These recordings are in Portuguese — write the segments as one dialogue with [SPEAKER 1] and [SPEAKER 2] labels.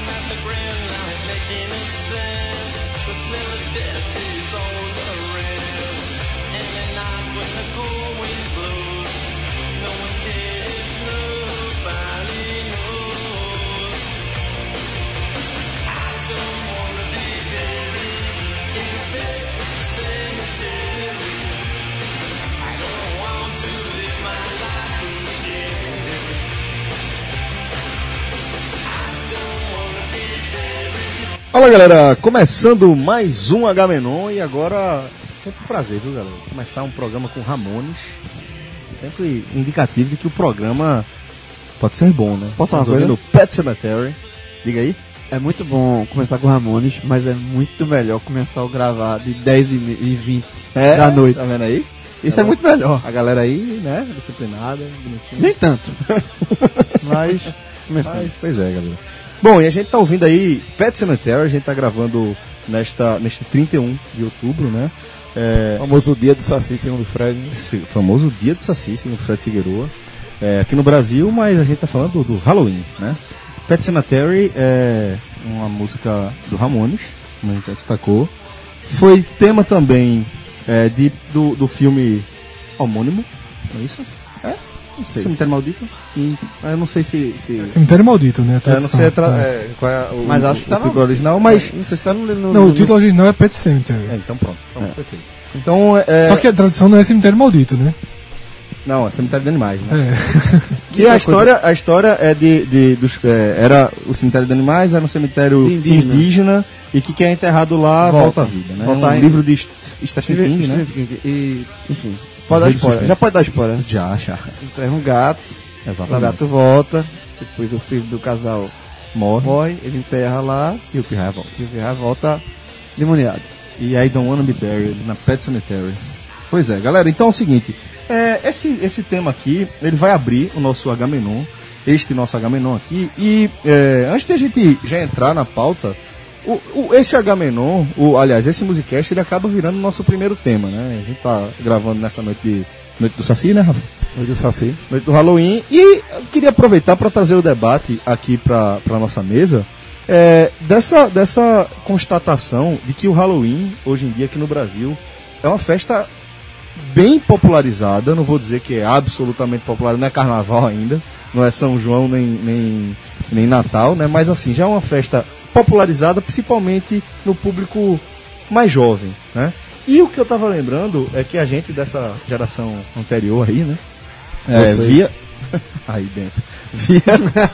[SPEAKER 1] friend, now I'm making a sin. The smell of death is on the rim. And at night when the cold wind blows, no one cares, nobody knows. I don't wanna be buried in a big cemetery. I don't want to live my life again.
[SPEAKER 2] Fala galera, começando mais um Agamenon e agora sempre um prazer, viu galera? Começar um programa com Ramones, sempre indicativo de que o programa pode ser bom, né?
[SPEAKER 3] Posso falar
[SPEAKER 2] Estamos
[SPEAKER 3] uma
[SPEAKER 2] ouvindo o Pet Cemetery, diga aí.
[SPEAKER 3] É muito bom começar com Ramones, mas é muito melhor começar o gravar de 10 e me- e 20 da noite.
[SPEAKER 2] Tá vendo aí?
[SPEAKER 3] Isso é muito melhor.
[SPEAKER 2] A galera aí, né, disciplinada, bonitinha.
[SPEAKER 3] Nem tanto. mas, começando.
[SPEAKER 2] Mas, pois é, galera. Bom, e a gente tá ouvindo aí Pet Cemetery, a gente tá gravando nesta, neste 31 de outubro, né? É,
[SPEAKER 4] famoso dia do Saci, segundo o Fred. né?
[SPEAKER 2] esse famoso dia do Saci, segundo Fred Figueroa, é, aqui no Brasil, mas a gente tá falando do Halloween, né? Pet Cemetery é uma música do Ramones, como a gente já destacou. Foi tema também é, de, do, do filme homônimo, não é isso? É? Não sei. Cemitério Maldito? E, eu não sei se... se...
[SPEAKER 5] Cemitério Maldito, né?
[SPEAKER 2] É,
[SPEAKER 5] a
[SPEAKER 2] não
[SPEAKER 5] tradução.
[SPEAKER 2] sei a tra-
[SPEAKER 5] Ah.
[SPEAKER 2] é, qual é o,
[SPEAKER 3] Mas acho
[SPEAKER 2] o-
[SPEAKER 3] que tá
[SPEAKER 2] o
[SPEAKER 3] na-
[SPEAKER 2] título original, mas...
[SPEAKER 3] Não sei se tá no. no-
[SPEAKER 5] Não,
[SPEAKER 3] no-
[SPEAKER 5] o título original é Pet Cemetery.
[SPEAKER 2] É, então pronto. É. Então, é...
[SPEAKER 5] Só que a tradução não é Cemitério Maldito, né?
[SPEAKER 2] Não, é Cemitério de Animais, né?
[SPEAKER 5] É.
[SPEAKER 2] E a história, a história é de, de- dos, é, era o cemitério de animais, era um cemitério
[SPEAKER 3] De indígena.
[SPEAKER 2] indígena. e que quem é enterrado lá volta,
[SPEAKER 3] Volta.
[SPEAKER 2] à vida, né?
[SPEAKER 3] Volta
[SPEAKER 2] um
[SPEAKER 3] aí.
[SPEAKER 2] livro de St- Stephen
[SPEAKER 3] Stephen
[SPEAKER 2] King, né?
[SPEAKER 3] King, E, enfim. Pode dar
[SPEAKER 2] Rei do
[SPEAKER 3] spoiler.
[SPEAKER 2] suspense.
[SPEAKER 3] Já pode dar spoiler.
[SPEAKER 2] Já, já.
[SPEAKER 3] Entrega um gato, o
[SPEAKER 2] Exatamente.
[SPEAKER 3] gato volta, depois o filho do casal
[SPEAKER 2] Morre.
[SPEAKER 3] morre, ele enterra lá
[SPEAKER 2] E o Pirraia volta.
[SPEAKER 3] e o Verra volta demoniado.
[SPEAKER 2] E I Don't Wanna Be Buried, na Pet Cemetery. Pois é, galera, então é o seguinte. é, esse, esse tema aqui, ele vai abrir o nosso Agamenon, este nosso Agamenon aqui. E é, antes da gente já entrar na pauta, o, o, esse Agamenon, o, aliás, esse Musicast, ele acaba virando o nosso primeiro tema, né? A gente tá gravando nessa noite de... Noite do Saci, né, Rafa?
[SPEAKER 4] Hoje o Saci.
[SPEAKER 2] noite do Halloween. E eu queria aproveitar para trazer o debate aqui para a nossa mesa é, dessa, dessa constatação de que o Halloween, hoje em dia aqui no Brasil, é uma festa bem popularizada. Não vou dizer que é absolutamente popular, não é carnaval ainda, não é São João nem, nem, nem Natal, né? mas assim, já é uma festa popularizada, principalmente no público mais jovem. Né? E o que eu estava lembrando é que a gente dessa geração anterior aí, né? É,
[SPEAKER 4] Você.
[SPEAKER 2] via. Aí dentro. Via,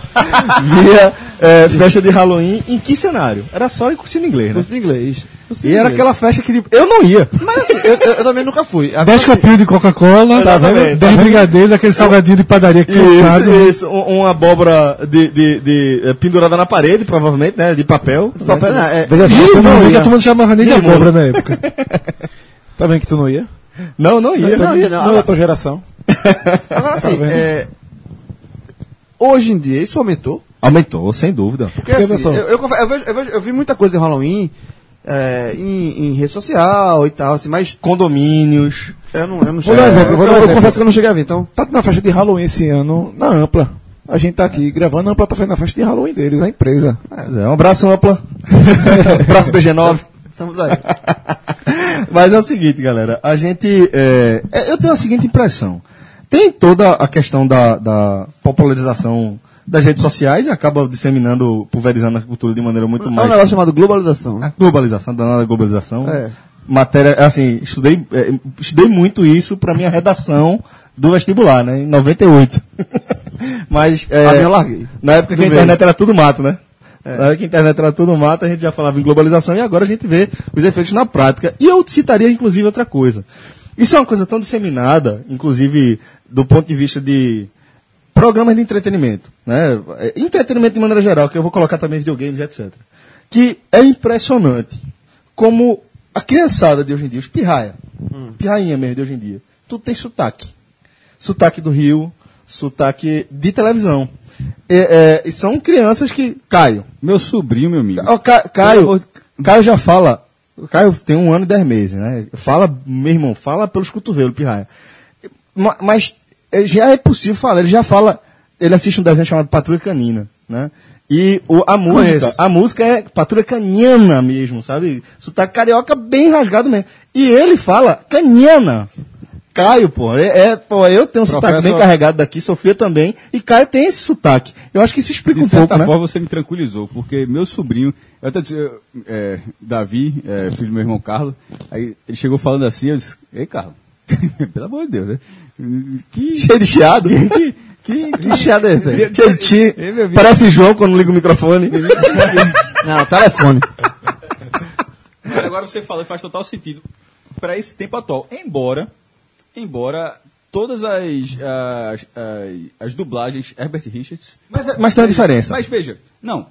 [SPEAKER 2] via é, festa de Halloween em que cenário? Era só em cursinho inglês, né?
[SPEAKER 3] Curso de inglês. Curso de
[SPEAKER 2] E era
[SPEAKER 3] inglês.
[SPEAKER 2] aquela festa que tipo, eu não ia.
[SPEAKER 3] Mas assim, eu, eu- eu também nunca fui. Agora,
[SPEAKER 5] 10
[SPEAKER 2] assim,
[SPEAKER 5] copinhos de Coca-Cola,
[SPEAKER 2] Tá vendo?
[SPEAKER 5] 10
[SPEAKER 2] Tá vendo?
[SPEAKER 5] brigadeiros, aquele salgadinho de padaria cansado.
[SPEAKER 2] Isso, isso, um- uma abóbora de, de- de, eh, pendurada na parede, provavelmente, né? De papel. De papel, não, é-
[SPEAKER 5] Veja só,
[SPEAKER 2] Ih,
[SPEAKER 5] você não
[SPEAKER 2] não,
[SPEAKER 5] vê que a
[SPEAKER 2] ia.
[SPEAKER 5] turma não chamava nem de
[SPEAKER 2] Sim,
[SPEAKER 5] abóbora na época.
[SPEAKER 4] Tá vendo que tu não ia?
[SPEAKER 2] não, não ia.
[SPEAKER 3] Não ia, não.
[SPEAKER 4] Na é outra geração.
[SPEAKER 3] Agora
[SPEAKER 6] assim,
[SPEAKER 3] sim,
[SPEAKER 4] vendo?
[SPEAKER 3] é, hoje em dia isso aumentou.
[SPEAKER 2] Aumentou, sem dúvida.
[SPEAKER 3] Porque
[SPEAKER 4] Porque,
[SPEAKER 3] assim, eu,
[SPEAKER 4] pessoal-
[SPEAKER 3] eu, confe- eu vejo- eu vejo- eu vi muita coisa de Halloween é, em, em rede social e tal, assim, mas
[SPEAKER 2] Condomínios.
[SPEAKER 3] eu não, eu não
[SPEAKER 5] um
[SPEAKER 4] Vou dar
[SPEAKER 3] é,
[SPEAKER 4] exemplo, vou
[SPEAKER 3] eu,
[SPEAKER 4] dar
[SPEAKER 3] eu
[SPEAKER 4] exemplo.
[SPEAKER 3] confesso que eu não cheguei a ver, então.
[SPEAKER 4] Tá tendo uma festa de Halloween esse ano na Ampla. A gente tá aqui gravando, a Ampla tá fazendo a festa de Halloween deles, a empresa.
[SPEAKER 2] Pois é, um abraço ampla. abraço BG9.
[SPEAKER 3] Estamos aí.
[SPEAKER 2] Mas é o seguinte, galera, a gente. é, é, eu tenho a seguinte impressão. Tem toda a questão da, da popularização das redes sociais e acaba disseminando, pulverizando a cultura de maneira muito
[SPEAKER 3] É um
[SPEAKER 2] mais.
[SPEAKER 3] negócio chamado globalização. né?
[SPEAKER 2] A globalização, danada globalização.
[SPEAKER 3] É.
[SPEAKER 2] Matéria, assim, estudei, é, estudei muito isso para minha redação do vestibular, né? Em 98. Mas. é,
[SPEAKER 3] Ah, eu larguei.
[SPEAKER 2] Na época que a
[SPEAKER 3] Do
[SPEAKER 2] internet
[SPEAKER 3] meio. É.
[SPEAKER 2] era tudo mato, né? Na época que a internet era tudo mato, a gente já falava em globalização e agora a gente vê os efeitos na prática. E eu citaria, inclusive, outra coisa. Isso é uma coisa tão disseminada, inclusive do ponto de vista de programas de entretenimento, né? É, Entretenimento de maneira geral, que eu vou colocar também videogames, etc. Que é impressionante como a criançada de hoje em dia, os pirraia, pirrainha mesmo de hoje em dia, tudo tem sotaque. Sotaque do Rio, sotaque de televisão. É, é, e são crianças que. Caio.
[SPEAKER 6] Meu sobrinho, meu amigo.
[SPEAKER 2] Ó, Ca- Caio, Caio já fala. o Caio tem um ano e dez meses, né? Fala, meu irmão, fala pelos cotovelos, pirraia. Ma- é Mas, eh, já é possível falar, ele já fala. Ele assiste um desenho chamado Patrulha Canina, né? E o- a música,
[SPEAKER 5] Conheço.
[SPEAKER 2] a música é patrulha caniana mesmo, sabe? Sotaque carioca bem rasgado mesmo. E ele fala caniana. Caio, pô, é, é, pô, eu tenho um sotaque bem
[SPEAKER 7] Professor-
[SPEAKER 2] carregado daqui, Sofia também, e Caio tem esse sotaque. Eu acho que isso explica
[SPEAKER 7] De
[SPEAKER 2] um
[SPEAKER 7] certa
[SPEAKER 2] pouco, né?
[SPEAKER 7] forma, você me tranquilizou, porque meu sobrinho, eu até disse, eu, é, Davi, é, filho do meu irmão Carlos, aí ele chegou falando assim, eu disse, ei, Carlos, pelo amor de Deus, né? Que,
[SPEAKER 2] Cheio de chiado.
[SPEAKER 7] que, que, que
[SPEAKER 2] chiado é esse?
[SPEAKER 7] Meu-
[SPEAKER 2] Cheio de ti.
[SPEAKER 7] Ei, meu amigo.
[SPEAKER 2] Parece João quando liga o microfone.
[SPEAKER 6] Não, telefone.
[SPEAKER 7] Mas agora você fala, faz total sentido para esse tempo atual. Embora, embora todas as, as, as, as dublagens Herbert Richards.
[SPEAKER 2] Mas, é, mas tem uma diferença.
[SPEAKER 7] Mas veja, não.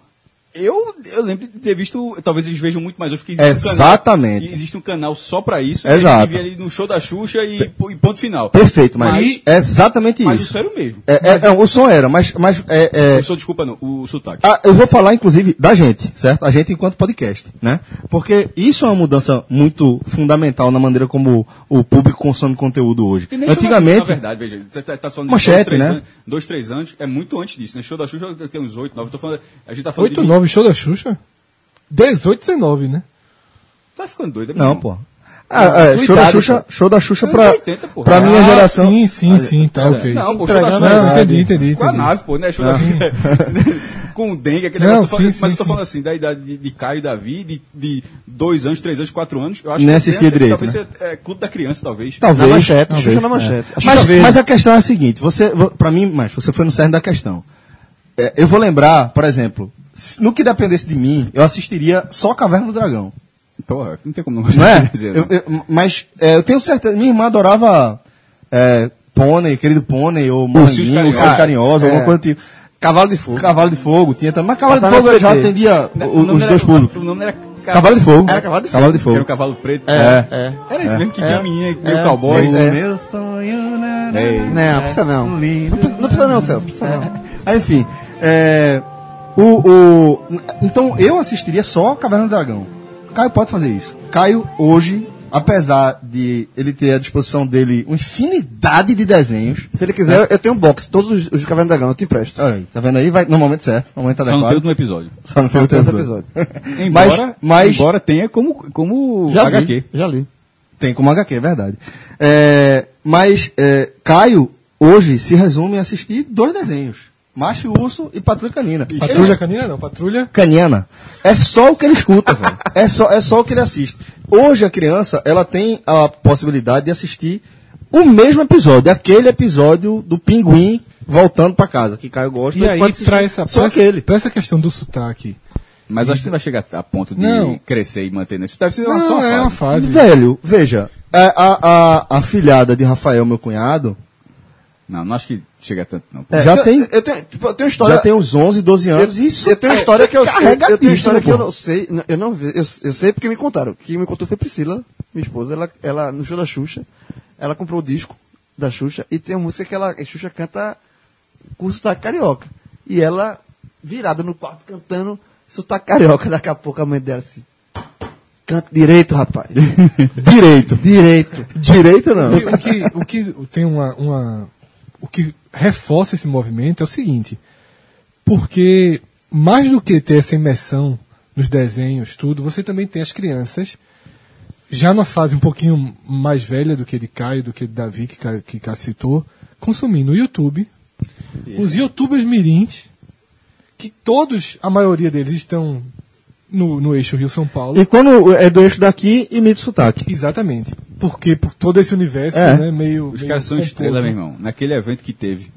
[SPEAKER 7] Eu, eu lembro de ter visto, talvez eles vejam muito mais hoje, porque um
[SPEAKER 2] Exatamente.
[SPEAKER 7] canal, existe um canal só para isso,
[SPEAKER 2] Exato.
[SPEAKER 7] que a gente vê ali no show da Xuxa e, e ponto final.
[SPEAKER 2] Perfeito, mas,
[SPEAKER 7] Mas-
[SPEAKER 2] é exatamente
[SPEAKER 7] Mas
[SPEAKER 2] isso.
[SPEAKER 7] isso era o mesmo.
[SPEAKER 2] É, é, não, o som era, mas, mas é, é,
[SPEAKER 7] Eu sou, desculpa, não, o sotaque.
[SPEAKER 2] Ah, eu vou falar, inclusive, da gente, certo? A gente enquanto podcast, né? Porque isso é uma mudança muito fundamental na maneira como o público consome conteúdo hoje.
[SPEAKER 7] E nem show da Xuxa,
[SPEAKER 2] Antigamente,
[SPEAKER 7] Na verdade, veja, você tá, tá falando de
[SPEAKER 2] Manchete,
[SPEAKER 7] dois, três
[SPEAKER 2] né?
[SPEAKER 7] anos, dois, três anos, é muito antes disso, né? Show da Xuxa tem uns oito, nove, tô falando, a gente tá falando de
[SPEAKER 5] 8, 9, show da Xuxa? 18, 19, né?
[SPEAKER 7] Tá ficando doido, é
[SPEAKER 2] não,
[SPEAKER 7] mesmo.
[SPEAKER 2] pô. Ah, é, show, da
[SPEAKER 6] Cuidado,
[SPEAKER 2] Xuxa, show da Xuxa
[SPEAKER 7] Anos
[SPEAKER 2] pra,
[SPEAKER 7] 80, porra.
[SPEAKER 2] pra minha
[SPEAKER 5] Ah,
[SPEAKER 2] geração.
[SPEAKER 5] Sim, sim, sim, tá ok.
[SPEAKER 7] Não, pô, show da
[SPEAKER 5] Entregando a
[SPEAKER 7] Xuxa.
[SPEAKER 5] verdade. né? Entendi, entendi,
[SPEAKER 7] Com a
[SPEAKER 5] entendi.
[SPEAKER 7] nave, pô, né? Show da Xuxa. Com o dengue, aquele
[SPEAKER 5] Não,
[SPEAKER 7] negócio. que eu tô
[SPEAKER 5] sim,
[SPEAKER 7] falando, mas
[SPEAKER 5] sim,
[SPEAKER 7] eu tô
[SPEAKER 5] sim.
[SPEAKER 7] falando assim, da idade de, de Caio e Davi, de, de dois anos, três anos, quatro anos. Eu acho
[SPEAKER 2] Nem
[SPEAKER 7] que
[SPEAKER 2] assistia
[SPEAKER 7] tem-
[SPEAKER 2] direito,
[SPEAKER 7] Talvez seja é, clube da criança, talvez.
[SPEAKER 2] Talvez.
[SPEAKER 6] Na manchete,
[SPEAKER 2] talvez,
[SPEAKER 6] Xuxa na manchete.
[SPEAKER 2] é.
[SPEAKER 6] A Xuxa
[SPEAKER 2] Mas,
[SPEAKER 6] verde.
[SPEAKER 2] mas a questão é a seguinte, você, vo- pra mim, mas você foi no cerne da questão. É, eu vou lembrar, por exemplo, se- no que dependesse de mim, eu assistiria só Caverna do Dragão.
[SPEAKER 7] Porra, não tem como não gostar
[SPEAKER 2] Não
[SPEAKER 7] de
[SPEAKER 2] é?
[SPEAKER 7] dizer,
[SPEAKER 2] Eu-
[SPEAKER 7] né?
[SPEAKER 2] eu- mas é, eu tenho certeza. Minha irmã adorava é, pônei, querido pônei, ou moranguinho,
[SPEAKER 7] Carinhoso.
[SPEAKER 2] ursinho carinhoso,
[SPEAKER 6] Ah,
[SPEAKER 2] alguma
[SPEAKER 6] é.
[SPEAKER 2] coisa do tipo. Cavalo de fogo. Cavalo de fogo tinha também. Mas cavalo
[SPEAKER 6] Passava
[SPEAKER 2] de fogo
[SPEAKER 6] no
[SPEAKER 2] eu já
[SPEAKER 6] SBT.
[SPEAKER 2] atendia o-
[SPEAKER 7] O nome
[SPEAKER 2] os
[SPEAKER 7] era-
[SPEAKER 2] dois públicos.
[SPEAKER 7] O nome era... ca-
[SPEAKER 2] Cavalo de fogo.
[SPEAKER 7] Era cavalo de fogo.
[SPEAKER 2] Cavalo de
[SPEAKER 7] Que era
[SPEAKER 2] fogo.
[SPEAKER 7] um cavalo preto.
[SPEAKER 2] é.
[SPEAKER 7] Era isso mesmo que tinha a menina, meio
[SPEAKER 6] É.
[SPEAKER 7] cowboy.
[SPEAKER 6] Mas, é.
[SPEAKER 2] Meu sonho. na-
[SPEAKER 7] É.
[SPEAKER 6] Não, precisa não. Não precisa não, precisa não Celso. Precisa não.
[SPEAKER 2] Aí, Enfim, é, o, o- então eu assistiria só Caverna do Dragão. Caio pode fazer isso. Caio, hoje, apesar de ele ter à disposição dele uma infinidade de desenhos. né?
[SPEAKER 6] Se ele quiser, eu- eu tenho um box, todos os, os Caverna do Dragão, eu te empresto.
[SPEAKER 2] Olha aí, tá vendo aí? Vai no momento certo, no momento
[SPEAKER 7] Só não tem
[SPEAKER 2] adequado.
[SPEAKER 7] outro episódio.
[SPEAKER 2] Só no
[SPEAKER 6] Só tem outro
[SPEAKER 2] mas,
[SPEAKER 7] Embora,
[SPEAKER 2] mas
[SPEAKER 7] embora tenha como, como
[SPEAKER 6] Já
[SPEAKER 7] HQ.
[SPEAKER 6] vi, já li.
[SPEAKER 2] tem como HQ, é verdade. É, mas é, Caio, hoje, se resume a assistir dois desenhos. Macho e Urso e Patrulha Canina. Eles-
[SPEAKER 5] Patrulha canina não, patrulha.
[SPEAKER 2] Caniana. É só o que ele escuta, velho. É só, é só o que ele assiste. Hoje a criança, ela tem a possibilidade de assistir o mesmo episódio, aquele episódio do pinguim voltando pra casa, que Caio gosta.
[SPEAKER 5] E
[SPEAKER 2] ele
[SPEAKER 5] aí,
[SPEAKER 2] pode assistir
[SPEAKER 5] pra essa,
[SPEAKER 2] só
[SPEAKER 5] pra, essa,
[SPEAKER 2] aquele.
[SPEAKER 5] pra essa questão do sotaque.
[SPEAKER 7] Mas acho que não vai chegar a ponto de
[SPEAKER 5] Não.
[SPEAKER 7] crescer e manter nesse. Deve ser
[SPEAKER 5] Não,
[SPEAKER 7] uma só uma
[SPEAKER 5] é uma fase.
[SPEAKER 7] fase.
[SPEAKER 2] Velho, veja, é, a, a, a, a filhada de Rafael, meu cunhado,
[SPEAKER 7] Não, não acho que chega tanto, não.
[SPEAKER 2] É, já
[SPEAKER 6] eu,
[SPEAKER 2] tem-
[SPEAKER 6] Eu tenho, tipo, eu tenho história.
[SPEAKER 2] já tem uns 11, 12 anos, e isso
[SPEAKER 6] eu tenho
[SPEAKER 3] É,
[SPEAKER 6] história
[SPEAKER 2] é
[SPEAKER 6] que eu sei. Eu tenho história que eu
[SPEAKER 2] pô.
[SPEAKER 6] não sei. não- Eu não vi. Eu, eu sei porque me contaram. Quem me contou foi Priscila, minha esposa. Ela, ela no show da Xuxa, ela comprou o disco da Xuxa e tem uma música que ela, a Xuxa canta com sotaque carioca. E ela, virada no quarto, cantando sotaque carioca. Daqui a pouco a mãe dela assim. Canta direito, rapaz.
[SPEAKER 2] Direito.
[SPEAKER 6] direito.
[SPEAKER 2] Direito não.
[SPEAKER 5] O que, o que, o que tem uma, uma. O que reforça esse movimento é o seguinte. Porque, mais do que ter essa imersão nos desenhos, tudo, você também tem as crianças, já numa fase um pouquinho mais velha do que de Caio, do que de Davi, que Caio, que Caio citou, consumindo o YouTube. Os youtubers mirins, que todos, a maioria deles, estão no, no eixo Rio-São Paulo.
[SPEAKER 2] E quando é do eixo daqui, imita o sotaque.
[SPEAKER 5] Exatamente. Porque por todo esse universo,
[SPEAKER 2] É.
[SPEAKER 5] né, meio.
[SPEAKER 7] Os
[SPEAKER 5] meio
[SPEAKER 7] caras são
[SPEAKER 5] pomposo.
[SPEAKER 7] estrela, meu irmão. Naquele evento que teve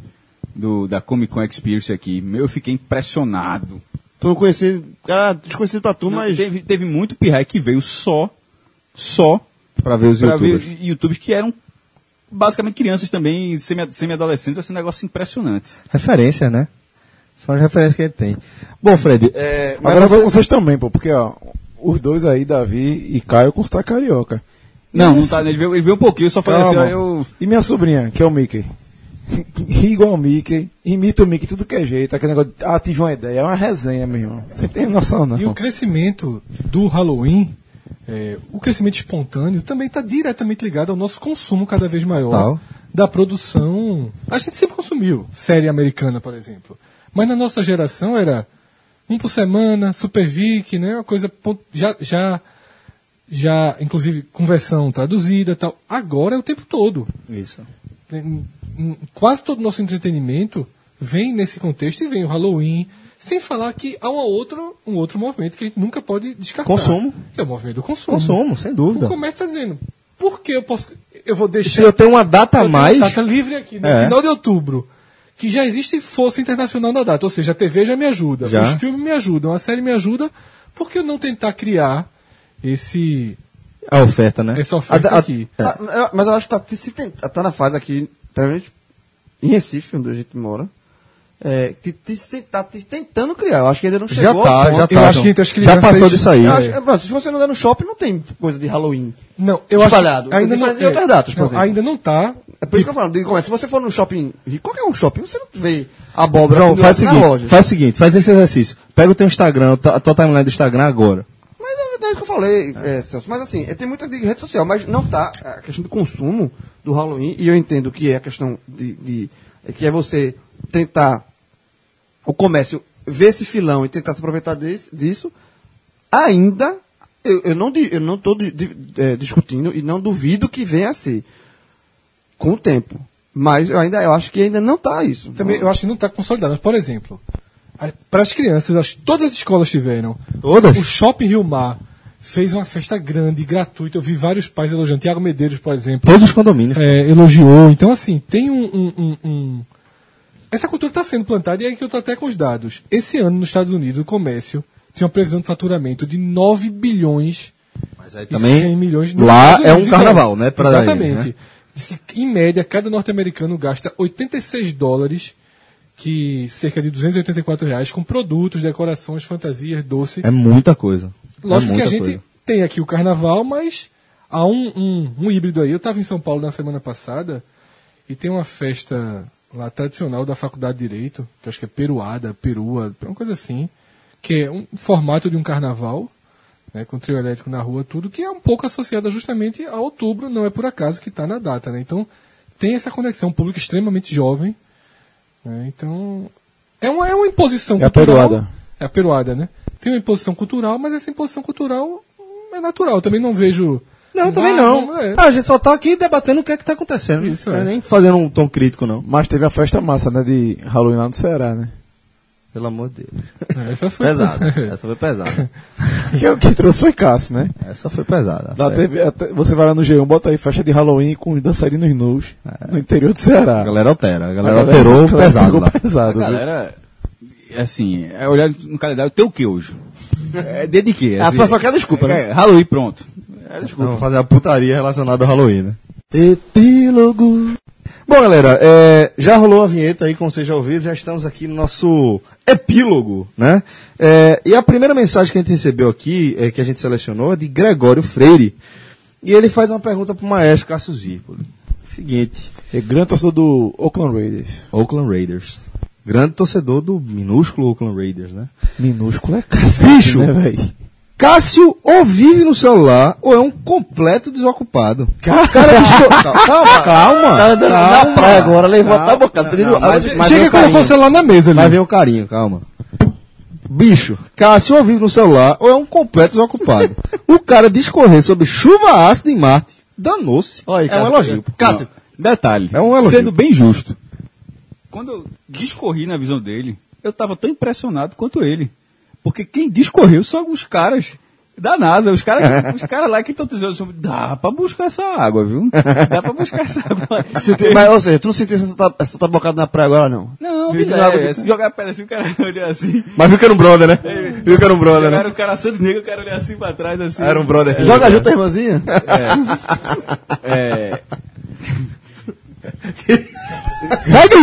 [SPEAKER 7] do, da Comic Con Experience aqui, meu, eu fiquei impressionado.
[SPEAKER 6] Tu conhecido, cara desconhecido pra tu,
[SPEAKER 7] Não,
[SPEAKER 6] mas.
[SPEAKER 7] teve, teve muito pirraia que veio só, só,
[SPEAKER 2] Pra ver os
[SPEAKER 7] pra ver
[SPEAKER 2] youtubers.
[SPEAKER 7] os youtubers que eram basicamente crianças também, semi- semi-adolescentes, esse negócio impressionante.
[SPEAKER 2] Referência, né? São as referências que ele tem. Bom, Fred, é, mas
[SPEAKER 4] Agora
[SPEAKER 2] você-
[SPEAKER 4] Então, vocês também, pô, porque ó, os dois aí, Davi e Caio, com sotaque carioca.
[SPEAKER 7] Não, não
[SPEAKER 4] Isso.
[SPEAKER 7] tá, ele veio, ele veio um pouquinho, eu só falei assim, ó,
[SPEAKER 4] Calma.
[SPEAKER 7] eu...
[SPEAKER 4] E minha sobrinha, que é o Mickey. Igual o Mickey, imita o Mickey tudo que é jeito, aquele negócio de, ah, tive uma ideia, é uma resenha, meu irmão. Você tem noção,
[SPEAKER 7] né?
[SPEAKER 4] né? não?
[SPEAKER 5] E o crescimento do Halloween, é, o crescimento espontâneo, também está diretamente ligado ao nosso consumo cada vez maior
[SPEAKER 2] Tal.
[SPEAKER 5] da produção. A gente sempre consumiu série americana, por exemplo. Mas na nossa geração era Um por semana, Super Vic, né? Uma coisa pon- já, já, já, inclusive, com versão traduzida e tal. Agora é o tempo todo.
[SPEAKER 3] Isso.
[SPEAKER 5] Em- em- É, um, Quase todo o nosso entretenimento vem nesse contexto e vem o Halloween. Sem falar que há uma outra, um outro movimento que a gente nunca pode descartar.
[SPEAKER 3] Consumo.
[SPEAKER 5] Que é o movimento do consumo.
[SPEAKER 3] Consumo, sem dúvida.
[SPEAKER 5] Começa dizendo, por que eu posso... Eu vou
[SPEAKER 3] Se
[SPEAKER 5] deixar...
[SPEAKER 3] eu tenho uma data a
[SPEAKER 5] Só tem uma
[SPEAKER 3] mais,
[SPEAKER 5] é? data livre aqui, no
[SPEAKER 3] É.
[SPEAKER 5] final de outubro. Que já existe força internacional na data. Ou seja, a TV já me ajuda,
[SPEAKER 3] Já.
[SPEAKER 5] os filmes me ajudam, a série me ajuda. Por que eu não tentar criar esse.
[SPEAKER 2] é
[SPEAKER 3] a oferta, né?
[SPEAKER 5] Essa
[SPEAKER 6] tá
[SPEAKER 5] oferta
[SPEAKER 3] A- a-
[SPEAKER 5] aqui.
[SPEAKER 3] é.
[SPEAKER 2] Ah, eu- Mas eu acho que tá, se tem- tá na fase aqui,
[SPEAKER 6] tá
[SPEAKER 2] pelo menos em Recife, onde a gente mora, é, que te- se- tá te tentando criar. Eu acho que ainda não
[SPEAKER 3] Já
[SPEAKER 2] chegou. ao
[SPEAKER 3] tá,
[SPEAKER 2] ponto-
[SPEAKER 3] já tá.
[SPEAKER 5] eu acho
[SPEAKER 3] João.
[SPEAKER 5] que entre as
[SPEAKER 3] já
[SPEAKER 5] crianças-
[SPEAKER 3] passou disso aí.
[SPEAKER 2] Eu acho- é, mas se você não der no shopping, não tem coisa de Halloween.
[SPEAKER 5] Não, eu
[SPEAKER 2] Espalhado.
[SPEAKER 5] acho ainda
[SPEAKER 2] Tem que fazer
[SPEAKER 5] é,
[SPEAKER 2] outras datas, por
[SPEAKER 5] não,
[SPEAKER 2] exemplo.
[SPEAKER 5] Ainda não tá.
[SPEAKER 2] É por isso que eu falo, digo, mas se você for no shopping, em qualquer um shopping, você não vê abóbora
[SPEAKER 3] João,
[SPEAKER 2] pendurada
[SPEAKER 3] faz o
[SPEAKER 2] na
[SPEAKER 3] seguinte,
[SPEAKER 2] loja.
[SPEAKER 3] faz o seguinte, faz esse exercício. Pega o teu Instagram, a tua timeline do Instagram agora.
[SPEAKER 2] Mas é verdade que eu falei, é, Celso. Mas assim, é, tem muita de rede social, mas não tá a questão do consumo do Halloween, e eu entendo que é a questão de. de- é que é você tentar o comércio ver esse filão e tentar se aproveitar desse- disso, ainda eu, eu não estou eu não tô di- di- é, discutindo e não duvido que venha a ser com o tempo. Mas eu ainda eu acho que ainda não está isso.
[SPEAKER 5] Também, eu acho que não tá consolidado. Mas, por exemplo, para as crianças, acho que todas as escolas tiveram.
[SPEAKER 3] Todas?
[SPEAKER 5] O Shopping Rio Mar fez uma festa grande, gratuita. Eu vi vários pais elogiando. Tiago Medeiros, por exemplo.
[SPEAKER 3] Todos os condomínios.
[SPEAKER 5] é, elogiou. Então, assim, tem um. um- um- um- Essa cultura está sendo plantada e aí que eu estou até com os dados. Esse ano, nos Estados Unidos, o comércio tinha uma previsão de faturamento de 9 bilhões
[SPEAKER 3] Mas aí
[SPEAKER 5] e 100
[SPEAKER 3] Né? também,
[SPEAKER 5] milhões nos
[SPEAKER 3] lá
[SPEAKER 5] Estados
[SPEAKER 3] é um
[SPEAKER 5] Unidos.
[SPEAKER 3] carnaval, né? pra
[SPEAKER 5] Exatamente.
[SPEAKER 3] ele, né?
[SPEAKER 5] Diz que, em média, cada norte-americano gasta 86 dólares, que cerca de 284 reais, com produtos, decorações, fantasias, doce.
[SPEAKER 3] É muita coisa.
[SPEAKER 5] Lógico
[SPEAKER 3] É
[SPEAKER 5] que a
[SPEAKER 3] muita
[SPEAKER 5] gente
[SPEAKER 3] coisa.
[SPEAKER 5] tem aqui o carnaval, mas há um, um- um híbrido aí. Eu estava em São Paulo na semana passada e tem uma festa lá tradicional da Faculdade de Direito, que eu acho que é peruada, perua, uma coisa assim, que é um formato de um carnaval, né, com trio elétrico na rua, tudo, que é um pouco associada justamente a outubro, não é por acaso que está na data. Né? Então tem essa conexão, um público extremamente jovem. né? Então é uma, é uma imposição
[SPEAKER 4] É a
[SPEAKER 5] cultural.
[SPEAKER 4] peruada.
[SPEAKER 5] É a peruada, né? Tem uma imposição cultural, mas essa imposição cultural hum, é natural. Eu também não vejo.
[SPEAKER 3] Não, também
[SPEAKER 5] Ah,
[SPEAKER 3] não.
[SPEAKER 5] é.
[SPEAKER 3] Ah, a gente só tá aqui debatendo o que é que tá acontecendo.
[SPEAKER 5] Isso,
[SPEAKER 3] Não
[SPEAKER 5] é.
[SPEAKER 3] Nem fazendo um tom crítico, não.
[SPEAKER 4] Mas teve a festa massa, né? De Halloween lá no Ceará, né?
[SPEAKER 3] Pelo amor de Deus.
[SPEAKER 5] É, Essa foi
[SPEAKER 3] Pesado. Essa foi pesada.
[SPEAKER 4] Que é o que trouxe foi Cássio, né? É.
[SPEAKER 3] Essa foi pesada.
[SPEAKER 4] Da
[SPEAKER 3] Foi.
[SPEAKER 4] TV, até- você vai lá no G1, bota aí festa de Halloween com os dançarinos nus no interior do Ceará.
[SPEAKER 3] A galera altera. A
[SPEAKER 4] A
[SPEAKER 3] galera alterou
[SPEAKER 4] a galera
[SPEAKER 3] pesado
[SPEAKER 4] pegou
[SPEAKER 3] lá.
[SPEAKER 4] pesado,
[SPEAKER 6] A
[SPEAKER 4] viu?
[SPEAKER 6] galera, assim, é olhar no calendário, tem o que hoje? É de de quê?
[SPEAKER 2] A
[SPEAKER 7] Assim,
[SPEAKER 2] pessoa só quer desculpa, né?
[SPEAKER 6] É, Halloween, pronto. É, desculpa.
[SPEAKER 3] Vamos fazer a putaria relacionada ao Halloween, né? Epílogo. Bom, galera, é, já rolou a vinheta aí, como vocês já ouviram, já estamos aqui no nosso epílogo, né? É, e a primeira mensagem que a gente recebeu aqui, é, que a gente selecionou, é de Gregório Freire. E ele faz uma pergunta pro maestro Cássio Zirpoli. Seguinte.
[SPEAKER 4] É grande torcedor do Oakland Raiders.
[SPEAKER 3] Oakland Raiders. Grande torcedor do minúsculo Oakland Raiders, né?
[SPEAKER 4] Minúsculo é cacete,
[SPEAKER 3] Bicho!
[SPEAKER 4] né, velho?
[SPEAKER 3] Cássio ou vive no celular ou é um completo desocupado. Cara, estou... calma, calma.
[SPEAKER 2] Cara, na- na
[SPEAKER 3] calma.
[SPEAKER 2] praia agora, levou
[SPEAKER 3] Calma,
[SPEAKER 2] até a bocada,
[SPEAKER 3] não,
[SPEAKER 2] pediu-
[SPEAKER 3] não, mas-
[SPEAKER 2] Chega
[SPEAKER 3] mas
[SPEAKER 2] e
[SPEAKER 3] vem o
[SPEAKER 2] colocou
[SPEAKER 3] carinho.
[SPEAKER 5] o celular na mesa,
[SPEAKER 3] Mas vem o carinho, calma. Bicho, Cássio ou vive no celular ou é um completo desocupado. o cara discorrer sobre chuva ácida em Marte, danou-se.
[SPEAKER 2] Olha aí,
[SPEAKER 3] É um
[SPEAKER 2] Cássio,
[SPEAKER 3] elogio.
[SPEAKER 6] Cássio, detalhe.
[SPEAKER 3] É um elogio.
[SPEAKER 6] Sendo bem justo. Quando eu discorri na visão dele, eu estava tão impressionado quanto ele. Porque quem discorreu são os caras da NASA, os caras os caras lá que estão dizendo sobre. Dá pra buscar essa água, viu? Dá pra buscar essa água.
[SPEAKER 2] Se tu- mas, ou seja, tu não sentiu essa, ta- essa tabocada na praia agora, não?
[SPEAKER 6] Não,
[SPEAKER 2] Viu
[SPEAKER 6] vida,
[SPEAKER 2] que água
[SPEAKER 6] é,
[SPEAKER 2] de-
[SPEAKER 6] se jogar pedra assim, o cara olha assim.
[SPEAKER 3] Mas viu que era um brother, né? Viu que era um brother, né?
[SPEAKER 6] Jogaram o cara sendo negro, o cara olha assim pra trás, assim.
[SPEAKER 3] Era um brother.
[SPEAKER 2] Joga junto a irmãzinha?
[SPEAKER 6] É,
[SPEAKER 4] Segue o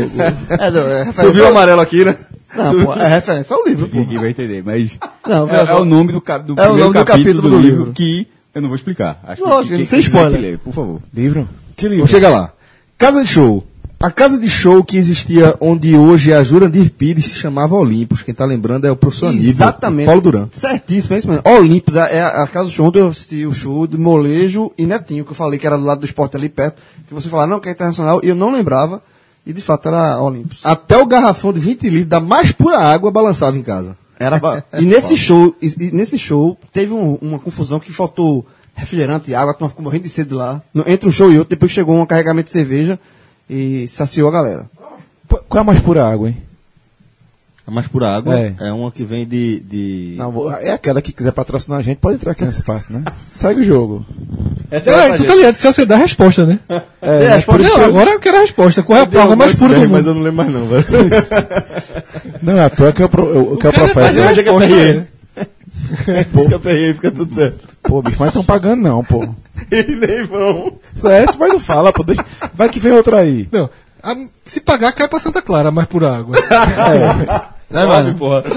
[SPEAKER 4] jogo!
[SPEAKER 2] É, não, é referência
[SPEAKER 3] Subiu o
[SPEAKER 2] ao-
[SPEAKER 3] amarelo aqui, né?
[SPEAKER 2] Não, pô, é referência ao livro, pô.
[SPEAKER 6] ninguém vai entender, mas.
[SPEAKER 2] Não,
[SPEAKER 6] é,
[SPEAKER 2] veja
[SPEAKER 6] é
[SPEAKER 2] só.
[SPEAKER 6] o nome do, cap, do
[SPEAKER 2] É o
[SPEAKER 6] primeiro
[SPEAKER 2] nome do
[SPEAKER 6] capítulo,
[SPEAKER 2] capítulo
[SPEAKER 6] do,
[SPEAKER 2] do
[SPEAKER 6] livro
[SPEAKER 2] livro.
[SPEAKER 6] que eu não vou explicar. Acho
[SPEAKER 2] Lógico,
[SPEAKER 6] que,
[SPEAKER 2] sem spoiler.
[SPEAKER 6] Ler, por favor.
[SPEAKER 4] Livro? Que livro?
[SPEAKER 3] Vamos chegar lá. Casa de show. A casa de show que existia onde hoje é a Jurandir Pires se chamava Olimpos. Quem tá lembrando é o professor Aníbal.
[SPEAKER 2] Exatamente.
[SPEAKER 3] e Paulo Duran.
[SPEAKER 2] Certíssimo, é isso mesmo. Olimpos, é a a casa do show onde eu assisti o show de Molejo e Netinho, que eu falei que era do lado do esporte ali perto, que você falava, não, que é internacional, e eu não lembrava, e de fato era Olimpos.
[SPEAKER 3] Até o garrafão de 20 litros da mais pura água balançava em casa.
[SPEAKER 2] Era ba-
[SPEAKER 3] É
[SPEAKER 2] e nesse show, e, e nesse show teve um- uma confusão que faltou refrigerante e água, a turma ficou morrendo de sede lá. No- entre um show e outro, depois chegou um carregamento de cerveja e saciou a galera.
[SPEAKER 4] Pô, Qual é a mais pura água, hein?
[SPEAKER 3] A mais pura água
[SPEAKER 4] É.
[SPEAKER 3] é, uma que vem de. de...
[SPEAKER 4] Não, vou- é aquela que quiser patrocinar a gente, pode entrar aqui nessa parte, né? Segue o jogo.
[SPEAKER 5] É, tu tá ligado, se você dá a resposta, né?
[SPEAKER 4] É, mas por
[SPEAKER 5] não,
[SPEAKER 4] isso que eu-
[SPEAKER 5] agora eu quero a resposta. Qual é a
[SPEAKER 3] Deu
[SPEAKER 5] praga mais
[SPEAKER 3] algumas
[SPEAKER 5] pura do
[SPEAKER 3] ideias, Mas
[SPEAKER 5] mundo?
[SPEAKER 3] eu não lembro mais, não, velho.
[SPEAKER 4] Não, é a tua que é o, pro, eu- que é o profeta.
[SPEAKER 3] Mas é que eu errei.
[SPEAKER 5] né?
[SPEAKER 3] Diz que eu peguei, fica tudo certo.
[SPEAKER 4] Pô, bicho, mas estão pagando não, pô.
[SPEAKER 3] E nem vão.
[SPEAKER 4] Certo, mas não fala, pô. deixa- Vai que vem outra aí.
[SPEAKER 5] Não. a- se pagar, cai pra Santa Clara, mais por água.
[SPEAKER 3] Sabe, porra.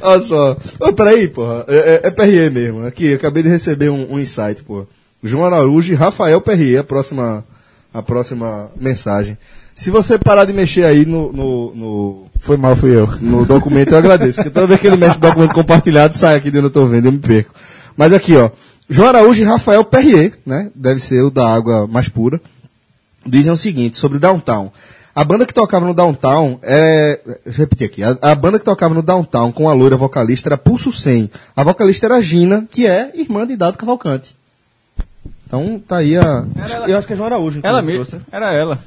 [SPEAKER 3] Olha só. Ô, peraí, porra. É, é, é PRE mesmo. Aqui, eu acabei de receber um, um insight, porra. João Araújo e Rafael PRE, a próxima, a próxima mensagem. Se você parar de mexer aí no- no- no
[SPEAKER 4] Foi mal, fui eu.
[SPEAKER 3] no documento, eu agradeço. Porque toda vez que ele mexe no documento compartilhado, sai aqui de onde eu tô vendo, eu me perco. Mas aqui, ó. João Araújo e Rafael Perrier, né? Deve ser o da água mais pura. Dizem o seguinte sobre Downtown. A banda que tocava no Downtown é. Deixa eu repetir aqui. A, a banda que tocava no Downtown com a loira vocalista era Pulso 100. A vocalista era Gina, que é irmã de Dado Cavalcante. Então tá aí a.
[SPEAKER 7] Era-
[SPEAKER 3] eu acho que é João Araújo.
[SPEAKER 7] Ela
[SPEAKER 3] inclusive,
[SPEAKER 7] mesmo. Era ela.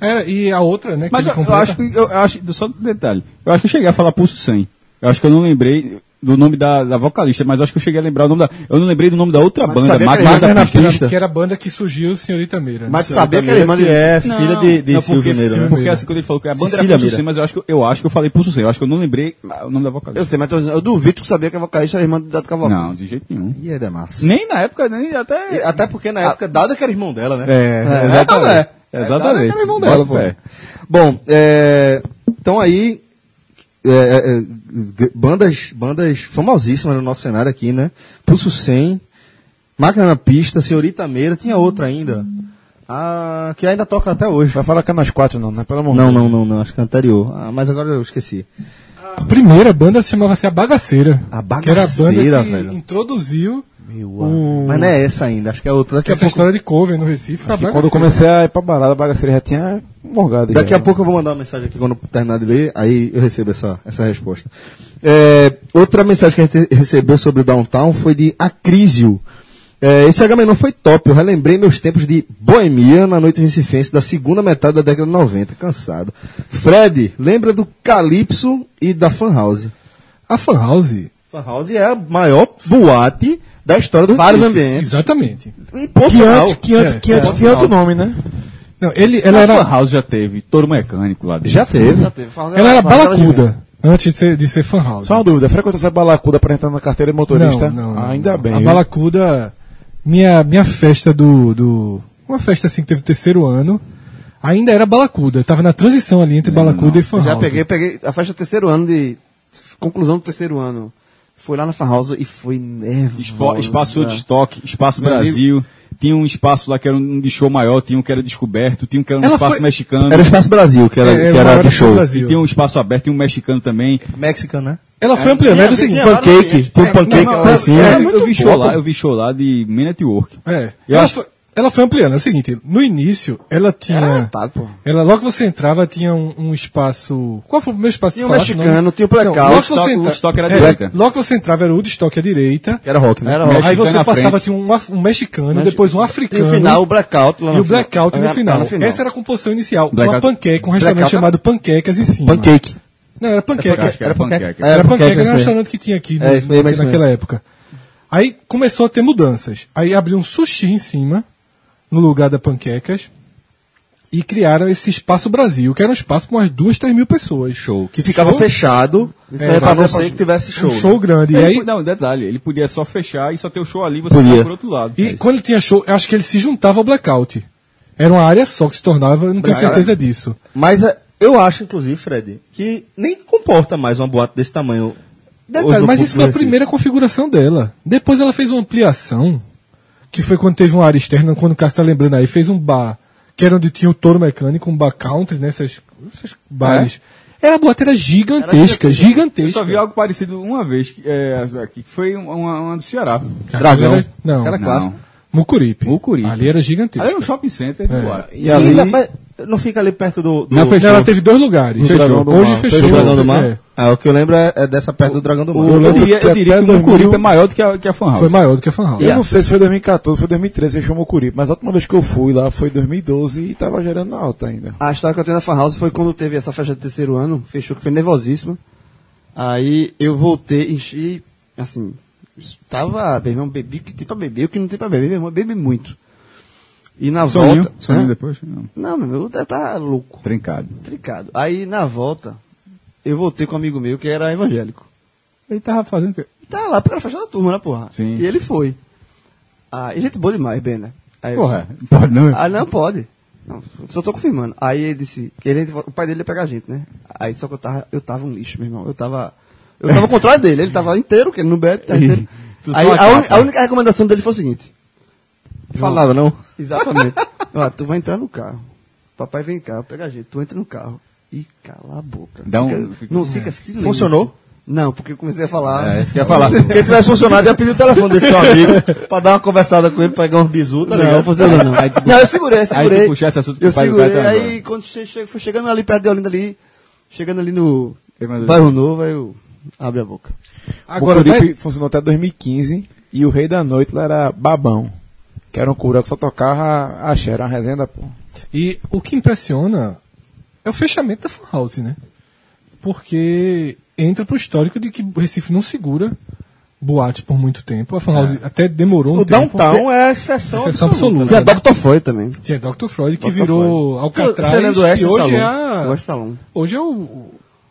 [SPEAKER 5] É, e a outra, né? que
[SPEAKER 7] Mas
[SPEAKER 5] ele
[SPEAKER 7] eu, eu
[SPEAKER 5] completa.
[SPEAKER 7] acho que. Eu, eu acho, só um detalhe. Eu acho que eu cheguei a falar Pulso 100. Eu acho que eu não lembrei do nome da, da vocalista, mas eu acho que eu cheguei a lembrar o nome da. Eu não lembrei do nome da outra banda,
[SPEAKER 2] sabia
[SPEAKER 7] Magna
[SPEAKER 2] que
[SPEAKER 7] da
[SPEAKER 3] era
[SPEAKER 7] Pista.
[SPEAKER 3] Magna
[SPEAKER 5] que era,
[SPEAKER 3] pista.
[SPEAKER 5] que era a banda que surgiu, Senhorita Meira.
[SPEAKER 2] Mas tu sabia que era irmã de...
[SPEAKER 3] que é filha de, de
[SPEAKER 7] porque,
[SPEAKER 3] Silvio Meira, né?
[SPEAKER 7] Porque assim, quando ele falou que a banda
[SPEAKER 3] Cecília
[SPEAKER 7] era
[SPEAKER 3] Meira.
[SPEAKER 7] Pulso 100, mas eu acho, que, eu- eu acho que eu falei Pulso 100. Eu acho que eu não lembrei ah, o nome da
[SPEAKER 2] Eu
[SPEAKER 7] vocalista.
[SPEAKER 2] sei, mas eu, eu duvido que tu sabia que a vocalista era irmã do Dado Cavalcante.
[SPEAKER 7] Não, de jeito nenhum.
[SPEAKER 3] E é da massa.
[SPEAKER 7] Nem na época, nem até.
[SPEAKER 3] Até porque na época, dada que era irmão dela, né?
[SPEAKER 7] É,
[SPEAKER 3] exatamente.
[SPEAKER 7] exatamente.
[SPEAKER 3] Dada que
[SPEAKER 7] Exatamente.
[SPEAKER 3] era irmão dela, pô.
[SPEAKER 7] Bota fé.
[SPEAKER 3] Bom, é, então aí, é, é, é, g- bandas, bandas famosíssimas no nosso cenário aqui, né? Pulso 100, Máquina na Pista, Senhorita Meira, tinha outra ainda, ah, que ainda toca até hoje.
[SPEAKER 4] Vai falar que é nas quatro não, né? Pelo amor de
[SPEAKER 3] Não,
[SPEAKER 4] Deus.
[SPEAKER 3] não, não, não, acho que é anterior. Ah, mas agora eu esqueci.
[SPEAKER 5] A primeira banda chamava-se A Bagaceira.
[SPEAKER 3] A
[SPEAKER 5] Que era a
[SPEAKER 3] Bagaceira,
[SPEAKER 5] banda que
[SPEAKER 3] velho.
[SPEAKER 5] introduziu o...
[SPEAKER 3] Mas não é essa ainda, acho que é outra. Daqui a
[SPEAKER 5] essa
[SPEAKER 3] pouco,
[SPEAKER 5] história de cover no Recife. A
[SPEAKER 4] Que
[SPEAKER 5] Bagaceira.
[SPEAKER 4] quando eu comecei a ir pra balada, a bagaceira já tinha morgado.
[SPEAKER 3] Daqui
[SPEAKER 4] já.
[SPEAKER 3] é a pouco eu vou mandar uma mensagem aqui quando eu terminar de ler, aí eu recebo essa, essa resposta. É, outra mensagem que a gente recebeu sobre o Downtown foi de Acrísio. É, esse HM não foi top, eu relembrei meus tempos de boemia na noite recifense da segunda metade da década de 90, cansado. Fred, lembra do Calypso e da Fan House?
[SPEAKER 5] A Fan House.
[SPEAKER 3] Fan House é a maior boate da história do
[SPEAKER 2] Vários
[SPEAKER 3] Recife.
[SPEAKER 2] ambientes.
[SPEAKER 5] Exatamente.
[SPEAKER 3] E ponto
[SPEAKER 4] Que
[SPEAKER 3] final.
[SPEAKER 4] antes, que antes,
[SPEAKER 5] É,
[SPEAKER 4] que antes, que antes o nome, né?
[SPEAKER 5] Não, ele, ela
[SPEAKER 7] A
[SPEAKER 5] era,
[SPEAKER 7] Fan House já teve, Touro Mecânico lá dentro.
[SPEAKER 3] Já teve.
[SPEAKER 2] Já teve. Fala-
[SPEAKER 5] ela era
[SPEAKER 2] fala- fala de mim.
[SPEAKER 5] balacuda, antes de ser, de ser Fan House.
[SPEAKER 4] Só uma dúvida, frequenta essa balacuda pra entrar na carteira de motorista? Ah,
[SPEAKER 5] Não, não, não.
[SPEAKER 4] Ainda bem.
[SPEAKER 5] A
[SPEAKER 4] viu?
[SPEAKER 5] Balacuda, minha, minha festa do, do. Uma festa assim que teve o terceiro ano, ainda era Balacuda. Eu tava na transição ali entre Balacuda e Fan
[SPEAKER 2] Já
[SPEAKER 5] House.
[SPEAKER 2] peguei, peguei a festa do terceiro ano de. Conclusão do terceiro ano. Foi lá na Fan House e foi né? nervoso.
[SPEAKER 7] Espo- espaço de estoque, Espaço
[SPEAKER 2] é. Meu
[SPEAKER 7] Brasil. Tinha um espaço lá que era um de show maior, tinha um que era descoberto, tinha um que era um
[SPEAKER 5] Ela
[SPEAKER 7] espaço
[SPEAKER 5] foi-
[SPEAKER 7] mexicano,
[SPEAKER 3] Era o Espaço Brasil, que era,
[SPEAKER 5] É, é,
[SPEAKER 3] que
[SPEAKER 5] o
[SPEAKER 3] era
[SPEAKER 5] maior
[SPEAKER 3] de
[SPEAKER 5] show do
[SPEAKER 3] show.
[SPEAKER 5] Brasil.
[SPEAKER 7] e tinha um espaço aberto, tinha um mexicano também.
[SPEAKER 3] Mexicano, né?
[SPEAKER 5] Ela foi ampliando, era o
[SPEAKER 2] Tinha-
[SPEAKER 5] seguinte.
[SPEAKER 2] tinha
[SPEAKER 3] Pancake, tinha um pancake
[SPEAKER 7] Não, não,
[SPEAKER 3] lá em cima.
[SPEAKER 7] eu, eu vi show lá, eu vi show lá de Man at Work.
[SPEAKER 5] É.
[SPEAKER 7] Eu
[SPEAKER 5] ela,
[SPEAKER 7] acho-
[SPEAKER 5] foi, ela foi ampliando. É o seguinte, no início, ela tinha.
[SPEAKER 2] Era tá, pô.
[SPEAKER 5] Ela, logo que você entrava, tinha um, um espaço. Qual foi o meu espaço
[SPEAKER 2] Tinha
[SPEAKER 5] que
[SPEAKER 2] um
[SPEAKER 5] falaste o nome?
[SPEAKER 2] mexicano, tinha o blackout. um
[SPEAKER 5] Não, logo que
[SPEAKER 7] Woodstock-
[SPEAKER 5] você entra-
[SPEAKER 7] Woodstock era né? à
[SPEAKER 5] é,
[SPEAKER 7] direita.
[SPEAKER 5] Logo que você entrava, era o Woodstock à direita.
[SPEAKER 3] Que era rock, né?
[SPEAKER 2] Era
[SPEAKER 7] rock.
[SPEAKER 5] aí
[SPEAKER 7] Mexicano
[SPEAKER 5] você
[SPEAKER 7] na
[SPEAKER 5] passava,
[SPEAKER 7] frente.
[SPEAKER 5] tinha um, af- um mexicano, depois um
[SPEAKER 2] E
[SPEAKER 5] africano.
[SPEAKER 2] o final, o blackout lá
[SPEAKER 5] E
[SPEAKER 2] na
[SPEAKER 5] o blackout no
[SPEAKER 2] Era-
[SPEAKER 5] final.
[SPEAKER 2] no final.
[SPEAKER 5] Essa era a composição inicial. Uma
[SPEAKER 7] Blackout-
[SPEAKER 5] panqueca, um restaurante
[SPEAKER 2] Blackout-
[SPEAKER 5] chamado Panquecas em cima.
[SPEAKER 3] Pancake.
[SPEAKER 5] Não, era panqueca.
[SPEAKER 7] Acho que era panqueca.
[SPEAKER 5] Era,
[SPEAKER 3] Era
[SPEAKER 5] panqueca,
[SPEAKER 3] panqueca, isso
[SPEAKER 5] era um
[SPEAKER 3] é mesmo.
[SPEAKER 5] restaurante que tinha aqui no-
[SPEAKER 3] É, isso mesmo, é isso
[SPEAKER 5] naquela época. Aí começou a ter mudanças. Aí abriu um sushi em cima, no lugar da panquecas, e criaram esse Espaço Brasil, que era um espaço com umas duas, três mil pessoas. Show.
[SPEAKER 3] Que ficava né? fechado,
[SPEAKER 5] Era.
[SPEAKER 3] pra não ser que tivesse show.
[SPEAKER 5] Um show grande.
[SPEAKER 3] É,
[SPEAKER 7] E
[SPEAKER 5] E aí,
[SPEAKER 6] um
[SPEAKER 7] não, detalhe, ele podia só fechar e só ter o show ali, você
[SPEAKER 3] Podia.
[SPEAKER 7] ia por outro lado.
[SPEAKER 3] é
[SPEAKER 5] E quando ele tinha show, eu acho que ele se juntava ao blackout. Era uma área só que se tornava, eu não tenho certeza disso.
[SPEAKER 3] Mas é, eu acho, inclusive, Fred, que nem comporta mais uma boate desse tamanho. hoje
[SPEAKER 5] Detalhe,
[SPEAKER 3] no
[SPEAKER 5] mas
[SPEAKER 3] Porto
[SPEAKER 5] isso
[SPEAKER 3] do
[SPEAKER 5] foi a
[SPEAKER 3] Recife.
[SPEAKER 5] primeira configuração dela. Depois ela fez uma ampliação, que foi quando teve uma área externa, quando o Cássio tá lembrando aí, fez um bar, que era onde tinha o touro mecânico, um bar country, né? Essas, esses bares. Era a boateira gigantesca,
[SPEAKER 7] Eu
[SPEAKER 5] gigantesca.
[SPEAKER 7] só vi algo parecido uma vez, que, é, aqui, que foi uma, uma do Ceará.
[SPEAKER 3] Dragão.
[SPEAKER 5] Era- Não,
[SPEAKER 3] Aquela
[SPEAKER 5] não.
[SPEAKER 3] clássica.
[SPEAKER 5] Mucuripe.
[SPEAKER 7] Mucuripe.
[SPEAKER 5] Ali era gigantesco.
[SPEAKER 7] Ali era um shopping center. do lado.
[SPEAKER 4] E ali,
[SPEAKER 3] mas, Não fica ali perto do. do
[SPEAKER 5] Não, ela teve dois lugares.
[SPEAKER 3] Dragão do
[SPEAKER 5] Hoje
[SPEAKER 3] Mar.
[SPEAKER 5] fechou.
[SPEAKER 3] Do Dragão do Mar?
[SPEAKER 5] É.
[SPEAKER 3] Ah, o que eu lembro é, é dessa perto do Dragão do Mar.
[SPEAKER 4] o-
[SPEAKER 7] Eu
[SPEAKER 4] lembro
[SPEAKER 7] diria,
[SPEAKER 4] que
[SPEAKER 7] eu diria
[SPEAKER 4] até
[SPEAKER 7] que o
[SPEAKER 4] 2000
[SPEAKER 7] Mucuripe é maior do que a, que a Fan House.
[SPEAKER 5] Foi maior do que a Fan House.
[SPEAKER 4] Eu não sei se foi 2014, foi 2013, fechou Mocuripe, mas a última vez que eu fui lá foi 2012 e tava gerando alta ainda.
[SPEAKER 2] A história que eu tenho na Fan House foi quando teve essa festa de terceiro ano, fechou, que foi nervosíssima. Aí eu voltei, enchi, assim, tava, meu irmão, bebi o que tem pra beber, o que não tem pra beber, meu irmão, bebi muito. E na
[SPEAKER 7] Soninho,
[SPEAKER 2] volta.
[SPEAKER 7] soninho
[SPEAKER 2] Hã?
[SPEAKER 7] depois? Não,
[SPEAKER 2] Não, meu irmão, eu tá louco,
[SPEAKER 7] trincado.
[SPEAKER 2] trincado. Aí na volta, eu voltei com um amigo meu que era evangélico.
[SPEAKER 7] Ele tava fazendo o quê?
[SPEAKER 2] E tava lá, porque era festa da turma, né, porra?
[SPEAKER 7] Sim.
[SPEAKER 2] E ele foi. Ah, e gente boa demais, Bena. Aí eu
[SPEAKER 7] Porra, não pode não.
[SPEAKER 2] Ah, não, pode. Não, só tô confirmando. Aí ele disse, que ele, o pai dele ia pegar a gente, né? Aí só que eu tava, eu tava um lixo, meu irmão. Eu tava, eu tava ao contrário dele. Ele tava inteiro, que ele não bebe, tá inteiro.
[SPEAKER 7] Tu
[SPEAKER 2] Aí
[SPEAKER 7] só
[SPEAKER 2] a, uni-
[SPEAKER 7] acata.
[SPEAKER 2] a única recomendação dele foi o seguinte.
[SPEAKER 3] falava, não?
[SPEAKER 2] Exatamente. Ó, tu vai entrar no carro. Papai vem cá, pega a gente. Tu entra no carro. E cala a boca.
[SPEAKER 7] Dá um-
[SPEAKER 2] Fica- não, fica silêncio.
[SPEAKER 3] Funcionou?
[SPEAKER 2] Não, porque eu comecei a falar.
[SPEAKER 3] É, isso que eu ia falar. Quem tivesse funcionado ia pedir o telefone desse teu amigo pra dar uma conversada com ele, pegar uns bisu, tá ligado?
[SPEAKER 2] Não, funcionou não. Não, eu segurei, eu segurei.
[SPEAKER 7] Aí tu puxou esse assunto que
[SPEAKER 2] eu
[SPEAKER 7] o pai do
[SPEAKER 2] segurei,
[SPEAKER 7] cara tá
[SPEAKER 2] aí quando che che foi chegando ali perto de Olinda ali, chegando ali no
[SPEAKER 7] Tem mais-
[SPEAKER 2] bairro novo, aí eu abre a boca.
[SPEAKER 4] Agora, Mocuripe funcionou até 2015 e o Rei da Noite lá era Babão, que era um cura que só tocava axé, era uma resenha da porra.
[SPEAKER 5] E o que impressiona é o fechamento da Fan House, né? Porque entra pro histórico de que o Recife não segura boate por muito tempo. A Fan House até demorou um
[SPEAKER 3] O
[SPEAKER 5] tempo.
[SPEAKER 3] downtown é exceção,
[SPEAKER 5] Exceção absoluta.
[SPEAKER 3] absoluta.
[SPEAKER 5] Tinha
[SPEAKER 2] né?
[SPEAKER 3] Dr. Foy também.
[SPEAKER 5] Tinha Dr. Freud que
[SPEAKER 3] Dr.
[SPEAKER 5] virou Alcatraz
[SPEAKER 3] Você lembra do Oeste
[SPEAKER 5] e hoje
[SPEAKER 3] Salão?
[SPEAKER 5] é a-
[SPEAKER 2] Gosto de salão.
[SPEAKER 5] Hoje é o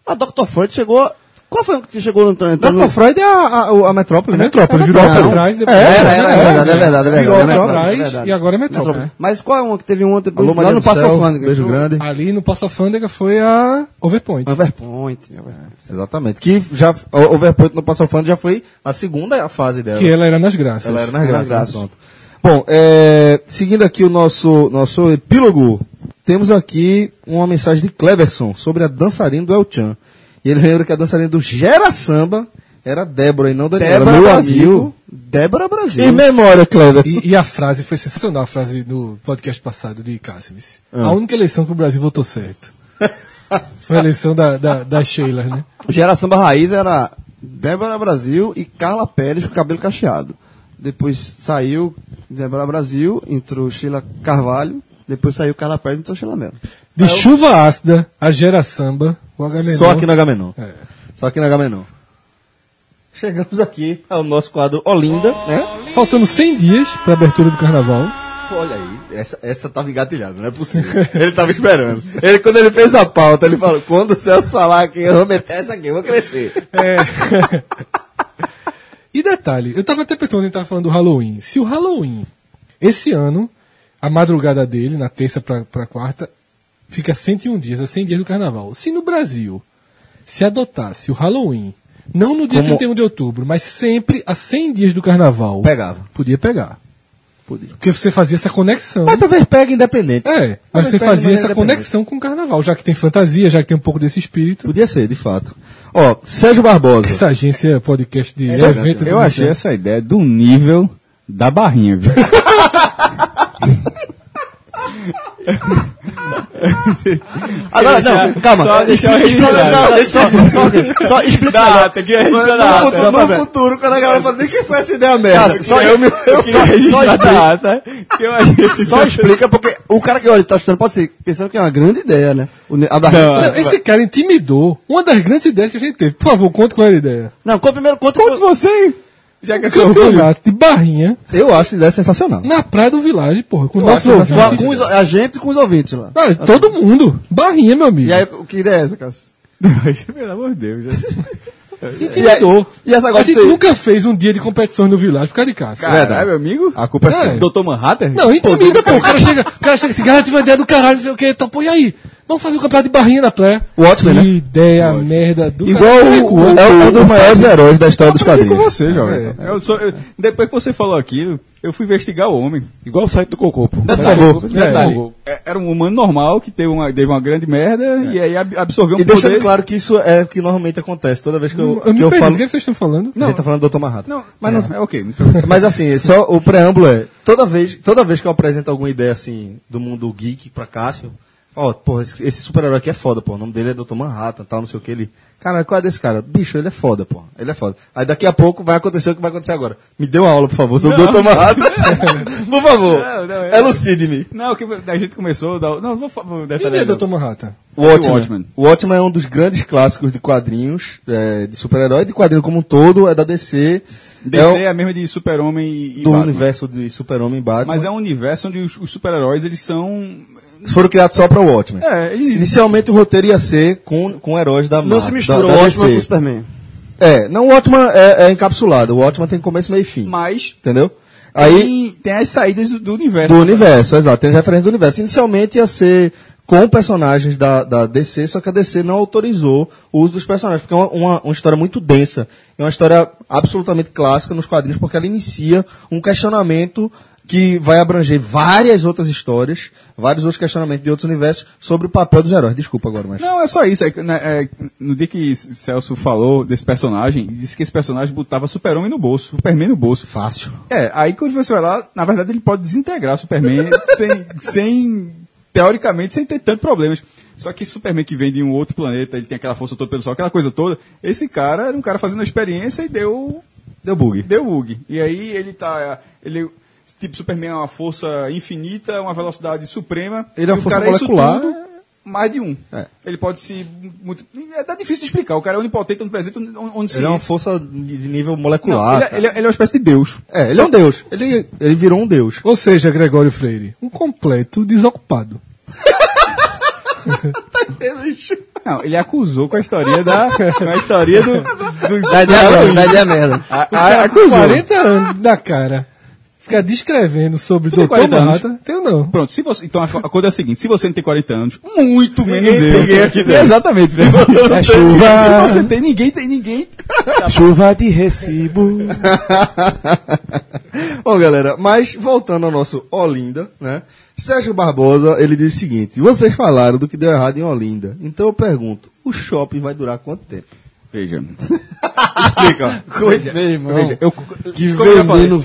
[SPEAKER 2] A Dr. Freud chegou. Qual foi que chegou no entrando?
[SPEAKER 3] Dr. Freud é a, a, a metrópole, né?
[SPEAKER 5] Metrópole, virou Alcatraz
[SPEAKER 3] É,
[SPEAKER 5] depois.
[SPEAKER 3] era, era, era,
[SPEAKER 2] é verdade, é
[SPEAKER 5] virou
[SPEAKER 2] verdade, é verdade, é
[SPEAKER 5] Alcatraz
[SPEAKER 2] verdade.
[SPEAKER 5] e agora é Metrópole.
[SPEAKER 2] Metrópole. Mas qual é uma que teve um outro
[SPEAKER 3] Alô, Maria
[SPEAKER 2] lá no
[SPEAKER 3] do Céu,
[SPEAKER 2] Passo Fândega?
[SPEAKER 3] Beijo
[SPEAKER 2] no-
[SPEAKER 3] grande.
[SPEAKER 5] Ali no Passo Alfândega foi a Overpoint.
[SPEAKER 2] Overpoint. Overpoint.
[SPEAKER 3] Exatamente. Que já, o Overpoint no Passa Fã já foi a segunda fase dela.
[SPEAKER 5] Que ela era nas graças.
[SPEAKER 3] Ela era
[SPEAKER 2] Era
[SPEAKER 3] nas graças.
[SPEAKER 2] nas é graças.
[SPEAKER 3] né, pronto. Bom, é, seguindo aqui o nosso, nosso epílogo, temos aqui uma mensagem de Cleverson sobre a dançarina do El-Chan. E ele lembra que a dançarina do Gera Samba era Débora e não Daniela.
[SPEAKER 2] Débora
[SPEAKER 3] meu
[SPEAKER 2] Brasil.
[SPEAKER 3] amigo.
[SPEAKER 2] Débora Brasil.
[SPEAKER 3] Em memória, Cleverson.
[SPEAKER 5] E, e a frase foi sensacional, a frase do podcast passado de Cássio. disse, A única eleição que o Brasil votou certo. Foi a eleição da, da, da Sheila, né?
[SPEAKER 2] Geração da Raiz era Débora Brasil e Carla Pérez com cabelo cacheado. Depois saiu Débora Brasil, entrou Sheila Carvalho. Depois saiu Carla Pérez, entrou Sheila Mello.
[SPEAKER 5] De chuva ácida, a gera samba, o Agamenon.
[SPEAKER 3] Só aqui no Agamenon.
[SPEAKER 5] É.
[SPEAKER 3] Só aqui no Agamenon. Chegamos aqui ao nosso quadro Olinda, né?
[SPEAKER 5] Faltando 100 dias para abertura do carnaval.
[SPEAKER 3] Olha aí, essa, essa tava engatilhada, não é possível. Ele tava esperando. Ele, quando ele fez a pauta, ele falou: quando o Celso falar que eu vou meter essa aqui, eu vou crescer.
[SPEAKER 5] É. E detalhe, eu tava até pensando, a gente tava falando do Halloween. Se o Halloween, esse ano, a madrugada dele, na terça pra, pra quarta, fica 101 dias, é 100 dias do carnaval. Se no Brasil se adotasse o Halloween, não no dia 31 de outubro, mas sempre a 100 dias do carnaval,
[SPEAKER 3] Pegava.
[SPEAKER 5] podia pegar. Porque você fazia essa conexão.
[SPEAKER 3] Mas talvez pegue independente.
[SPEAKER 5] É, mas
[SPEAKER 3] Mas pega de
[SPEAKER 5] você fazia
[SPEAKER 3] maneira
[SPEAKER 5] essa
[SPEAKER 3] independente.
[SPEAKER 5] conexão com o carnaval, já que tem fantasia, já que tem um pouco desse espírito.
[SPEAKER 3] Podia ser, de fato. Ó, Sérgio Barbosa.
[SPEAKER 5] Essa agência é podcast de né?
[SPEAKER 7] Eu-
[SPEAKER 5] evento.
[SPEAKER 7] eu achei essa ideia do nível da barrinha, viu?
[SPEAKER 2] Agora,
[SPEAKER 7] deixar-
[SPEAKER 2] não, calma.
[SPEAKER 7] só deixar
[SPEAKER 2] Explica-
[SPEAKER 7] registrado.
[SPEAKER 2] não, não, só- só- Só explica.
[SPEAKER 7] Dá, tem que registrar
[SPEAKER 2] No
[SPEAKER 7] na ata.
[SPEAKER 2] futuro-
[SPEAKER 3] no futuro, quando a galera fala, nem que foi essa ideia merda.
[SPEAKER 2] Cara, só eu me.
[SPEAKER 7] Eu queria registrar a data, que eu achei-
[SPEAKER 2] Só explica, porque o cara que olha, tá estudando pode ser, pensando que é uma grande ideia, né? O ne- A barriga.
[SPEAKER 5] Não, esse cara intimidou uma das grandes ideias que a gente teve. Por favor, conta qual era a ideia.
[SPEAKER 2] Não, conta primeiro conta.
[SPEAKER 7] Quanto você, já que é
[SPEAKER 5] um
[SPEAKER 7] seu orgulho.
[SPEAKER 5] Campeonato de barrinha
[SPEAKER 3] Eu acho a ideia sensacional.
[SPEAKER 5] na Praia do Vilagem, porra, com nossos
[SPEAKER 2] Com a-
[SPEAKER 5] ouvintes.
[SPEAKER 2] com os- a gente com os ouvintes lá.
[SPEAKER 5] Ah, todo mundo. Barrinha, meu amigo.
[SPEAKER 2] E aí, o que ideia é essa, Cássio?
[SPEAKER 7] Pelo amor de Deus. já-
[SPEAKER 5] intimidou.
[SPEAKER 2] E essa
[SPEAKER 5] a
[SPEAKER 2] agora
[SPEAKER 5] gente
[SPEAKER 2] tem-
[SPEAKER 5] nunca fez um dia de competições no Vilagem por causa de Cássio.
[SPEAKER 7] Caralho, meu amigo.
[SPEAKER 3] A culpa é, sua.
[SPEAKER 5] É.
[SPEAKER 7] Doutor Manhattan?
[SPEAKER 5] Não, intimida, pô. O cara chega, o cara chega assim, galera, tive uma ideia do caralho, não sei o que, então, pô, e aí? Vamos fazer um campeonato de barrinha na praia.
[SPEAKER 3] Watchmen, né?
[SPEAKER 5] Que ideia merda do caralho.
[SPEAKER 3] o- é um dos maiores heróis da história dos
[SPEAKER 7] Aprendi com
[SPEAKER 3] quadrinhos.
[SPEAKER 7] você, jovem. É, Eu sou- eu- depois que você falou aquilo, eu fui investigar o homem.
[SPEAKER 4] Igual o site do Cocô, pô.
[SPEAKER 7] Detalhe, detalhe, é- Era um humano normal que teve uma, teve uma grande merda e aí ab- absorveu um
[SPEAKER 3] E deixando
[SPEAKER 7] poder-
[SPEAKER 3] claro que isso é o que normalmente acontece. Toda vez que eu,
[SPEAKER 5] Eu
[SPEAKER 3] que
[SPEAKER 5] me
[SPEAKER 3] eu
[SPEAKER 5] perdi,
[SPEAKER 3] falo.
[SPEAKER 5] o que vocês estão falando?
[SPEAKER 3] A gente tá falando do Dr. Manhattan.
[SPEAKER 7] Não, mas não, é ok. não tem-
[SPEAKER 3] Mas assim, só o preâmbulo é, toda vez, toda vez que eu apresento alguma ideia assim do mundo geek pra Cássio,
[SPEAKER 2] Ó, porra, esse, esse super-herói aqui é foda, pô. O nome dele é Dr. Manhattan, tal, não sei o que. Ele. Caralho, qual é desse cara? Bicho, ele é foda, pô. Ele é foda. Aí daqui a pouco vai acontecer o que vai acontecer agora. Me dê uma aula, por favor, sobre o Dr. Manhattan. por favor.
[SPEAKER 6] Não, não, é-
[SPEAKER 2] Elucide-me.
[SPEAKER 6] Não, que a gente começou. da- Não, vou, fa- vou
[SPEAKER 5] Cadê
[SPEAKER 6] detalhar. não.
[SPEAKER 5] Dr. Manhattan?
[SPEAKER 2] O Watchmen.
[SPEAKER 6] Watchmen.
[SPEAKER 2] O Watchmen é um dos grandes clássicos de quadrinhos, é, de super-herói, de quadrinho como um todo, é da DC.
[SPEAKER 6] DC
[SPEAKER 2] é
[SPEAKER 6] é a mesma de Super-Homem e,
[SPEAKER 2] o-
[SPEAKER 6] e
[SPEAKER 2] do
[SPEAKER 6] Batman.
[SPEAKER 2] universo de Super-Homem e Batman.
[SPEAKER 6] Mas é um universo onde os, os super-heróis eles são.
[SPEAKER 2] Foram criados só para o Watchmen.
[SPEAKER 6] É, eles.
[SPEAKER 2] Inicialmente o roteiro ia ser com, com heróis da Marvel.
[SPEAKER 3] Não se mistura
[SPEAKER 2] da,
[SPEAKER 3] o
[SPEAKER 2] da
[SPEAKER 3] Watchmen com o
[SPEAKER 2] DC.
[SPEAKER 3] Superman.
[SPEAKER 2] É, não, o Watchmen é, é encapsulado. O Watchmen tem começo, meio e fim.
[SPEAKER 6] Mas
[SPEAKER 2] Entendeu? Aí, é
[SPEAKER 6] tem, tem as saídas do, do universo.
[SPEAKER 2] do universo, exato. Tem referência do universo. Inicialmente ia ser com personagens da, da DC, só que a DC não autorizou o uso dos personagens, porque é uma, uma, uma história muito densa. É uma história absolutamente clássica nos quadrinhos, porque ela inicia um questionamento que vai abranger várias outras histórias, vários outros questionamentos de outros universos sobre o papel dos heróis. Desculpa agora, mas...
[SPEAKER 6] Não, é só isso. É, que, né, é, no dia que C- Celso falou desse personagem, ele disse que esse personagem botava Super-Homem no bolso, Superman no bolso.
[SPEAKER 2] Fácil.
[SPEAKER 6] É, aí quando você vai lá, na verdade ele pode desintegrar Superman sem, sem, teoricamente, sem ter tanto problemas. Só que Superman que vem de um outro planeta, ele tem aquela força toda pelo sol, aquela coisa toda. Esse cara era um cara fazendo uma experiência e deu
[SPEAKER 2] Deu bug.
[SPEAKER 6] Deu bug. E aí ele tá. Ele, tipo, Superman é uma força infinita, uma velocidade suprema.
[SPEAKER 2] Ele é uma
[SPEAKER 6] E o
[SPEAKER 2] força
[SPEAKER 6] cara isso
[SPEAKER 2] molecular. né?
[SPEAKER 6] tudo, mais de um.
[SPEAKER 2] É.
[SPEAKER 6] Ele pode se. multi- É tá difícil de explicar. O cara é onipotente, onipresente, on- on- onisciente.
[SPEAKER 2] Ele é uma força de nível
[SPEAKER 6] Não,
[SPEAKER 2] molecular.
[SPEAKER 6] ele, é- ele é, ele é uma espécie de Deus.
[SPEAKER 2] É, ele é um deus. Ele, ele virou um deus.
[SPEAKER 5] Ou seja, Gregório Freire, um completo desocupado.
[SPEAKER 6] Não, ele acusou com a historinha da. com a historinha do. do
[SPEAKER 2] Dá é, ideia Ah. merda, dá ideia merda.
[SPEAKER 6] a, a,
[SPEAKER 5] Cara, com
[SPEAKER 6] acusou.
[SPEAKER 5] 40 anos na cara. Ficar descrevendo sobre
[SPEAKER 6] Tu tem
[SPEAKER 5] Dr.
[SPEAKER 6] 40 anos?
[SPEAKER 5] Manhattan. Tenho não.
[SPEAKER 6] Pronto, se você, então a, a coisa é a seguinte: se você não tem 40 anos, muito menos
[SPEAKER 2] Ninguém-
[SPEAKER 6] eu.
[SPEAKER 2] ninguém aqui tem.
[SPEAKER 6] Exatamente, Fred.
[SPEAKER 4] tem.
[SPEAKER 6] É chuva. Se você tem, ninguém tem, ninguém
[SPEAKER 4] Chuva de recibo.
[SPEAKER 2] Bom, galera, mas voltando ao nosso Olinda, né? Sérgio Barbosa, ele diz o seguinte: vocês falaram do que deu errado em Olinda. Então eu pergunto, o shopping vai durar quanto tempo?
[SPEAKER 6] Veja.
[SPEAKER 2] Coisa, meu irmão.
[SPEAKER 6] Veja, eu, que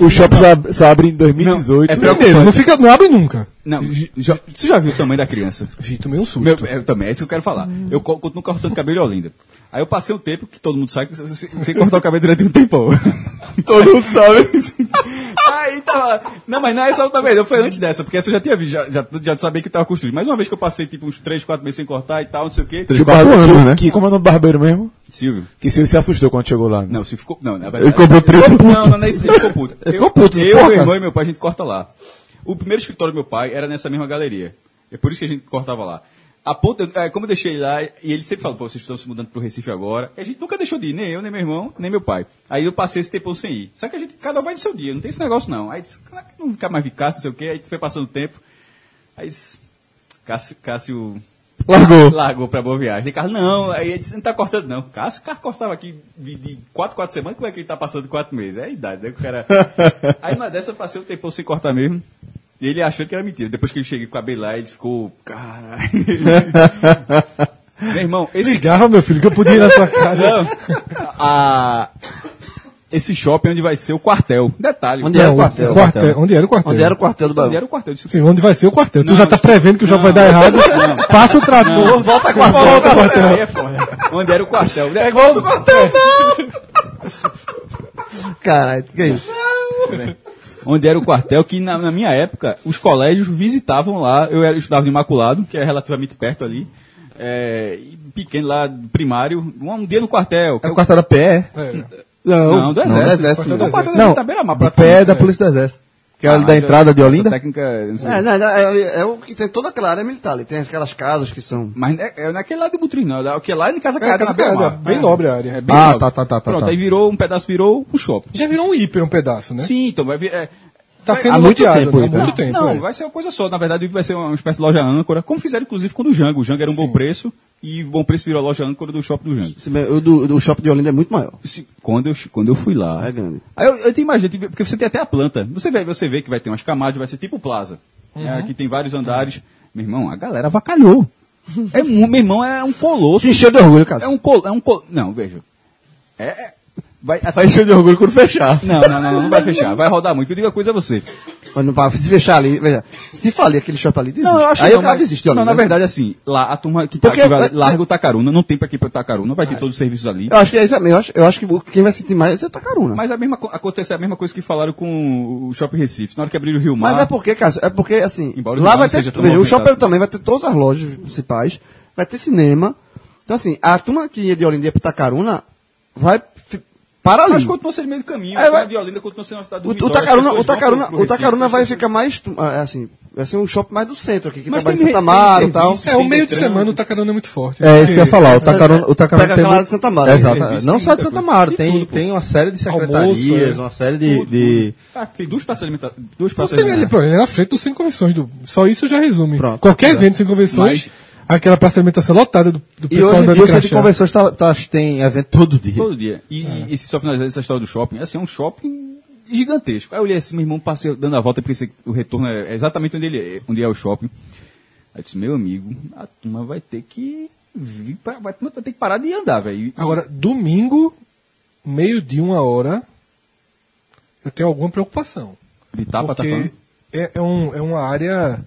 [SPEAKER 4] O shopping só, só abre em 2018.
[SPEAKER 6] Não, é preocupante.
[SPEAKER 5] Primeiro, não, fica, não abre nunca.
[SPEAKER 6] Não, já, você já viu o tamanho da criança?
[SPEAKER 5] Vi, tomei um susto.
[SPEAKER 6] Meu, eu também, é isso que eu quero falar. Eu co- continuo cortando cabelo em Olinda. Aí eu passei um tempo, que todo mundo sabe, que você, você cortou o cabelo durante um tempão.
[SPEAKER 2] Todo mundo sabe.
[SPEAKER 6] Aí tava. Não, mas não é essa outra vez, eu foi antes dessa, porque essa eu já tinha visto, já, já, já sabia que tava construído. Mas uma vez que eu passei tipo uns 3, 4 meses sem cortar e tal, não sei o quê.
[SPEAKER 2] Três, quatro anos, né?
[SPEAKER 4] Que, como é o nome do barbeiro mesmo?
[SPEAKER 6] Silvio.
[SPEAKER 4] Que se se assustou quando chegou lá. né?
[SPEAKER 6] Não, se ficou. Não, na verdade.
[SPEAKER 2] Ele comprou triplo.
[SPEAKER 6] Não, não, não é isso. Ele ficou puto.
[SPEAKER 2] Ele ficou puto,
[SPEAKER 6] Eu,
[SPEAKER 2] porra.
[SPEAKER 6] meu irmão e meu pai, a gente corta lá. O primeiro escritório do meu pai era nessa mesma galeria. É por isso que a gente cortava lá. A ponta, é, como eu deixei ele lá, e ele sempre fala, pô, vocês estão se mudando pro Recife agora. E a gente nunca deixou de ir, nem eu, nem meu irmão, nem meu pai. Aí eu passei esse tempo sem ir. Só que a gente, cada um vai do seu dia, não tem esse negócio não. Aí disse, "Caraca, não ficar mais vicasso, não sei o quê. Aí foi passando o tempo. Aí disse, Cássio, Cássio
[SPEAKER 2] Largou.
[SPEAKER 6] Largou pra boa viagem. Aí Carlos, não, aí ele disse, não tá cortando, não. Cássio, o cara cortava aqui de, de 4, 4 semanas, como é que ele tá passando 4 meses? É a idade, né? que O cara... aí uma dessa eu passei um tempão sem cortar mesmo. E ele achou que era mentira. Depois que eu cheguei com a Belá, ele ficou. Caralho. Meu irmão, esse
[SPEAKER 5] Cigarro, meu filho, que eu podia ir na sua casa.
[SPEAKER 6] não, a- Esse shopping é onde vai ser o quartel. Detalhe.
[SPEAKER 3] Onde
[SPEAKER 5] é,
[SPEAKER 3] era o quartel?
[SPEAKER 5] Onde era o quartel?
[SPEAKER 3] Onde era o quartel do
[SPEAKER 6] Onde
[SPEAKER 3] bagulho?
[SPEAKER 6] era o quartel? Eu disse,
[SPEAKER 5] Sim, onde vai ser o quartel.
[SPEAKER 6] Não,
[SPEAKER 5] tu já tá prevendo que o jogo vai dar errado. Passa o trator.
[SPEAKER 6] Volta quartel. Volta quartel. Aí é foda. Onde era o quartel? É igual do quartel.
[SPEAKER 3] Caralho, que é isso?
[SPEAKER 6] onde era o quartel, que na, na minha época os colégios visitavam lá. Eu era, estudava no Imaculado, que é relativamente perto ali. É, e pequeno lá, primário, um, um dia no quartel.
[SPEAKER 2] É o quartel da PE?
[SPEAKER 5] É.
[SPEAKER 6] Não, do
[SPEAKER 2] Não,
[SPEAKER 6] Exército.
[SPEAKER 2] do
[SPEAKER 6] Então, o quartel
[SPEAKER 2] exército.
[SPEAKER 6] da
[SPEAKER 2] não
[SPEAKER 6] tá bem na mapa.
[SPEAKER 2] do PE
[SPEAKER 3] É.
[SPEAKER 2] da Polícia do Exército. Que é ali
[SPEAKER 6] Ah,
[SPEAKER 2] da
[SPEAKER 6] já-
[SPEAKER 2] entrada de
[SPEAKER 6] essa
[SPEAKER 2] Olinda.
[SPEAKER 6] técnica, não sei.
[SPEAKER 3] É, não, não, é, é o que tem toda aquela área militar ali. Tem aquelas casas que são.
[SPEAKER 6] Mas é, é naquele lado de Butrim, não. É o que é lá em Casa
[SPEAKER 2] É,
[SPEAKER 6] Carada,
[SPEAKER 2] Casa
[SPEAKER 6] na Beira
[SPEAKER 2] Carada,
[SPEAKER 5] Bem nobre a área.
[SPEAKER 2] Ah, tá, tá, tá, tá,
[SPEAKER 6] é Pronto,
[SPEAKER 2] tá.
[SPEAKER 6] aí virou, um pedaço virou o shopping.
[SPEAKER 5] Já virou um hiper um pedaço, né?
[SPEAKER 6] Sim, então vai vir. é,
[SPEAKER 5] Tá
[SPEAKER 6] vai-
[SPEAKER 5] sendo
[SPEAKER 2] há muito
[SPEAKER 5] loteado,
[SPEAKER 2] tempo,
[SPEAKER 3] então.
[SPEAKER 5] né?
[SPEAKER 2] Ita.
[SPEAKER 5] Há muito tempo.
[SPEAKER 6] Não,
[SPEAKER 5] é.
[SPEAKER 6] vai ser uma coisa só. Na verdade, vai ser uma espécie de loja âncora, como fizeram inclusive com o do Jango. O Jango era um bom preço e o bom preço virou a loja âncora do shopping do Jango.
[SPEAKER 3] se bem, O do, do shopping de Olinda é muito maior.
[SPEAKER 6] Se- quando, eu, quando eu fui lá.
[SPEAKER 3] É grande.
[SPEAKER 6] Aí eu, eu te imagino, tipo, porque você tem até a planta. Você vê, você vê que vai ter umas camadas, vai ser tipo plaza.
[SPEAKER 5] Uhum.
[SPEAKER 6] né, que tem vários andares. Meu irmão, a galera avacalhou. É, mu- meu irmão é um colosso.
[SPEAKER 3] Te encheu de orgulho, cara.
[SPEAKER 6] É um col, é um col, não, veja. É, é- vai,
[SPEAKER 2] Vai encher de orgulho quando fechar.
[SPEAKER 6] Não, não, não, não vai fechar, vai rodar muito. Eu digo a coisa a você.
[SPEAKER 3] Mas não para se fechar ali, veja. Se falir aquele shopping ali, desiste.
[SPEAKER 6] Não, eu acho
[SPEAKER 3] Aí
[SPEAKER 6] que
[SPEAKER 3] o cara desiste, olha.
[SPEAKER 6] Não, na
[SPEAKER 3] né?
[SPEAKER 6] verdade, assim, lá a turma que, tá,
[SPEAKER 3] Porque- é-
[SPEAKER 6] que vai- larga o Tacaruna, não tem pra que ir pro Tacaruna, vai ter todos os serviços ali.
[SPEAKER 3] Eu acho que é isso mesmo. Eu acho, eu acho que o- quem vai sentir mais é o Tacaruna. Mas,
[SPEAKER 6] Mas a mesma, co- aconteceu a mesma coisa que falaram com o Shopping Recife. Na hora que abriram o Rio Mar,
[SPEAKER 3] é porque, Cássio, é porque, assim,
[SPEAKER 6] Embora o
[SPEAKER 3] lá
[SPEAKER 6] Rio
[SPEAKER 3] vai
[SPEAKER 6] não seja
[SPEAKER 3] ter,
[SPEAKER 6] tão
[SPEAKER 3] veja, o
[SPEAKER 6] movimentado.
[SPEAKER 3] shopping também vai ter todas as lojas principais, vai ter cinema. Então, assim, a turma que ia de Olinda pro Tacaruna vai fi- para ali.
[SPEAKER 6] mas continua sendo meio do caminho.
[SPEAKER 3] É,
[SPEAKER 6] a
[SPEAKER 3] vai-
[SPEAKER 6] vai... Olinda continua sendo uma cidade do
[SPEAKER 3] O, o
[SPEAKER 6] Vitória,
[SPEAKER 3] Tacaruna,
[SPEAKER 6] as
[SPEAKER 3] o
[SPEAKER 6] pessoas
[SPEAKER 3] Tacaruna,
[SPEAKER 6] vão pro- pro
[SPEAKER 3] o Tacaruna
[SPEAKER 6] Recife.
[SPEAKER 3] vai ficar mais, ah, assim, vai ser um shopping mais do centro aqui, que
[SPEAKER 6] Mas
[SPEAKER 3] trabalha em
[SPEAKER 6] tem
[SPEAKER 3] Santa
[SPEAKER 6] re-
[SPEAKER 3] Mara e
[SPEAKER 6] tem
[SPEAKER 3] tal.
[SPEAKER 6] serviço,
[SPEAKER 5] É, o
[SPEAKER 6] tem
[SPEAKER 5] meio de
[SPEAKER 6] Detran.
[SPEAKER 5] semana o Tacaruna é muito forte.
[SPEAKER 2] É isso que eu ia
[SPEAKER 5] Porque
[SPEAKER 2] falar. O Tacaruna, o Tacaruna
[SPEAKER 3] Pega
[SPEAKER 2] tem.
[SPEAKER 3] aquela
[SPEAKER 2] muito-
[SPEAKER 3] de Santa Mara,
[SPEAKER 2] Exato.
[SPEAKER 3] tem serviço,
[SPEAKER 2] Não só de
[SPEAKER 6] tem
[SPEAKER 2] Santa
[SPEAKER 6] tudo.
[SPEAKER 2] Mara,
[SPEAKER 6] Tem
[SPEAKER 2] tem,
[SPEAKER 6] tudo, pô.
[SPEAKER 2] tem uma série de secretarias,
[SPEAKER 6] Almoço, é.
[SPEAKER 2] uma série de.
[SPEAKER 6] Tudo,
[SPEAKER 2] de-
[SPEAKER 6] Ah, tem duas praças alimentadas. Duas praças
[SPEAKER 5] Você vê ali,
[SPEAKER 6] alimentadas.
[SPEAKER 5] pô, ele é na frente dos cinco convenções. Do... Só isso já resume.
[SPEAKER 2] Pronto.
[SPEAKER 5] Qualquer evento sem convenções, aquela praça de alimentação lotada do, do
[SPEAKER 2] E
[SPEAKER 5] pessoal
[SPEAKER 2] hoje em
[SPEAKER 5] andando
[SPEAKER 2] dia o
[SPEAKER 5] de
[SPEAKER 2] centro de
[SPEAKER 5] crachá.
[SPEAKER 2] convenções tá- tá- tem evento todo dia.
[SPEAKER 6] Todo dia. E,
[SPEAKER 3] É.
[SPEAKER 6] e se só finalizar essa história do shopping, assim, é um shopping gigantesco. Aí eu olhei assim, meu irmão passei dando a volta, porque esse- o retorno é exatamente onde, ele é, onde é o shopping. Aí eu disse, meu amigo, a turma vai ter que vir pra, vai, vai ter que parar de andar, velho.
[SPEAKER 5] Agora, domingo, meio de uma hora, eu tenho alguma preocupação.
[SPEAKER 6] De tapa, tá
[SPEAKER 5] porque
[SPEAKER 6] falando?
[SPEAKER 5] é, é, um, é uma área.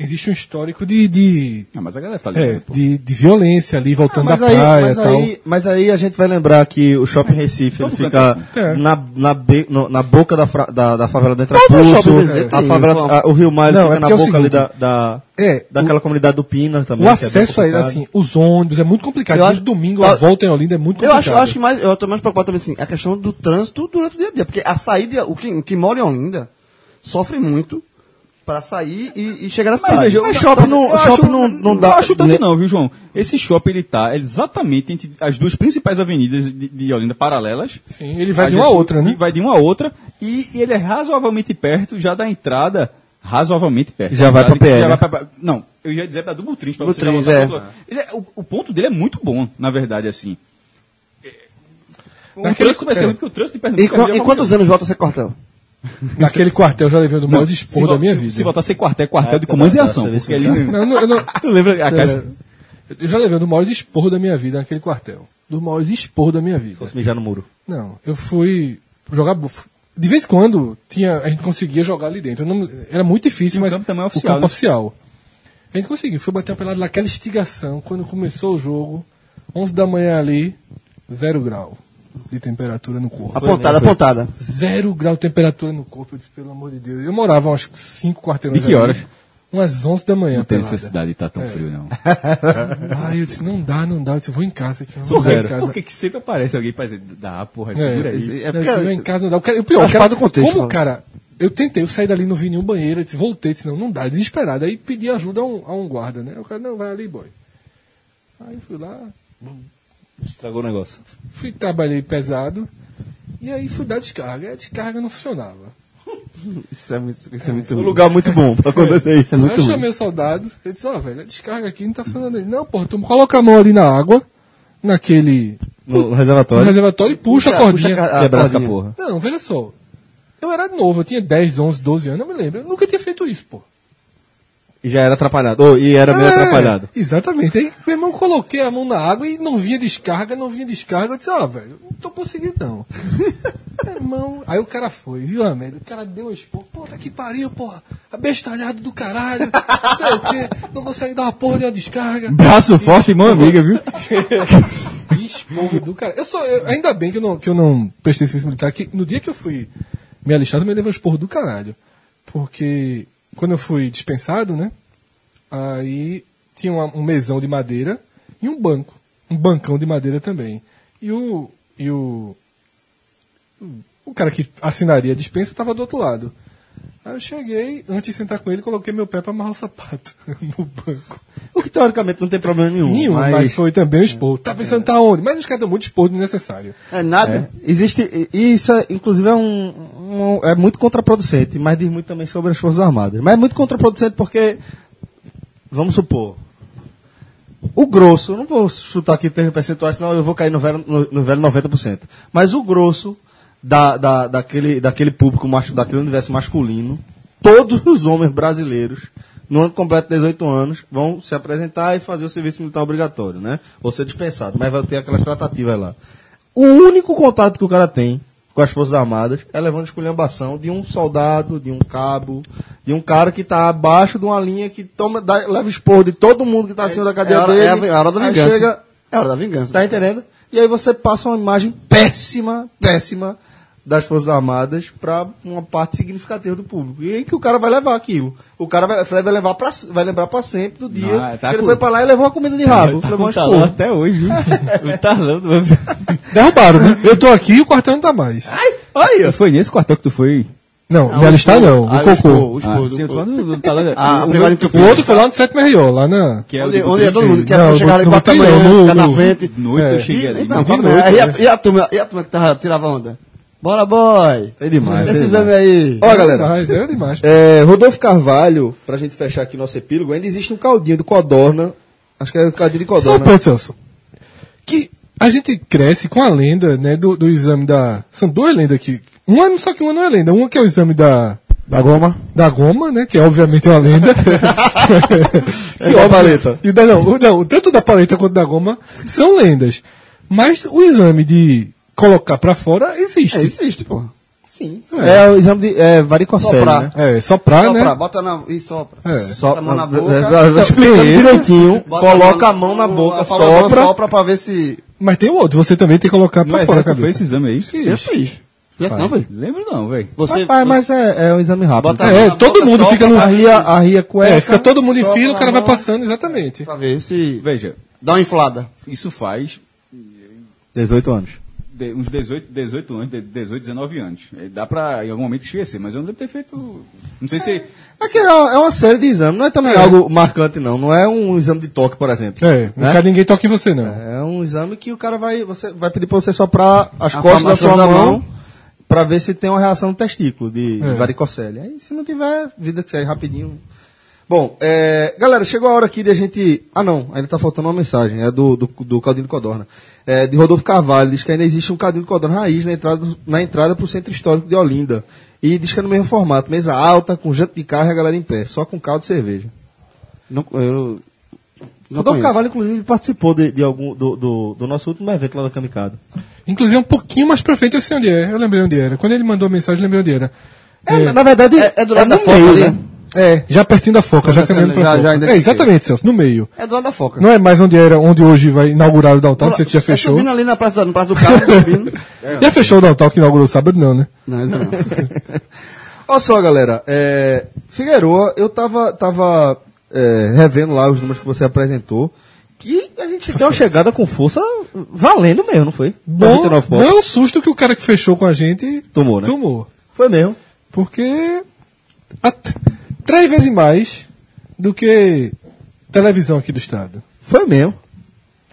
[SPEAKER 5] Existe um histórico de, de,
[SPEAKER 6] Ah, mas a galera tá
[SPEAKER 5] é,
[SPEAKER 6] ligando, pô.
[SPEAKER 5] de, de violência ali,
[SPEAKER 2] Ah,
[SPEAKER 5] voltando
[SPEAKER 2] mas,
[SPEAKER 5] da
[SPEAKER 2] aí,
[SPEAKER 5] Então praia e
[SPEAKER 2] mas,
[SPEAKER 5] tal.
[SPEAKER 2] aí, mas aí a gente vai lembrar que o Shopping Recife ele
[SPEAKER 6] Todo
[SPEAKER 2] fica
[SPEAKER 6] canto
[SPEAKER 5] é assim.
[SPEAKER 2] na, na, be- no- na boca da, fra- da, da favela do
[SPEAKER 3] Todo
[SPEAKER 2] Entrapulso,
[SPEAKER 3] shopping Recife
[SPEAKER 2] a
[SPEAKER 3] tem isso.
[SPEAKER 2] favela, a- o Rio Mar ele
[SPEAKER 5] Não,
[SPEAKER 2] fica
[SPEAKER 5] é
[SPEAKER 2] na
[SPEAKER 5] porque é o
[SPEAKER 2] boca ali da,
[SPEAKER 5] seguinte,
[SPEAKER 2] da,
[SPEAKER 5] é,
[SPEAKER 2] daquela comunidade do Pina também.
[SPEAKER 5] O
[SPEAKER 2] que é bem
[SPEAKER 5] acesso a ele,
[SPEAKER 2] complicado.
[SPEAKER 5] assim, os ônibus, é muito complicado.
[SPEAKER 3] Eu acho-
[SPEAKER 5] Desde domingo, a
[SPEAKER 6] tá-
[SPEAKER 3] eu-
[SPEAKER 5] volta em Olinda é muito
[SPEAKER 3] Eu
[SPEAKER 5] complicado.
[SPEAKER 3] acho, eu acho que mais, eu tô mais preocupado também assim, a questão do trânsito durante o dia a dia, porque a saída, o que, o que mora em Olinda sofre muito para sair e, e chegar na cidade.
[SPEAKER 6] veja,
[SPEAKER 3] Mas
[SPEAKER 6] eu-
[SPEAKER 3] shopping
[SPEAKER 6] eu
[SPEAKER 3] não,
[SPEAKER 6] acho-
[SPEAKER 3] shopping não, não dá.
[SPEAKER 6] Não acho tanto
[SPEAKER 3] né?
[SPEAKER 6] não, viu, João? Esse shopping, ele tá exatamente entre as duas principais avenidas de, de Olinda paralelas.
[SPEAKER 5] Sim, ele vai
[SPEAKER 6] A
[SPEAKER 5] de uma a
[SPEAKER 6] gente-
[SPEAKER 5] outra, né?
[SPEAKER 6] Vai de uma a outra e, e ele é razoavelmente perto já da entrada, razoavelmente perto.
[SPEAKER 2] Já vai pra
[SPEAKER 6] Ele-
[SPEAKER 2] PL,
[SPEAKER 6] já
[SPEAKER 2] né?
[SPEAKER 6] vai pra- não, eu ia dizer da Double Trins pra você. já
[SPEAKER 3] Trins,
[SPEAKER 6] voltar
[SPEAKER 3] é.
[SPEAKER 6] pro outro lado. Ele é- o, o ponto dele é muito bom, na verdade, assim. Né, É, O
[SPEAKER 5] Naquele-
[SPEAKER 6] trânsito vai ser
[SPEAKER 5] é.
[SPEAKER 6] ruim, porque o trânsito de Pernambuco...
[SPEAKER 3] E, qua- e quantos anos volta a ser quartel?
[SPEAKER 5] Naquele quartel eu já levei um do maior
[SPEAKER 6] se,
[SPEAKER 5] dispor da
[SPEAKER 6] vo- Ah,
[SPEAKER 5] minha
[SPEAKER 6] se-
[SPEAKER 5] vida.
[SPEAKER 6] Se voltar a ser quartel, é quartel de comandos e ação. Porque ali...
[SPEAKER 5] Não, é, eu não- eu não-
[SPEAKER 6] Tu lembra a caixa?
[SPEAKER 5] Eu já levei um do maior esporro da minha vida naquele quartel. Do maior esporro da minha vida.
[SPEAKER 2] Posso mijar no muro.
[SPEAKER 5] Não, eu fui jogar. buf- De vez em quando tinha, a gente conseguia jogar ali dentro. Eu não- era muito difícil,
[SPEAKER 6] E o
[SPEAKER 5] mas
[SPEAKER 6] campo também é oficial,
[SPEAKER 5] o campo
[SPEAKER 6] né?
[SPEAKER 5] oficial. A gente conseguiu. Foi bater uma pelada naquela instigação. Quando começou o jogo, 11 da manhã ali, zero grau de temperatura no corpo.
[SPEAKER 3] Apontada, apontada.
[SPEAKER 5] Zero grau de temperatura no corpo. Eu disse, pelo amor de Deus. Eu morava uns cinco quarteirões.
[SPEAKER 6] E que
[SPEAKER 5] ali.
[SPEAKER 6] horas?
[SPEAKER 5] Umas 11 da manhã.
[SPEAKER 6] Não tem
[SPEAKER 5] pelada.
[SPEAKER 6] necessidade de estar tão frio, não.
[SPEAKER 5] Ah, eu disse, não dá, não dá. Eu disse, eu vou em casa. Eu disse, eu
[SPEAKER 6] Por
[SPEAKER 5] vou em
[SPEAKER 6] zero.
[SPEAKER 5] casa.
[SPEAKER 6] Por que, que sempre aparece alguém pra dizer, dá, porra,
[SPEAKER 5] É,
[SPEAKER 6] segura aí.
[SPEAKER 5] é,
[SPEAKER 3] É
[SPEAKER 5] não,
[SPEAKER 3] porque-
[SPEAKER 5] isso não é em casa não dá. O cara- o pior,
[SPEAKER 3] Faz
[SPEAKER 5] o cara,
[SPEAKER 3] parte do contexto,
[SPEAKER 5] como,
[SPEAKER 3] né?
[SPEAKER 5] cara, eu tentei, eu saí dali, não vi nenhum banheiro, eu disse, voltei, disse, não, não dá, desesperado. Aí pedi ajuda a um, a um guarda, né? O cara, não, vai ali, boy. Aí fui lá,
[SPEAKER 2] Estragou o negócio.
[SPEAKER 5] fui, trabalhei pesado, e aí fui dar descarga. E a descarga não funcionava.
[SPEAKER 3] Isso é muito, isso é muito
[SPEAKER 2] Um lugar muito bom pra acontecer isso.
[SPEAKER 5] aí eu chamei o soldado, ele disse, ó, velho, a descarga aqui não tá funcionando. Ele, não, porra, tu coloca a mão ali na água, naquele
[SPEAKER 2] No
[SPEAKER 5] no
[SPEAKER 2] reservatório.
[SPEAKER 5] reservatório e puxa, a cordinha.
[SPEAKER 2] Quebrar essa porra.
[SPEAKER 5] Não, veja só. Eu era novo, eu tinha 10, 11, 12 anos, eu me lembro. Eu nunca tinha feito isso, pô.
[SPEAKER 2] E já era atrapalhado. Ô, e era meio
[SPEAKER 5] É,
[SPEAKER 2] atrapalhado.
[SPEAKER 5] Exatamente. Aí, meu irmão, coloquei a mão na água e não vinha descarga, não vinha descarga. Eu disse, ó, velho, não tô conseguindo, não. meu irmão. Aí o cara foi, viu, a merda? O cara deu um expor. Puta que pariu, porra. Abestalhado do caralho. Não sei o quê. Não consegue dar uma porra de uma descarga.
[SPEAKER 6] Braço forte, mão amiga, viu?
[SPEAKER 5] Esporro do cara. Eu só, eu- ainda bem que eu não, que eu não prestei serviço militar, que no dia que eu fui me alistar, eu também levei um esporro do caralho. Porque quando eu fui dispensado, né? Aí tinha uma- um mesão de madeira e um banco. Um bancão de madeira também. E o. E o. O cara que assinaria a dispensa estava do outro lado. Aí eu cheguei, antes de sentar com ele, coloquei meu pé para amarrar o sapato no banco.
[SPEAKER 2] O que teoricamente não tem problema nenhum.
[SPEAKER 5] Nenhum, mas...
[SPEAKER 2] mas-
[SPEAKER 5] foi também um esporro. Tá pensando, tá onde? Mas os caras dão muito esporro desnecessário.
[SPEAKER 3] É nada.
[SPEAKER 2] Existe, e isso, é, inclusive, é, um, um- é muito contraproducente, mas diz muito também sobre as Forças Armadas. Mas é muito contraproducente porque, vamos supor, o grosso, não vou chutar aqui em termos percentuais, senão eu vou cair no velho, no, no velho 90%, mas o grosso da, da, daquele, daquele público, macho, daquele universo masculino, todos os homens brasileiros, no ano completo de 18 anos, vão se apresentar e fazer o serviço militar obrigatório, né? Ou ser dispensado, mas vai ter aquelas tratativas lá. O único contato que o cara tem com as Forças Armadas, é levando esculhambação de um soldado, de um cabo, de um cara que está abaixo de uma linha que toma, dá, leva esporro de todo mundo que está acima da cadeia
[SPEAKER 3] é a hora-
[SPEAKER 2] dele.
[SPEAKER 3] é a vi- a hora da
[SPEAKER 2] Aí
[SPEAKER 3] vingança.
[SPEAKER 2] chega-
[SPEAKER 3] É hora da vingança.
[SPEAKER 2] Tá entendendo? E aí você passa uma imagem péssima, péssima das Forças Armadas para uma parte significativa do público. E aí que o cara vai levar aquilo. O cara vai, vai levar pra, vai lembrar para sempre do dia
[SPEAKER 6] Ah, tá
[SPEAKER 2] que ele
[SPEAKER 6] com-
[SPEAKER 2] foi para lá e levou uma comida de rabo.
[SPEAKER 6] Tá
[SPEAKER 2] levou
[SPEAKER 6] com
[SPEAKER 2] um
[SPEAKER 6] talão
[SPEAKER 2] esporro.
[SPEAKER 6] até hoje, viu? o talão do...
[SPEAKER 5] Derrubaram, né? Eu tô aqui e o quartel não tá mais.
[SPEAKER 2] Ai, olha!
[SPEAKER 6] Foi nesse quartel que tu foi?
[SPEAKER 5] Não, não está
[SPEAKER 3] um
[SPEAKER 5] não,
[SPEAKER 2] Ah,
[SPEAKER 5] o
[SPEAKER 2] o
[SPEAKER 5] cocô.
[SPEAKER 2] esporro, o
[SPEAKER 6] Ah,
[SPEAKER 2] esporro do
[SPEAKER 6] sim, eu tô
[SPEAKER 2] povo.
[SPEAKER 6] falando do, do talão...
[SPEAKER 3] Ah,
[SPEAKER 6] o,
[SPEAKER 3] o privado
[SPEAKER 5] O outro foi lá no 7 Rio, lá na.
[SPEAKER 6] que é
[SPEAKER 3] Onde,
[SPEAKER 6] o
[SPEAKER 3] onde é todo mundo que era
[SPEAKER 5] Não,
[SPEAKER 3] chegar lá e
[SPEAKER 5] no
[SPEAKER 3] botar a
[SPEAKER 5] botão
[SPEAKER 3] mão,
[SPEAKER 5] não,
[SPEAKER 3] ficar na
[SPEAKER 5] no-
[SPEAKER 3] frente.
[SPEAKER 6] Noite
[SPEAKER 5] É.
[SPEAKER 6] eu cheguei
[SPEAKER 2] então,
[SPEAKER 6] ali.
[SPEAKER 3] Não, vamos, né? e, a, e a turma, e a turma que tava, tirava onda? Bora, boy!
[SPEAKER 2] É demais.
[SPEAKER 3] Esse
[SPEAKER 2] é
[SPEAKER 3] exame aí.
[SPEAKER 2] Ó, galera,
[SPEAKER 5] Mas é demais.
[SPEAKER 2] É, Rodolfo Carvalho, pra gente fechar aqui nosso epílogo, ainda existe um caldinho do Codorna. Acho que é o caldinho de
[SPEAKER 5] Só um
[SPEAKER 2] Codorna.
[SPEAKER 5] ponto, Celso. Que a gente cresce com a lenda, né, do, do exame da. São duas lendas aqui. Uma, não- só que uma não é lenda. Uma que é o exame da.
[SPEAKER 4] Da goma?
[SPEAKER 5] Da goma, né? Que é obviamente uma lenda.
[SPEAKER 2] E ó, paleta.
[SPEAKER 5] E o da, não, o- não, tanto da paleta quanto da goma são lendas. Mas o exame de colocar pra fora existe.
[SPEAKER 3] É, existe, pô. Sim.
[SPEAKER 2] É o exame de é, varicocele,
[SPEAKER 3] Soprar.
[SPEAKER 2] né?
[SPEAKER 5] É, soprar,
[SPEAKER 3] Sopra,
[SPEAKER 5] né?
[SPEAKER 3] bota na. E sopra.
[SPEAKER 5] É.
[SPEAKER 3] Bota a mão na boca.
[SPEAKER 2] Então, explicando
[SPEAKER 5] tem esse.
[SPEAKER 2] direitinho,
[SPEAKER 3] Bota
[SPEAKER 2] coloca a mão na
[SPEAKER 3] no-
[SPEAKER 2] boca,
[SPEAKER 3] palma da mão,
[SPEAKER 2] sopra.
[SPEAKER 3] Sopra pra ver se.
[SPEAKER 5] Mas tem o outro, você também tem que colocar
[SPEAKER 6] No
[SPEAKER 5] pra fora a
[SPEAKER 6] exército foi
[SPEAKER 5] cabeça.
[SPEAKER 6] esse exame aí?
[SPEAKER 5] Sim.
[SPEAKER 3] fiz. Já não, velho?
[SPEAKER 6] Lembro não, velho.
[SPEAKER 3] Você.
[SPEAKER 2] Rapaz, mas é, é um exame rápido.
[SPEAKER 3] Bota-
[SPEAKER 5] É,
[SPEAKER 3] Na
[SPEAKER 5] todo
[SPEAKER 3] boca,
[SPEAKER 5] mundo
[SPEAKER 3] sopra,
[SPEAKER 5] fica no.
[SPEAKER 2] Arria, arria cueca.
[SPEAKER 5] É, fica todo mundo em
[SPEAKER 2] sopra
[SPEAKER 5] fila, o
[SPEAKER 2] na
[SPEAKER 5] cara vai
[SPEAKER 2] mão.
[SPEAKER 5] passando, exatamente.
[SPEAKER 3] Pra ver se.
[SPEAKER 6] Veja,
[SPEAKER 3] Dá uma inflada.
[SPEAKER 6] isso faz
[SPEAKER 2] 18 anos.
[SPEAKER 6] de- uns 18, 18 anos, de- 18, 19 anos. Eh, Dá pra, em algum momento, esquecer, mas eu não devo ter feito... Não sei se...
[SPEAKER 2] É, que é uma é uma série de exames, não é também algo marcante, não. Não é um exame de toque, por exemplo.
[SPEAKER 5] É, não
[SPEAKER 2] Né?
[SPEAKER 5] quer ninguém toca em você, não.
[SPEAKER 2] É um exame que o cara vai, você vai pedir pra você soprar as
[SPEAKER 3] A
[SPEAKER 2] costas da
[SPEAKER 3] palmação
[SPEAKER 2] sua
[SPEAKER 3] da
[SPEAKER 2] mão
[SPEAKER 3] mão.
[SPEAKER 2] pra ver se tem uma reação no testículo de
[SPEAKER 5] É.
[SPEAKER 2] varicocele. Aí se não tiver, vida que segue rapidinho. Bom, é, galera, chegou a hora aqui de a gente. Ah, não, ainda tá faltando uma mensagem. É do, do, do Caldinho de Codorna. É, de Rodolfo Carvalho. Diz que ainda existe um Caldinho de Codorna raiz na entrada, do- na entrada pro centro histórico de Olinda. E diz que é no mesmo formato: mesa alta, com janta de carro e a galera em pé, só com caldo e cerveja.
[SPEAKER 3] Não, eu. Não
[SPEAKER 2] Rodolfo
[SPEAKER 3] conheço.
[SPEAKER 2] Carvalho, inclusive, participou de, de algum, do, do, do nosso último evento lá da Kamikado.
[SPEAKER 5] Inclusive, um pouquinho mais pra frente eu sei onde é. Eu lembrei onde era. Quando ele mandou a mensagem, eu lembrei onde era. É,
[SPEAKER 2] Na verdade,
[SPEAKER 3] É, é do lado da
[SPEAKER 2] no
[SPEAKER 3] foca
[SPEAKER 2] meio,
[SPEAKER 3] ali.
[SPEAKER 2] né?
[SPEAKER 5] é, já pertinho da foca, já
[SPEAKER 3] Já
[SPEAKER 5] caminhando pra
[SPEAKER 3] já- já
[SPEAKER 5] foca.
[SPEAKER 3] ainda
[SPEAKER 5] É,
[SPEAKER 3] esqueci.
[SPEAKER 5] exatamente, Celso, no meio.
[SPEAKER 3] É do lado da foca.
[SPEAKER 5] Não é mais onde era, onde hoje vai inaugurar o Downtown, que você
[SPEAKER 2] Tá
[SPEAKER 5] já
[SPEAKER 3] É
[SPEAKER 5] fechou.
[SPEAKER 3] subindo ali na praça, na praça do carro, subindo.
[SPEAKER 5] Já fechou o Downtown que inaugurou sábado, não, né?
[SPEAKER 3] Não, ainda não.
[SPEAKER 2] Olha só, galera. É, Figueroa, eu tava, tava é, revendo lá os números que você apresentou. Que a gente tem uma chegada com força valendo mesmo, não foi?
[SPEAKER 5] Bom,
[SPEAKER 2] 99
[SPEAKER 5] não
[SPEAKER 2] pontos.
[SPEAKER 5] é um susto que o cara que fechou com a gente
[SPEAKER 2] Tomou, né?
[SPEAKER 5] tomou.
[SPEAKER 2] Foi mesmo.
[SPEAKER 5] Porque a- três vezes mais do que televisão aqui do estado.
[SPEAKER 2] Foi mesmo.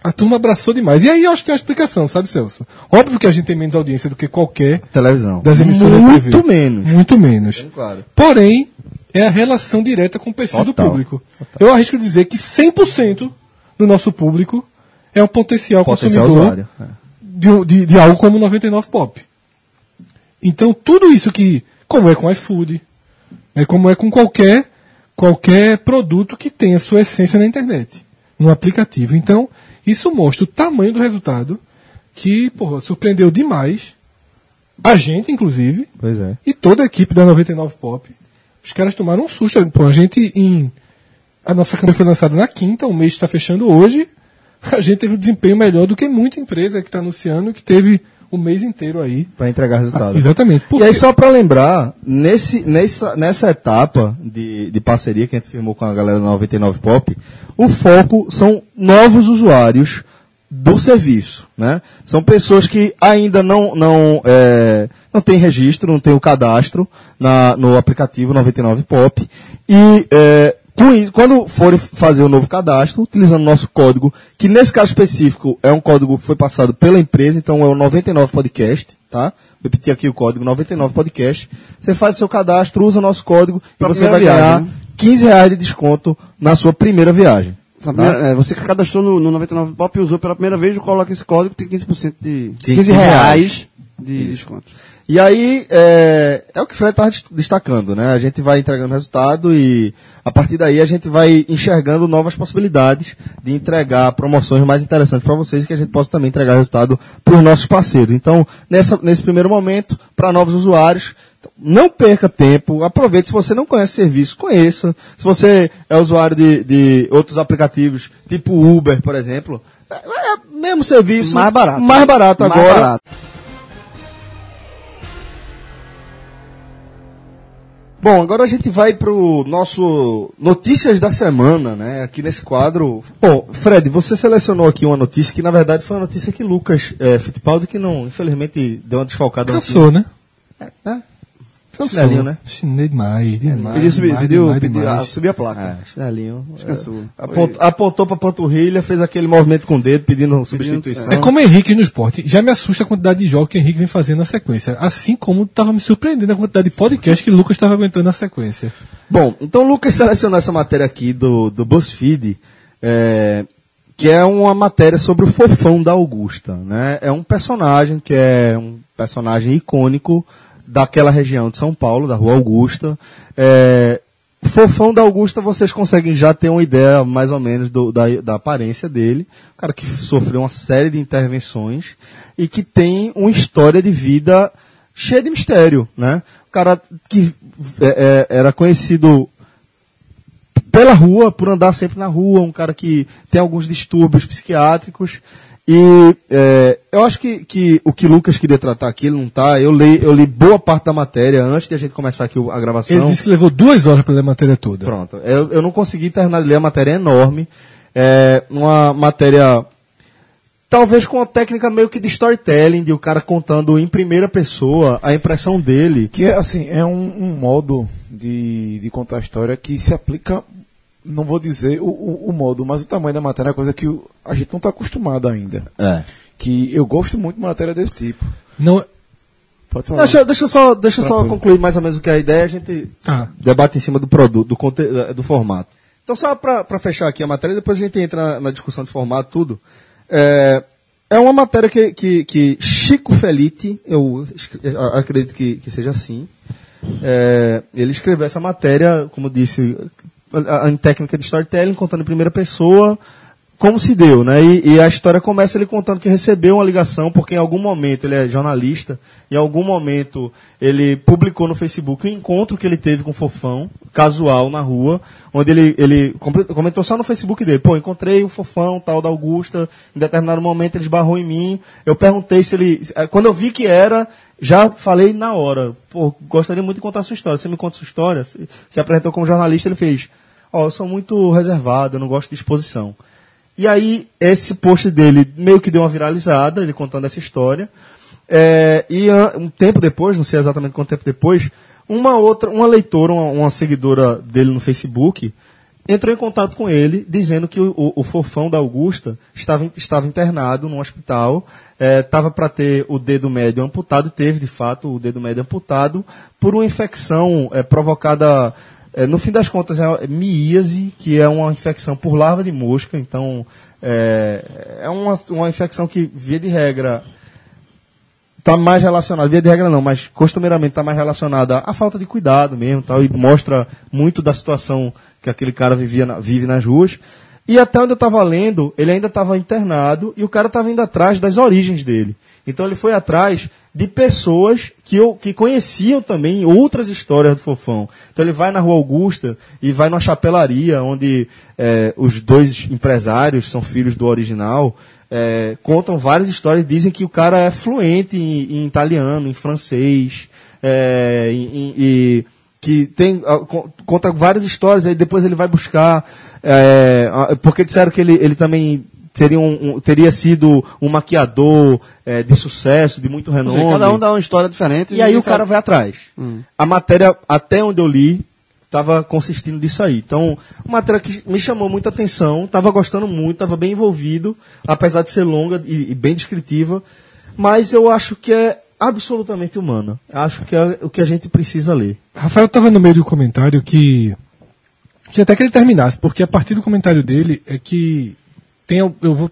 [SPEAKER 5] A turma abraçou demais. E aí eu acho que tem uma explicação, sabe, Celso? Óbvio que a gente tem menos audiência do que qualquer
[SPEAKER 2] Televisão.
[SPEAKER 5] das emissoras
[SPEAKER 2] Muito
[SPEAKER 5] de TV.
[SPEAKER 2] menos.
[SPEAKER 5] Muito menos.
[SPEAKER 2] claro.
[SPEAKER 5] Porém, é a relação direta com o perfil
[SPEAKER 2] Total.
[SPEAKER 5] do público. Eu arrisco dizer que 100% do nosso público é um potencial,
[SPEAKER 2] Potencial
[SPEAKER 5] consumidor
[SPEAKER 2] usuário. é.
[SPEAKER 5] de, um- de- de algo como 99 Pop. Então, tudo isso que, como é com iFood, é como é com qualquer, qualquer produto que tenha sua essência na internet, no aplicativo. Então, isso mostra o tamanho do resultado, que porra, surpreendeu demais a gente, inclusive,
[SPEAKER 2] Pois é.
[SPEAKER 5] e toda a equipe da 99 Pop. Os caras tomaram um susto. Pô, a gente em. A nossa campanha foi lançada na quinta, o mês está fechando hoje. A gente teve um desempenho melhor do que muita empresa que está anunciando, que teve o mês inteiro aí.
[SPEAKER 2] Pra entregar resultado.
[SPEAKER 5] Exatamente.
[SPEAKER 2] E
[SPEAKER 5] Porque-
[SPEAKER 2] aí, só para lembrar, nesse, nessa, nessa etapa de, de parceria que a gente firmou com a galera da 99 Pop, o foco são novos usuários do serviço. Né? São pessoas que ainda não, não, é, não têm registro, não têm o cadastro na, no aplicativo 99 Pop. E é, com isso, quando forem fazer o novo cadastro, utilizando o nosso código, que nesse caso específico é um código que foi passado pela empresa, então é o 99 Podcast, tá? Vou repetir aqui o código 99 Podcast. Você faz seu cadastro, usa o nosso código
[SPEAKER 3] Pra
[SPEAKER 2] e você vai
[SPEAKER 3] primeira
[SPEAKER 2] ganhar
[SPEAKER 3] viagem, né?
[SPEAKER 2] 15 reais de desconto na sua primeira viagem.
[SPEAKER 3] Essa primeira- é, você que cadastrou no, no 99 Pop e usou pela primeira vez, coloca esse código, tem 15% de.
[SPEAKER 2] 15
[SPEAKER 3] 15 reais de desconto.
[SPEAKER 2] E aí, é, é o que o Fred estava destacando, né? A gente vai entregando resultado e a partir daí a gente vai enxergando novas possibilidades de entregar promoções mais interessantes para vocês e que a gente possa também entregar resultado para os nossos parceiros. Então, nessa- nesse primeiro momento, para novos usuários, não perca tempo, aproveite. Se você não conhece serviço, conheça. Se você é usuário de, de outros aplicativos, tipo Uber, por exemplo, é- é o mesmo serviço.
[SPEAKER 3] Mais barato.
[SPEAKER 2] Mais barato
[SPEAKER 3] Mais
[SPEAKER 2] agora.
[SPEAKER 3] barato.
[SPEAKER 2] Bom, agora a gente vai pro nosso Notícias da Semana, né? Aqui nesse quadro. Bom, Fred, você selecionou aqui uma notícia que, na verdade, foi uma notícia que Lucas é, Fittipaldi, que não, infelizmente, deu uma desfalcada.
[SPEAKER 5] Cansou, né?
[SPEAKER 2] É. Chinelinho, né?
[SPEAKER 5] Chinei demais, demais.
[SPEAKER 3] Pediu, subir,
[SPEAKER 5] demais,
[SPEAKER 3] pediu,
[SPEAKER 5] demais,
[SPEAKER 3] pediu
[SPEAKER 5] demais.
[SPEAKER 3] a, subir a placa.
[SPEAKER 2] É, chinelinho.
[SPEAKER 3] Descansou.
[SPEAKER 2] É, apont- apontou pra panturrilha, fez aquele movimento com o dedo pedindo substituição.
[SPEAKER 5] É como o Henrique no esporte. Já me assusta a quantidade de jogos que o Henrique vem fazendo na sequência. Assim como estava me surpreendendo a quantidade de podcast que o Lucas estava aguentando na sequência.
[SPEAKER 2] Bom, então o Lucas selecionou essa matéria aqui do, do BuzzFeed, é, que é uma matéria sobre o fofão da Augusta. Né? É um personagem que é um personagem icônico daquela região de São Paulo, da Rua Augusta. É, fofão da Augusta, vocês conseguem já ter uma ideia mais ou menos do- da, da aparência dele. Um cara que sofreu uma série de intervenções e que tem uma história de vida cheia de mistério. Né? O cara que é, é, era conhecido pela rua, por andar sempre na rua, um cara que tem alguns distúrbios psiquiátricos. E é, eu acho que, que o que Lucas queria tratar aqui, ele não tá. Eu li, eu li boa parte da matéria antes de a gente começar aqui o- a gravação.
[SPEAKER 5] Ele disse que levou duas horas para ler a matéria toda.
[SPEAKER 2] Pronto. Eu, eu não consegui terminar de ler, a matéria é enorme. É uma matéria. Talvez com uma técnica meio que de storytelling, de o cara contando em primeira pessoa a impressão dele.
[SPEAKER 4] Que é assim, é um, um modo de, de contar a história que se aplica, não vou dizer o, o- o modo, mas o tamanho da matéria é uma coisa que o- a gente não está acostumado ainda.
[SPEAKER 2] É.
[SPEAKER 4] Que eu gosto muito de matéria desse tipo.
[SPEAKER 5] Não, é-
[SPEAKER 4] Pode falar.
[SPEAKER 2] Deixa, deixa eu só, deixa eu só
[SPEAKER 4] Tranquilo.
[SPEAKER 2] concluir mais ou menos o que é a ideia, a gente
[SPEAKER 5] Tá.
[SPEAKER 2] debate em cima do produto, do, conte- eh, do formato. Então, só para fechar aqui a matéria, depois a gente entra na, na discussão de formato, tudo. É, é uma matéria que, que, que Chico Felite, eu escre- eh, a- acredito que, que seja assim, é, ele escreveu essa matéria, como disse, a- a- em técnica de storytelling, contando em primeira pessoa, como se deu, né? E, e a história começa ele contando que recebeu uma ligação, porque em algum momento ele é jornalista, em algum momento ele publicou no Facebook um encontro que ele teve com o Fofão, casual, na rua, onde ele, ele com- comentou só no Facebook dele, pô, encontrei o Fofão, tal, da Augusta, em determinado momento ele esbarrou em mim, eu perguntei se ele... se- eh, Quando eu vi que era, já falei na hora, pô, gostaria muito de contar a sua história, você me conta a sua história? Se, se apresentou como jornalista, ele fez, ó, eu sou muito reservado, eu não gosto de exposição. E aí, esse post dele meio que deu uma viralizada, ele contando essa história. É, e an- um tempo depois, não sei exatamente quanto tempo depois, uma outra, uma leitora, uma, uma seguidora dele no Facebook, entrou em contato com ele, dizendo que o, o- o fofão da Augusta estava, in- estava internado num hospital, estava para ter o dedo médio amputado, teve de fato o dedo médio amputado, por uma infecção é, provocada é, no fim das contas, é miíase, que é uma infecção por larva de mosca. Então, é, é uma, uma infecção que, via de regra, está tá mais relacionada, via de regra não, mas costumeiramente está mais relacionada à falta de cuidado mesmo, tal, e mostra muito da situação que aquele cara vivia na- vive nas ruas. E até onde eu estava lendo, ele ainda estava internado e o cara estava indo atrás das origens dele. Então ele foi atrás de pessoas que, eu, que conheciam também outras histórias do Fofão. Então ele vai na Rua Augusta e vai numa chapelaria onde eh, os dois empresários são filhos do original é, contam várias histórias, dizem que o cara é fluente em, em italiano, em francês, é, em- em- e que tem ah, con- conta várias histórias, aí depois ele vai buscar, é, ah, porque disseram que ele, ele também seria um, um- teria sido um maquiador é, de sucesso, de muito
[SPEAKER 3] Ou
[SPEAKER 2] renome.
[SPEAKER 3] seja, cada um dá uma história diferente.
[SPEAKER 2] E Hum. aí
[SPEAKER 3] ninguém
[SPEAKER 2] o cara
[SPEAKER 3] sabe.
[SPEAKER 2] vai atrás. A matéria, até onde eu li, estava consistindo disso aí. Então, uma matéria que me chamou muita atenção, estava gostando muito, estava bem envolvido, apesar de ser longa e, e bem descritiva, mas eu acho que é absolutamente humana. Acho que é o que a gente precisa ler.
[SPEAKER 5] Rafael estava no meio do comentário que. que até que ele terminasse, porque a partir do comentário dele é que. Tem, al- eu vou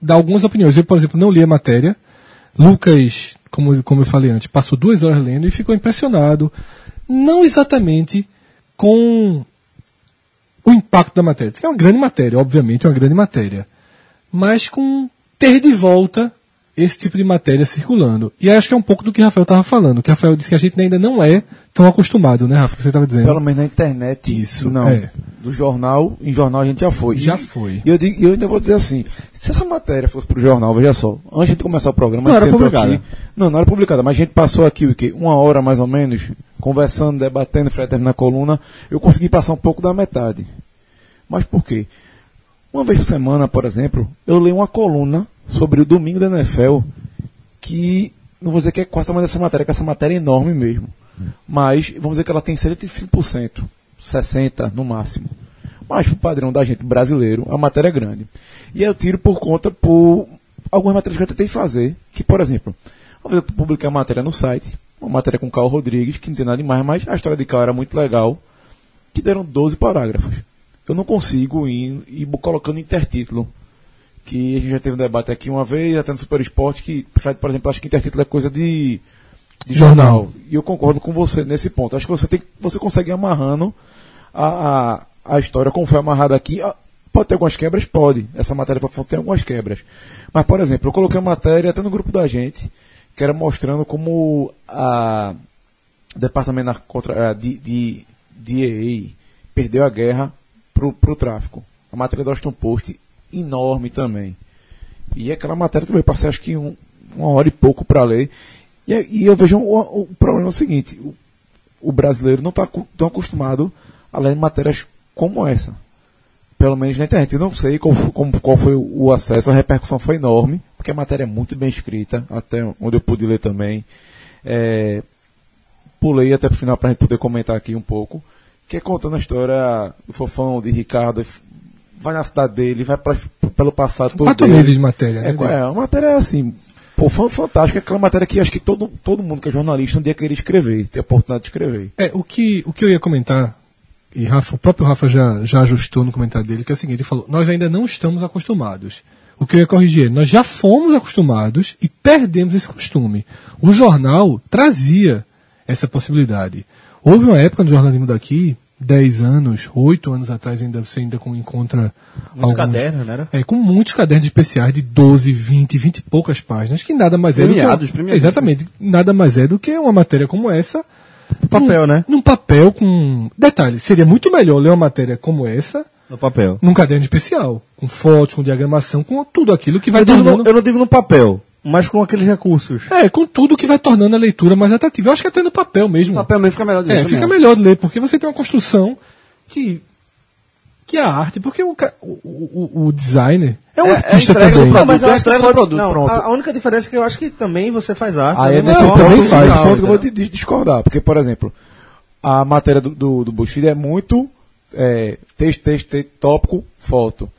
[SPEAKER 5] dar algumas opiniões. Eu, por exemplo, não li a matéria. Lucas como, como eu falei antes, passou duas horas lendo e ficou impressionado, não exatamente com o impacto da matéria. que É uma grande matéria, obviamente, é uma grande matéria. Mas com ter de volta esse tipo de matéria circulando. E acho que é um pouco do que Rafael estava falando, que Rafael disse que a gente ainda não é tão acostumado, né, Rafa, que você estava dizendo.
[SPEAKER 4] Pelo menos na internet.
[SPEAKER 5] Isso,
[SPEAKER 4] Não.
[SPEAKER 5] é.
[SPEAKER 4] Do jornal, em jornal a gente já foi.
[SPEAKER 5] Já
[SPEAKER 4] E-
[SPEAKER 5] foi.
[SPEAKER 4] E eu, digo- e eu ainda vou dizer assim: se essa matéria fosse pro jornal, veja só, antes de começar o programa,
[SPEAKER 2] Não
[SPEAKER 4] a gente
[SPEAKER 2] era
[SPEAKER 4] sentou
[SPEAKER 2] publicada.
[SPEAKER 4] aqui. Não, não era publicada, mas a gente passou aqui o quê? Uma hora mais ou menos, conversando, debatendo, Fred na coluna. Eu consegui passar um pouco da metade. Mas por quê? Uma vez por semana, por exemplo, eu leio uma coluna sobre o domingo da NFL que não vou dizer que é quase mais dessa matéria, que essa matéria é enorme mesmo. Mas vamos dizer que ela tem 75%, 60% no máximo. Mas o padrão da gente brasileiro, a matéria é grande. E aí eu tiro por conta por algumas matérias que eu tentei fazer, que por exemplo, uma vez eu publiquei uma matéria no site, uma matéria com Carl Rodrigues, que não tem nada demais, mas a história de Carl era muito legal, que deram 12 parágrafos. Eu não consigo ir, ir colocando intertítulo que a gente já teve um debate aqui uma vez, até no Super Esporte, que, Fred, por exemplo, acha que intertítulo é coisa de, de jornal.
[SPEAKER 5] Jornal.
[SPEAKER 4] E eu concordo com você nesse ponto. Acho que você, tem, você consegue ir amarrando a, a, a história como foi amarrada aqui. Ah, Pode ter algumas quebras? Pode. Essa matéria foi- tem algumas quebras. Mas, por exemplo, eu coloquei uma matéria até no grupo da gente, que era mostrando como a, o departamento da contra, eh, de, de, de DEA perdeu a guerra pro, pro tráfico. A matéria do Austin Post, enorme também. E é aquela matéria também, eu passei acho que um- uma hora e pouco para ler. E, é, e eu vejo o, o problema é o seguinte: o, o brasileiro não está tão acostumado a ler matérias como essa. Pelo menos na internet. Eu não sei qual, fo- como- qual foi o acesso, a repercussão foi enorme, porque a matéria é muito bem escrita, até onde eu pude ler também. É, pulei até pro final pra gente poder comentar aqui um pouco. Que é contando a história do fofão de Ricardo. f- Vai na cidade dele, vai pra, pelo passado todo
[SPEAKER 5] Quatro
[SPEAKER 4] dele.
[SPEAKER 5] meses de matéria, né?
[SPEAKER 4] É, qual é, uma matéria assim, pô, fã fantástica, aquela matéria que acho que todo, todo mundo que é jornalista um dia queria escrever, ter a oportunidade de escrever.
[SPEAKER 5] É, o que, o que eu ia comentar, e Rafa, o próprio Rafa já, já ajustou no comentário dele, que é o seguinte, ele falou, nós ainda não estamos acostumados. O que eu ia corrigir é, nós já fomos acostumados e perdemos esse costume. O jornal trazia essa possibilidade. Houve uma época no jornalismo daqui, 10 anos, 8 anos atrás, ainda você ainda com- encontra alguns,
[SPEAKER 2] cadernos, né, era?
[SPEAKER 5] É, com muitos cadernos especiais de 12, 20, 20 e poucas páginas, que nada mais é do
[SPEAKER 3] Premiados,
[SPEAKER 5] que,
[SPEAKER 3] premiadíssimos.
[SPEAKER 5] Exatamente, nada mais é do que uma matéria como essa,
[SPEAKER 3] Um
[SPEAKER 2] papel,
[SPEAKER 5] num,
[SPEAKER 2] né?
[SPEAKER 5] Num papel com. Detalhe, seria muito melhor ler uma matéria como essa
[SPEAKER 2] No papel.
[SPEAKER 5] num caderno especial. Com fotos, com diagramação, com tudo aquilo que vai
[SPEAKER 2] Eu, digo no-
[SPEAKER 5] tornando.
[SPEAKER 2] eu não digo no papel, mas com aqueles recursos.
[SPEAKER 5] É, com tudo que vai tornando a leitura mais atrativa. Eu acho que até no papel mesmo.
[SPEAKER 3] O papel mesmo fica melhor né? de
[SPEAKER 5] é,
[SPEAKER 3] ler também,
[SPEAKER 5] fica
[SPEAKER 3] acho.
[SPEAKER 5] melhor de ler, porque você tem uma construção que. que é a arte. Porque o, ca- o, o, o designer é um
[SPEAKER 3] É- é
[SPEAKER 5] artista
[SPEAKER 3] entrega do
[SPEAKER 5] também.
[SPEAKER 3] produto.
[SPEAKER 2] eu
[SPEAKER 3] é
[SPEAKER 2] acho que
[SPEAKER 3] entrega do
[SPEAKER 2] pode-
[SPEAKER 3] produto,
[SPEAKER 2] não,
[SPEAKER 3] pronto.
[SPEAKER 2] A, a única diferença é que eu acho que também você faz arte.
[SPEAKER 4] Aí é
[SPEAKER 2] né?
[SPEAKER 4] nesse
[SPEAKER 2] Não,
[SPEAKER 4] ponto,
[SPEAKER 2] não,
[SPEAKER 5] Ah,
[SPEAKER 4] nesse
[SPEAKER 2] não,
[SPEAKER 4] ponto que eu vou
[SPEAKER 2] entendeu?
[SPEAKER 4] te dis- discordar. Porque, por exemplo, a matéria do, do, do BuzzFeed é muito é, texto, texto, texto, tópico, foto.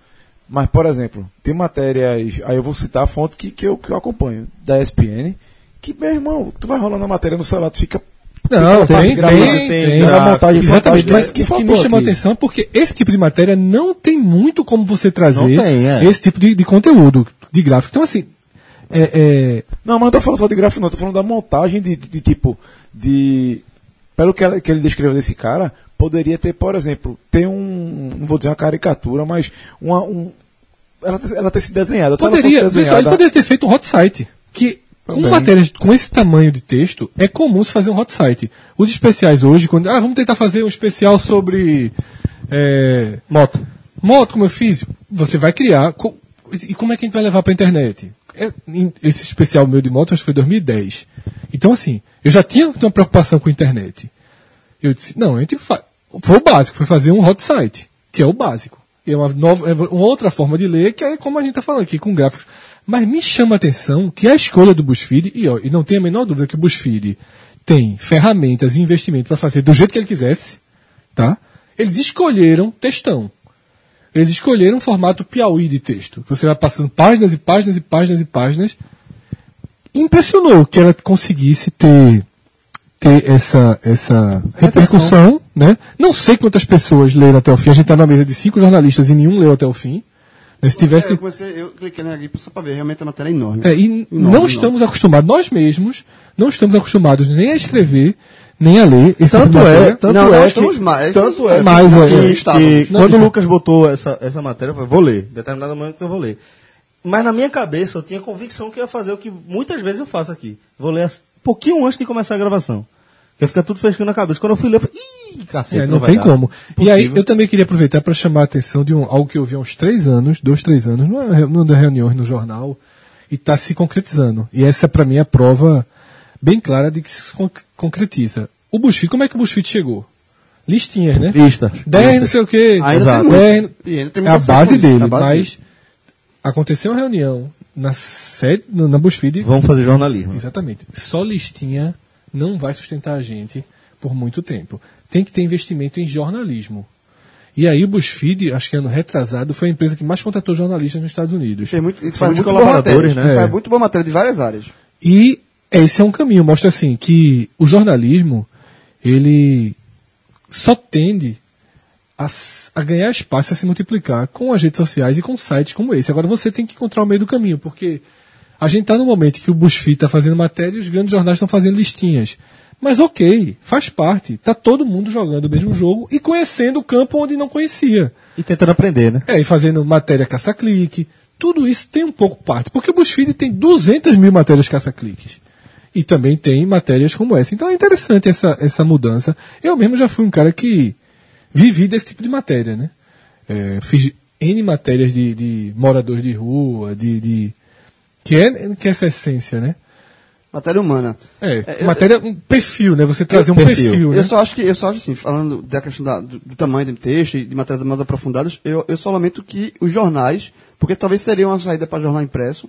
[SPEAKER 4] Mas, por exemplo, tem matérias. Aí eu vou citar a fonte que, que, eu, que eu acompanho, da ESPN. Que, meu irmão, tu vai rolando a matéria no celular, tu fica.
[SPEAKER 5] Não,
[SPEAKER 4] Tem
[SPEAKER 5] tem, tem,
[SPEAKER 4] gráfico,
[SPEAKER 5] tem, Ah,
[SPEAKER 2] tem
[SPEAKER 4] gráfico,
[SPEAKER 5] Exatamente,
[SPEAKER 4] fantástica.
[SPEAKER 5] mas o
[SPEAKER 4] Que
[SPEAKER 5] que, me
[SPEAKER 4] faltou
[SPEAKER 5] chamou a
[SPEAKER 4] aqui?
[SPEAKER 5] atenção é porque esse tipo de matéria não tem muito como você trazer
[SPEAKER 2] Não tem, é.
[SPEAKER 5] esse tipo de, de conteúdo, de gráfico. Então, assim, é, é,
[SPEAKER 4] Não, mas não tô falando só de gráfico, não. Tô falando da montagem de, de- de tipo. De. Pelo que, ela- que ele descreveu desse cara, poderia ter, por exemplo, ter um. Não vou dizer uma caricatura, mas uma. Um, ela, ter- ela ter se desenhada. Se ela
[SPEAKER 5] poderia, pessoal,
[SPEAKER 4] fosse
[SPEAKER 5] ele
[SPEAKER 4] desenhada-
[SPEAKER 5] poderia ter feito um hot site. Que com
[SPEAKER 4] Também.
[SPEAKER 5] matérias com esse tamanho de texto, é comum se fazer um hot site. Os especiais hoje, quando. Ah, vamos tentar fazer um especial sobre. é,
[SPEAKER 2] Moto.
[SPEAKER 5] Moto, como eu fiz, você vai criar. co- E como é que a gente vai levar para internet? É, em- Esse especial meu de moto, acho que foi 2010. Então, assim, eu já tinha uma preocupação com a internet. Eu disse, não, a gente fa... foi o básico, foi fazer um hot site, que é o básico. E é uma, nova, é uma outra forma de ler, que é como a gente está falando aqui, com gráficos. Mas me chama a atenção que a escolha do BuzzFeed, e, ó, e não tenho a menor dúvida que o BuzzFeed tem ferramentas e investimento para fazer do jeito que ele quisesse, tá? Eles escolheram textão. Eles escolheram um formato Piauí de texto. que Você vai passando páginas e páginas e páginas e páginas. Impressionou que ela conseguisse ter, ter essa, essa repercussão. tá Né? Não sei quantas pessoas leram até o fim. A gente está na mesa de cinco jornalistas e nenhum leu até o fim. Né? Se tivesse.
[SPEAKER 3] É, Eu, comecei, eu cliquei na aqui só pra ver, realmente a matéria é enorme.
[SPEAKER 5] É, e não estamos acostumados, nós mesmos, não estamos acostumados nem a escrever, nem a ler. Esse tipo
[SPEAKER 2] Tanto
[SPEAKER 5] de matéria.
[SPEAKER 2] é, tanto
[SPEAKER 3] Não,
[SPEAKER 2] é
[SPEAKER 3] nós
[SPEAKER 2] que,
[SPEAKER 3] estamos mais-
[SPEAKER 2] tanto é,
[SPEAKER 5] mais, é.
[SPEAKER 2] que,
[SPEAKER 3] Estávamos.
[SPEAKER 2] que quando o Lucas botou essa, essa matéria, eu falei, vou ler, em determinado momento eu vou ler. Mas na minha cabeça eu tinha convicção que eu ia fazer o que muitas vezes eu faço aqui. Vou ler as- pouquinho antes de começar a gravação. Que fica tudo fresquinho na cabeça. Quando eu fui ler, eu falei, ih, cacete,
[SPEAKER 5] É, não
[SPEAKER 2] vai
[SPEAKER 5] tem
[SPEAKER 2] dar.
[SPEAKER 5] como. E aí,
[SPEAKER 2] Impossível.
[SPEAKER 5] eu também queria aproveitar para chamar a atenção de um, algo que eu vi há uns três anos, dois, três anos, numa, re- numa das reuniões no jornal, e está se concretizando. E essa, para mim, é a prova bem clara de que se con- concretiza. O BuzzFeed, como é que o BuzzFeed chegou? Listinhas, né?
[SPEAKER 2] Lista.
[SPEAKER 5] 10 não
[SPEAKER 2] Lista.
[SPEAKER 5] sei o quê.
[SPEAKER 3] Ainda tem muito.
[SPEAKER 5] 10,
[SPEAKER 3] E ainda tem
[SPEAKER 5] é a
[SPEAKER 3] muita
[SPEAKER 5] base
[SPEAKER 3] coisa,
[SPEAKER 5] dele,
[SPEAKER 3] a base
[SPEAKER 5] mas aconteceu uma reunião na sede, no- na BuzzFeed,
[SPEAKER 2] Vamos fazer
[SPEAKER 3] Uhum.
[SPEAKER 2] jornalismo.
[SPEAKER 5] Exatamente. Só listinha não vai sustentar a gente por muito tempo. Tem que ter investimento em jornalismo. E aí o BuzzFeed, acho que ano retrasado, foi a empresa que mais contratou jornalistas nos Estados Unidos.
[SPEAKER 3] Fez muito, faz
[SPEAKER 2] São
[SPEAKER 3] muito
[SPEAKER 2] muitos
[SPEAKER 3] boa
[SPEAKER 2] colaboradores,
[SPEAKER 3] matéria.
[SPEAKER 2] né?
[SPEAKER 3] Faz
[SPEAKER 2] É.
[SPEAKER 3] muito boa matéria de várias áreas.
[SPEAKER 5] E esse é um caminho, mostra assim que o jornalismo ele só tende a, s- a ganhar espaço, a se multiplicar com as redes sociais e com sites como esse. Agora você tem que encontrar o meio do caminho, porque a gente está no momento que o BuzzFeed está fazendo matéria e os grandes jornais estão fazendo listinhas. Mas ok, faz parte. Está todo mundo jogando o mesmo jogo e conhecendo o campo onde não conhecia.
[SPEAKER 2] E tentando aprender, né?
[SPEAKER 5] É, e fazendo matéria caça-clique. Tudo isso tem um pouco parte. Porque o BuzzFeed tem 200 mil matérias caça-cliques. E também tem matérias como essa. Então é interessante essa, essa mudança. Eu mesmo já fui um cara que vivi desse tipo de matéria, né? É, fiz N matérias de, de moradores de rua, de... de- que, é, que é essa essência, né?
[SPEAKER 3] Matéria humana.
[SPEAKER 5] É,
[SPEAKER 3] eu-
[SPEAKER 5] matéria, um perfil, né? Você trazer um
[SPEAKER 2] perfil.
[SPEAKER 5] perfil, né?
[SPEAKER 3] Eu só acho que, eu só acho assim, falando da questão da- do, do tamanho do texto e de matérias mais aprofundadas, eu, eu só lamento que os jornais, porque talvez seria uma saída para jornal impresso.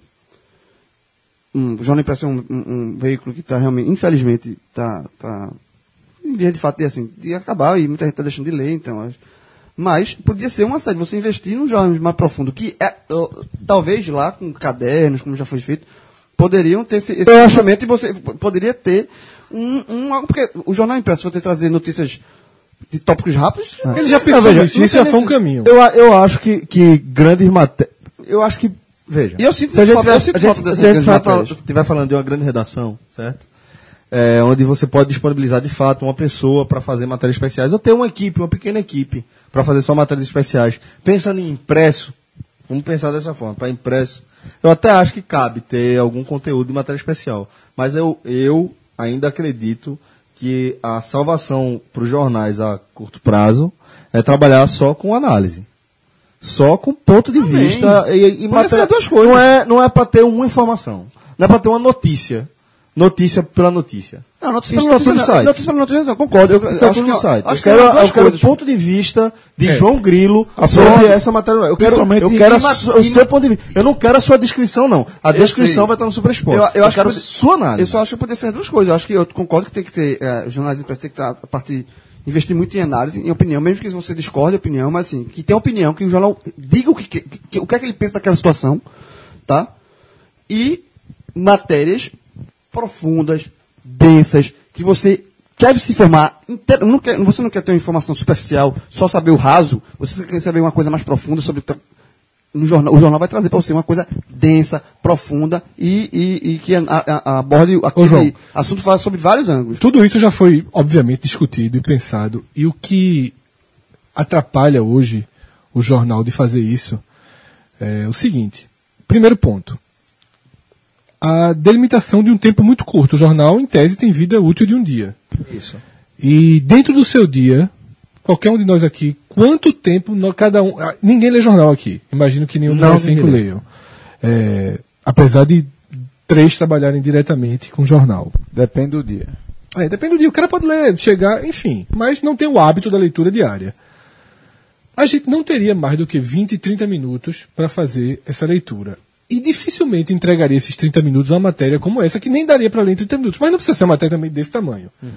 [SPEAKER 3] Hum, o jornal impresso é um, um- um veículo que está realmente, infelizmente, está tá, em vias de fato de, assim, de acabar e muita gente está deixando de ler, então. acho. Mas podia ser uma saída, você investir num jornal mais profundo, que é, ó, talvez lá com cadernos, como já foi feito, poderiam ter esse, esse pensamento e você p- poderia ter um, um. algo- Porque o jornal impresso, você trazer notícias de tópicos rápidos,
[SPEAKER 5] Ele já pensou
[SPEAKER 2] veja,
[SPEAKER 5] nisso,
[SPEAKER 2] não
[SPEAKER 5] isso
[SPEAKER 2] tem
[SPEAKER 5] já foi um
[SPEAKER 2] nesse-
[SPEAKER 5] caminho.
[SPEAKER 2] Eu, a- eu acho que, que grandes matérias. Eu acho que. Veja.
[SPEAKER 3] E eu sinto
[SPEAKER 2] se a gente,
[SPEAKER 3] falta-
[SPEAKER 2] vai-
[SPEAKER 3] eu sinto
[SPEAKER 2] a gente-
[SPEAKER 3] falta dessas
[SPEAKER 2] se a gente
[SPEAKER 3] grandes
[SPEAKER 2] vai fal-
[SPEAKER 3] matérias.
[SPEAKER 2] estiver falando de uma grande redação, certo? É, onde você pode disponibilizar de fato uma pessoa para fazer matérias especiais, ou ter uma equipe, uma pequena equipe, para fazer só matérias especiais. Pensando em impresso, vamos pensar dessa forma, para impresso. Eu até acho que cabe ter algum conteúdo de matéria especial, mas eu, eu ainda acredito que a salvação para os jornais a curto prazo é trabalhar só com análise só com ponto de vista e, e matéria- Não é, não é para ter uma informação, não é para ter uma notícia, notícia pela notícia.
[SPEAKER 3] Não, notícia
[SPEAKER 2] Isso
[SPEAKER 3] pela
[SPEAKER 2] tá tudo no
[SPEAKER 3] notícia,
[SPEAKER 2] site.
[SPEAKER 3] notícia pela notícia, não, concordo. Eu,
[SPEAKER 2] Isso tá
[SPEAKER 3] acho
[SPEAKER 2] tudo
[SPEAKER 3] que,
[SPEAKER 2] no site.
[SPEAKER 3] Acho
[SPEAKER 2] Eu
[SPEAKER 3] que são
[SPEAKER 2] quero,
[SPEAKER 3] duas
[SPEAKER 2] eu quero o
[SPEAKER 3] coisas.
[SPEAKER 2] ponto de vista de
[SPEAKER 5] É.
[SPEAKER 2] João Grilo
[SPEAKER 4] A
[SPEAKER 2] sobre
[SPEAKER 4] sua-
[SPEAKER 2] essa matéria. Eu quero,
[SPEAKER 4] principalmente
[SPEAKER 2] eu quero a
[SPEAKER 4] em ma-
[SPEAKER 2] sua- o seu ponto de vista. Eu não quero a sua descrição, não. A
[SPEAKER 3] Eu
[SPEAKER 2] descrição
[SPEAKER 3] sei.
[SPEAKER 2] vai estar no Super Esporte.
[SPEAKER 3] Eu- eu acho que
[SPEAKER 2] quero
[SPEAKER 3] você-
[SPEAKER 2] sua análise.
[SPEAKER 3] Eu só acho que poderia ser duas coisas. Eu acho que eu concordo que tem que ter, eh, os jornais impressos tem que estar a partir, investir muito em análise, em opinião, mesmo que você discorde de opinião, mas assim, que tenha opinião, que o jornal diga o que, que- que- o que é que ele pensa daquela situação, tá? E matérias profundas, densas, que você quer se informar, inte- não quer- você não quer ter uma informação superficial, só saber o raso, você quer saber uma coisa mais profunda sobre o teu- no jornal, o jornal vai trazer para você uma coisa densa, profunda e, e- e que a- a- a- aborde aquele
[SPEAKER 5] João.
[SPEAKER 3] assunto fala sobre vários ângulos.
[SPEAKER 5] Tudo isso já foi, obviamente, discutido e pensado. E o que atrapalha hoje o jornal de fazer isso é o seguinte: primeiro ponto, a delimitação de um tempo muito curto. O jornal, em tese, tem vida útil de um dia.
[SPEAKER 2] Isso.
[SPEAKER 5] E dentro do seu dia, qualquer um de nós aqui, quanto tempo nó- cada um. ah, Ninguém lê jornal aqui. Imagino que nenhum
[SPEAKER 2] Não,
[SPEAKER 5] dos cinco
[SPEAKER 2] ninguém lê.
[SPEAKER 5] leiam. É, apesar de três trabalharem diretamente com o jornal.
[SPEAKER 4] Depende do dia.
[SPEAKER 5] É, depende do dia. O cara pode ler, chegar, enfim. Mas não tem o hábito da leitura diária. A gente não teria mais do que 20, 30 minutos para fazer essa leitura. E dificilmente entregaria esses 30 minutos a uma matéria como essa, que nem daria para ler em 30 minutos. Mas não precisa ser uma matéria também desse tamanho.
[SPEAKER 2] Uhum.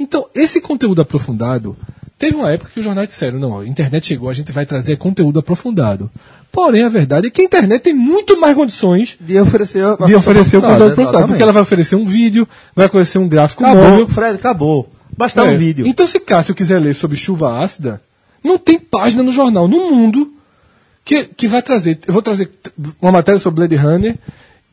[SPEAKER 5] Então, esse conteúdo aprofundado. Teve uma época que os jornais disseram: não, a internet chegou, a gente vai trazer conteúdo aprofundado. Porém, a verdade é que a internet tem muito mais condições
[SPEAKER 2] De oferecer, a-
[SPEAKER 5] de oferecer o conteúdo aprofundado.
[SPEAKER 2] exatamente.
[SPEAKER 5] Porque ela vai oferecer um vídeo, vai oferecer um gráfico móvel.
[SPEAKER 2] Acabou, Fred, acabou. Basta
[SPEAKER 5] É.
[SPEAKER 2] um vídeo.
[SPEAKER 5] Então, se Cássio quiser ler sobre chuva ácida, não tem página no jornal no mundo Que, que vai trazer. Eu vou trazer t- uma matéria sobre Blade Runner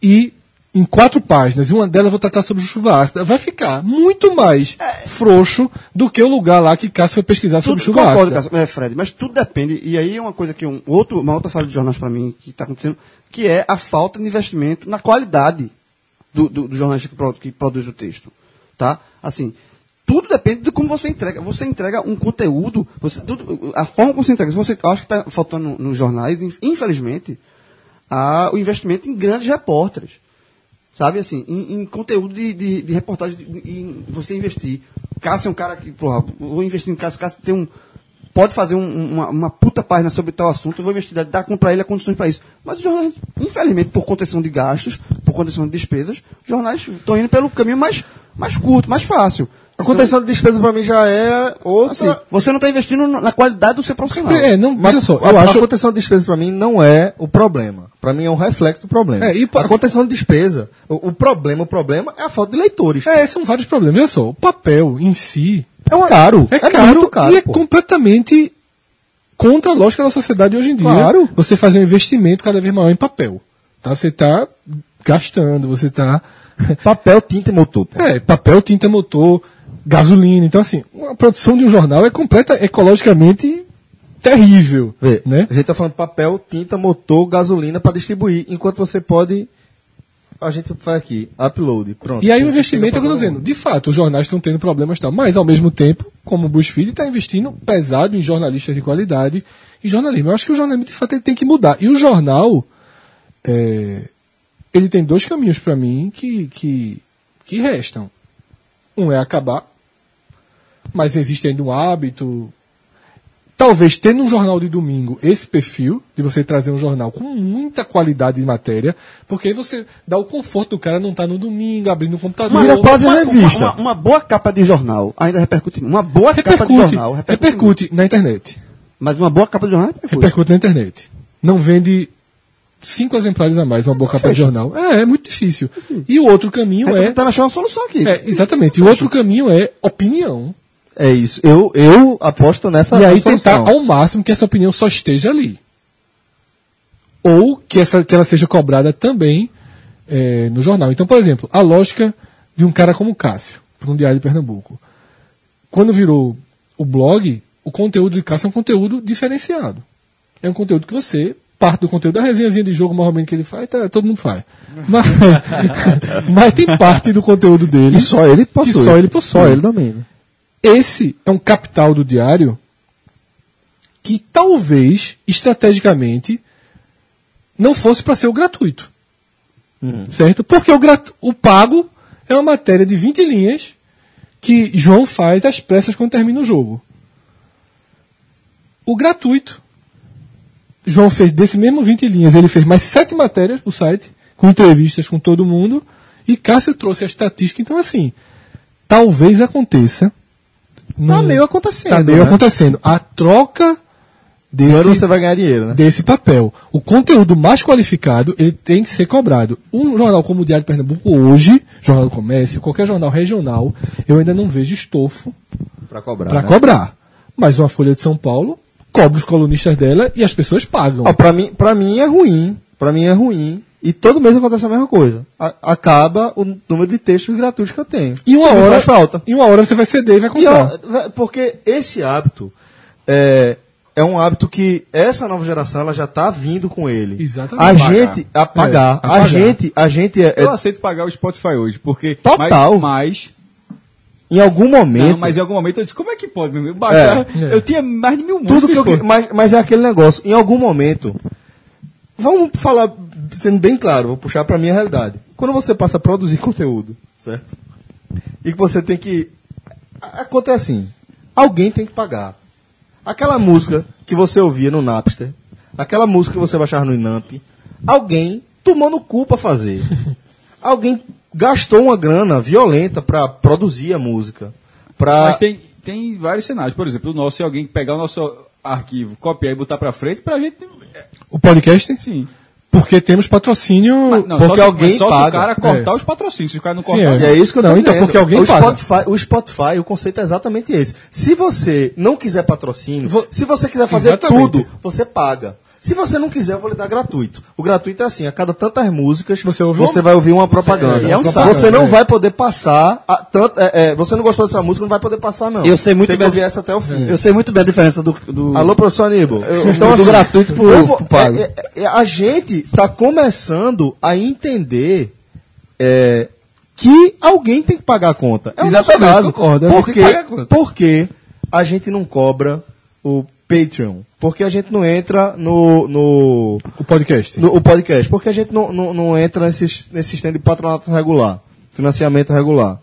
[SPEAKER 5] e em quatro páginas, e uma delas eu vou tratar sobre chuva ácida. Vai ficar muito mais frouxo do que o lugar lá que Cássio foi pesquisar sobre
[SPEAKER 3] É. Tudo,
[SPEAKER 5] chuva
[SPEAKER 3] concordo,
[SPEAKER 5] ácida.
[SPEAKER 3] Cássio, é, Fred, mas tudo depende. E aí é uma coisa que um outro, uma outra falha de jornais para mim que está acontecendo, que é a falta de investimento na qualidade do, do, do jornalista que, pro- que produz o texto, tá? Assim, tudo depende de como você entrega. Você entrega um conteúdo, você- tudo- a forma como você entrega. Se você, eu acho que está faltando no- nos jornais, in- infelizmente, a- o investimento em grandes repórteres sabe assim, em, em conteúdo de, de, de reportagem, de- em você investir. Cássio é um cara que, porra, vou investir em Cássio, Cássio tem um. Pode fazer um- uma, uma puta página sobre tal assunto, eu vou investir, dar para ele condições para isso. Mas os jornais, infelizmente, por contenção de gastos, por contenção de despesas, os jornais estão indo pelo caminho mais, mais curto, mais fácil.
[SPEAKER 2] A contenção de despesa para mim já é
[SPEAKER 3] Assim,
[SPEAKER 2] outra.
[SPEAKER 3] você não está investindo na qualidade do seu profissional.
[SPEAKER 5] É, não, veja só, eu
[SPEAKER 2] a,
[SPEAKER 5] acho.
[SPEAKER 2] a contenção de despesa para mim não é o problema. Para mim é um reflexo do problema.
[SPEAKER 5] É, e pa-
[SPEAKER 2] A contenção de despesa, o, o problema, o problema é a falta de leitores.
[SPEAKER 5] É, são vários problemas. Olha só, o papel em si
[SPEAKER 2] É uma- caro.
[SPEAKER 5] é,
[SPEAKER 2] É
[SPEAKER 5] caro,
[SPEAKER 2] muito caro,
[SPEAKER 5] e é
[SPEAKER 2] pô.
[SPEAKER 5] completamente contra a lógica da sociedade hoje em dia.
[SPEAKER 2] Claro.
[SPEAKER 5] Você fazer um investimento cada vez maior em papel. Tá? Você está gastando, você está.
[SPEAKER 2] Papel, tinta e motor. pô.
[SPEAKER 5] É, papel, tinta, motor, gasolina. Então, assim, a produção de um jornal é completa ecologicamente terrível.
[SPEAKER 2] Vê,
[SPEAKER 5] né?
[SPEAKER 2] A gente tá falando papel, tinta, motor, gasolina para distribuir, enquanto você pode. A gente faz aqui, upload, pronto.
[SPEAKER 5] E aí o
[SPEAKER 2] Chega
[SPEAKER 5] investimento, é
[SPEAKER 2] pra
[SPEAKER 5] o que eu tô
[SPEAKER 2] todo
[SPEAKER 5] dizendo,
[SPEAKER 2] mundo.
[SPEAKER 5] de fato, os jornais estão tendo problemas e tal, mas ao mesmo tempo, como o BuzzFeed está investindo pesado em jornalistas de qualidade e jornalismo. Eu acho que o jornalismo, de fato, ele tem que mudar. E o jornal, é, ele tem dois caminhos para mim que, que, que restam. Um é acabar, mas existe ainda um hábito. Talvez tendo um jornal de domingo esse perfil, de você trazer um jornal com muita qualidade de matéria, porque aí você dá o conforto do cara não estar no domingo, abrindo o computador.
[SPEAKER 3] é
[SPEAKER 2] Vira quase
[SPEAKER 3] uma,
[SPEAKER 2] revista.
[SPEAKER 3] Uma, uma boa capa de jornal ainda repercute. Uma boa capa tá de
[SPEAKER 5] repercute,
[SPEAKER 3] jornal
[SPEAKER 5] repercute, na internet.
[SPEAKER 3] Mas uma boa capa de jornal repercute.
[SPEAKER 5] Repercute na internet. Não vende cinco exemplares a mais uma boa capa de jornal. É, é muito difícil. E o outro caminho
[SPEAKER 3] Aí
[SPEAKER 5] é,
[SPEAKER 3] tá achando uma solução aqui.
[SPEAKER 5] é exatamente. E o outro caminho é opinião.
[SPEAKER 2] É isso. Eu, eu aposto nessa
[SPEAKER 5] e aí
[SPEAKER 2] solução.
[SPEAKER 5] tentar ao máximo que essa opinião só esteja ali. Ou que, essa, que ela seja cobrada também eh, no jornal. Então, por exemplo, a lógica de um cara como Cássio, para um diário de Pernambuco. Quando virou o blog, o conteúdo de Cássio é um conteúdo diferenciado. É um conteúdo que você, parte do conteúdo da resenhazinha de jogo, normalmente que ele faz, tá, todo mundo faz. Mas, mas tem parte do conteúdo dele
[SPEAKER 2] Que só ele possui.
[SPEAKER 5] que só ele possui.
[SPEAKER 2] Só ele domina.
[SPEAKER 5] Esse é um capital do diário que talvez, estrategicamente, não fosse para ser o gratuito.
[SPEAKER 2] Hum.
[SPEAKER 5] Certo? Porque o, grat- o pago é uma matéria de 20 linhas que João faz às pressas quando termina o jogo. O gratuito. João fez desse mesmo 20 linhas, ele fez mais sete matérias pro site, com entrevistas com todo mundo, e Cássio trouxe a estatística. Então, assim, talvez aconteça.
[SPEAKER 2] Tá
[SPEAKER 5] num-
[SPEAKER 2] meio acontecendo.
[SPEAKER 5] tá meio
[SPEAKER 2] né?
[SPEAKER 5] acontecendo. A troca desse,
[SPEAKER 2] Agora você vai ganhar dinheiro, né?
[SPEAKER 5] desse papel. O conteúdo mais qualificado ele tem que ser cobrado. Um jornal como o Diário de Pernambuco hoje, Jornal do Comércio, qualquer jornal regional, eu ainda não vejo estofo
[SPEAKER 2] Pra cobrar.
[SPEAKER 5] para
[SPEAKER 2] né?
[SPEAKER 5] cobrar. Mas uma Folha de São Paulo cobra os colunistas dela e as pessoas pagam.
[SPEAKER 2] Ó, pra, mim, pra mim é ruim. Pra mim é ruim. E todo mês acontece a mesma coisa. A- acaba o número de textos gratuitos que eu tenho.
[SPEAKER 5] E uma
[SPEAKER 2] Que me
[SPEAKER 5] hora
[SPEAKER 2] faz falta.
[SPEAKER 5] E uma hora você vai ceder e vai
[SPEAKER 2] E, ó,
[SPEAKER 5] comprar.
[SPEAKER 2] vé- porque esse hábito é, é um hábito que essa nova geração ela já tá vindo com ele.
[SPEAKER 5] Exatamente.
[SPEAKER 2] A
[SPEAKER 5] Pagar.
[SPEAKER 2] gente apagar,
[SPEAKER 5] É, apagar.
[SPEAKER 2] a gente, a gente é, é-
[SPEAKER 6] Eu aceito pagar o Spotify hoje, porque.
[SPEAKER 2] Total.
[SPEAKER 6] Mas.
[SPEAKER 2] em algum
[SPEAKER 6] mas,
[SPEAKER 2] momento
[SPEAKER 6] não, mas em algum momento eu disse: como é que pode, meu amigo? Baixar,
[SPEAKER 5] É.
[SPEAKER 6] Eu tinha mais de mil
[SPEAKER 2] tudo que eu,
[SPEAKER 6] músicas,
[SPEAKER 2] que-
[SPEAKER 6] pô.
[SPEAKER 2] mas, mas é aquele negócio, em algum momento vamos falar sendo bem claro, vou puxar pra minha realidade. Quando você passa a produzir conteúdo, certo? E que você tem que acontece assim, alguém tem que pagar. Aquela música que você ouvia no Napster, aquela música que você baixava no Inamp, alguém tomou no cu pra fazer. alguém gastou uma grana violenta pra produzir a música. Pra...
[SPEAKER 6] Mas tem, tem vários cenários. Por exemplo, o nosso, se alguém pegar o nosso arquivo, copiar e botar pra frente, pra gente.
[SPEAKER 5] O podcast?
[SPEAKER 6] Sim.
[SPEAKER 5] Porque temos patrocínio.
[SPEAKER 6] Mas não,
[SPEAKER 2] Porque
[SPEAKER 6] só se-
[SPEAKER 2] alguém
[SPEAKER 6] mas só se o
[SPEAKER 2] paga.
[SPEAKER 6] cara cortar
[SPEAKER 5] É.
[SPEAKER 6] os patrocínios. Se o cara não
[SPEAKER 5] Sim, é.
[SPEAKER 6] cortar,
[SPEAKER 2] E é isso que eu tô
[SPEAKER 5] Não, então,
[SPEAKER 2] dizendo. É
[SPEAKER 5] porque alguém
[SPEAKER 2] o
[SPEAKER 5] paga.
[SPEAKER 2] Spotify, o Spotify, o conceito é exatamente esse. Se você não quiser patrocínio,
[SPEAKER 5] Vo-
[SPEAKER 2] se você quiser fazer
[SPEAKER 5] Exatamente.
[SPEAKER 2] tudo, você paga. Se você não quiser, eu vou lhe dar gratuito. O gratuito é assim, a cada tantas músicas,
[SPEAKER 5] Você ouve uma-
[SPEAKER 2] vai ouvir uma propaganda.
[SPEAKER 3] É, é um saco.
[SPEAKER 2] Você não
[SPEAKER 5] É.
[SPEAKER 2] vai poder passar, a, tanto, é, é, você não gostou dessa música, não vai poder passar não.
[SPEAKER 3] Eu sei muito
[SPEAKER 2] Tem que
[SPEAKER 3] bem-
[SPEAKER 2] ouvir essa até o fim.
[SPEAKER 3] Eu sei muito bem a diferença do. do...
[SPEAKER 2] Alô, professor Aníbal. Então, assim,
[SPEAKER 3] do gratuito pro-
[SPEAKER 2] eu vou-
[SPEAKER 3] pro pago.
[SPEAKER 2] é- é- é- a gente está começando a entender é, que alguém tem que pagar a conta. É o nosso
[SPEAKER 3] Exatamente,
[SPEAKER 2] caso.
[SPEAKER 3] concordo, alguém tem
[SPEAKER 2] Porque,
[SPEAKER 3] um que pagar a conta.
[SPEAKER 2] porque a gente não cobra o Patreon. Porque a gente não entra no- no
[SPEAKER 5] O podcast.
[SPEAKER 2] no- o podcast, porque a gente não, não, não entra nesse, nesse sistema de patronato regular, financiamento regular.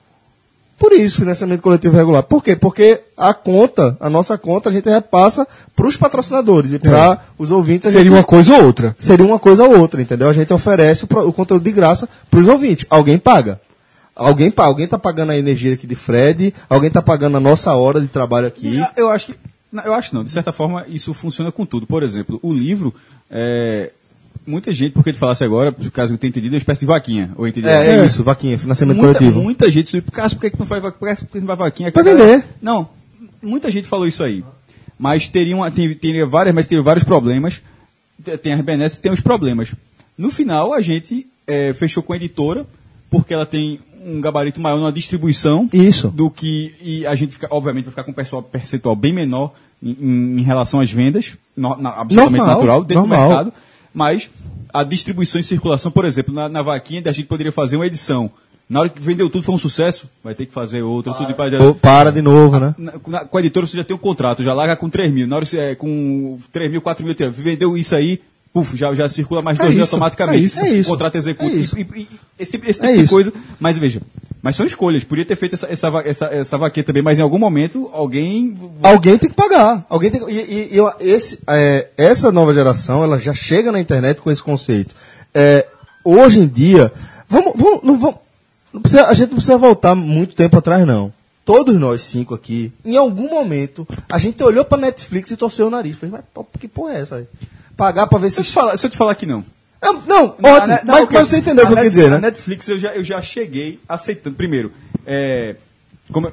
[SPEAKER 2] Por isso, financiamento coletivo regular. Por quê? Porque a conta, a nossa conta, a gente repassa para os patrocinadores e
[SPEAKER 3] É.
[SPEAKER 2] para os ouvintes. a
[SPEAKER 5] Seria
[SPEAKER 2] gente-
[SPEAKER 5] uma coisa ou outra.
[SPEAKER 2] seria uma coisa ou outra, entendeu? A gente oferece o, pro- o conteúdo de graça para os ouvintes. Alguém paga. Alguém paga. Alguém está pagando a energia aqui de Fred, alguém está pagando a nossa hora de trabalho aqui.
[SPEAKER 6] Eu- Eu acho que. não, Eu acho não. De certa forma, isso funciona com tudo. Por exemplo, o livro. é, muita gente, porque ele falasse agora, por caso eu tenha entendido, é uma espécie de vaquinha. Ou entendi
[SPEAKER 2] É, é
[SPEAKER 6] errado.
[SPEAKER 2] isso, vaquinha, financiamento
[SPEAKER 6] muita,
[SPEAKER 2] coletivo.
[SPEAKER 6] Muita gente subiu. Cássio, por que, que não faz va- por que que não faz vaquinha?
[SPEAKER 2] Pra
[SPEAKER 6] Cara,
[SPEAKER 2] vender.
[SPEAKER 6] Não, muita gente falou isso aí. Mas teria, uma, tem- teria várias, mas teria vários problemas. Te- Tem as benesses e tem os problemas. No final, a gente eh, fechou com a editora, porque ela tem um gabarito maior na distribuição
[SPEAKER 2] Isso.
[SPEAKER 6] do que. E a gente, fica, obviamente, vai ficar com um perso- percentual bem menor em- em, em relação às vendas, no- na- absolutamente
[SPEAKER 2] Normal,
[SPEAKER 6] natural, dentro
[SPEAKER 2] normal.
[SPEAKER 6] do mercado. Mas a distribuição e circulação, por exemplo, na, na vaquinha, a gente poderia fazer uma edição. Na hora que vendeu tudo, foi um sucesso, vai ter que fazer outra, tudo e para.
[SPEAKER 2] Ou para de novo, né?
[SPEAKER 6] Na- na- com a editora você já tem um contrato, já larga com 3 mil. Na hora que você, é, com 3 mil, 4 mil, 3 mil, vendeu isso aí, puf, já, já circula mais 2 mil
[SPEAKER 2] isso,
[SPEAKER 6] automaticamente.
[SPEAKER 2] é isso, é isso.
[SPEAKER 6] O contrato executa.
[SPEAKER 2] É isso.
[SPEAKER 6] E- e- e- esse tipo, esse tipo
[SPEAKER 2] É
[SPEAKER 6] de
[SPEAKER 2] isso.
[SPEAKER 6] coisa. Mas veja, mas são escolhas. Podia ter feito essa, essa, va- essa, essa vaquinha também, mas em algum momento alguém.
[SPEAKER 2] Alguém tem que pagar. Alguém tem que- e, e- e eu- esse, é, essa nova geração, ela já chega na internet com esse conceito. É, hoje em dia, vamos, vamos- não vamos- não precisa- a gente não precisa voltar muito tempo atrás, não. Todos nós cinco aqui, em algum momento, a gente olhou pra Netflix e torceu o nariz. Falei, mas pô, que porra é essa? aí? Pagar pra ver
[SPEAKER 6] Se eu
[SPEAKER 2] se...
[SPEAKER 6] te falar, se eu te falar que não.
[SPEAKER 2] Não, não,
[SPEAKER 6] Na-
[SPEAKER 2] ótimo.
[SPEAKER 6] na-
[SPEAKER 2] mas,
[SPEAKER 6] não, ok.
[SPEAKER 2] mas você entendeu o que eu
[SPEAKER 6] Na
[SPEAKER 2] quis
[SPEAKER 6] Net-
[SPEAKER 2] dizer,
[SPEAKER 6] Na
[SPEAKER 2] né?
[SPEAKER 6] Netflix eu já, eu já cheguei aceitando. Primeiro, é, como eu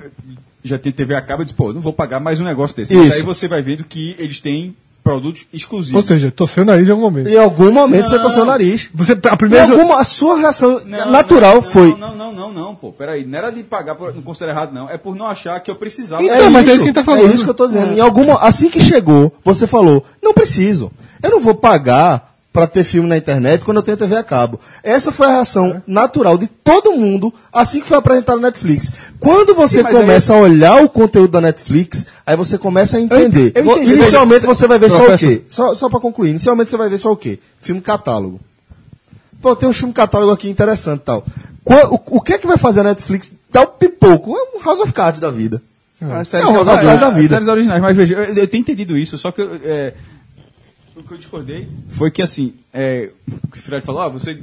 [SPEAKER 6] já tem TV acaba, eu disse, pô, não vou pagar mais um negócio desse. Mas
[SPEAKER 2] Isso.
[SPEAKER 6] aí você vai vendo que eles têm produtos exclusivos.
[SPEAKER 5] Ou seja, torceu o nariz em algum momento.
[SPEAKER 2] Em algum momento você torceu o nariz.
[SPEAKER 5] Você, a
[SPEAKER 2] Em
[SPEAKER 5] primeira.
[SPEAKER 2] alguma, a sua reação
[SPEAKER 6] Não,
[SPEAKER 2] natural
[SPEAKER 6] não, não,
[SPEAKER 2] foi...
[SPEAKER 6] Não, não, não, não, pô. Peraí, não era de pagar, por, não considera errado, não. É por não achar que eu precisava.
[SPEAKER 2] Então,
[SPEAKER 5] É
[SPEAKER 2] mas
[SPEAKER 5] isso,
[SPEAKER 2] é isso que ele tá falando.
[SPEAKER 5] é
[SPEAKER 2] É
[SPEAKER 5] isso
[SPEAKER 2] isso que eu tô dizendo. Em alguma, assim que chegou, você falou, não preciso. Eu não vou pagar pra ter filme na internet quando eu tenho TV a cabo. Essa foi a reação
[SPEAKER 6] É.
[SPEAKER 2] natural de todo mundo assim que foi apresentado a Netflix. Quando você
[SPEAKER 6] Sim, mas
[SPEAKER 2] começa a olhar o conteúdo da Netflix, aí você começa a entender.
[SPEAKER 6] eu entendi.
[SPEAKER 2] Inicialmente você vai ver só o
[SPEAKER 6] Professor.
[SPEAKER 2] quê? Só, só para concluir, inicialmente você vai ver só o quê? Filme catálogo. Pô, tem um filme catálogo aqui interessante e tal. Qua- o, o que é que vai fazer a Netflix dar o pipoco? É um House of Cards da vida.
[SPEAKER 3] Ah,
[SPEAKER 2] É
[SPEAKER 3] sério,
[SPEAKER 2] um House of Cards da vida.
[SPEAKER 6] Séries originais, mas veja, eu, eu tenho entendido isso, só que eu, é, o que eu discordei foi que assim, é, o que o Fred falou, ah, você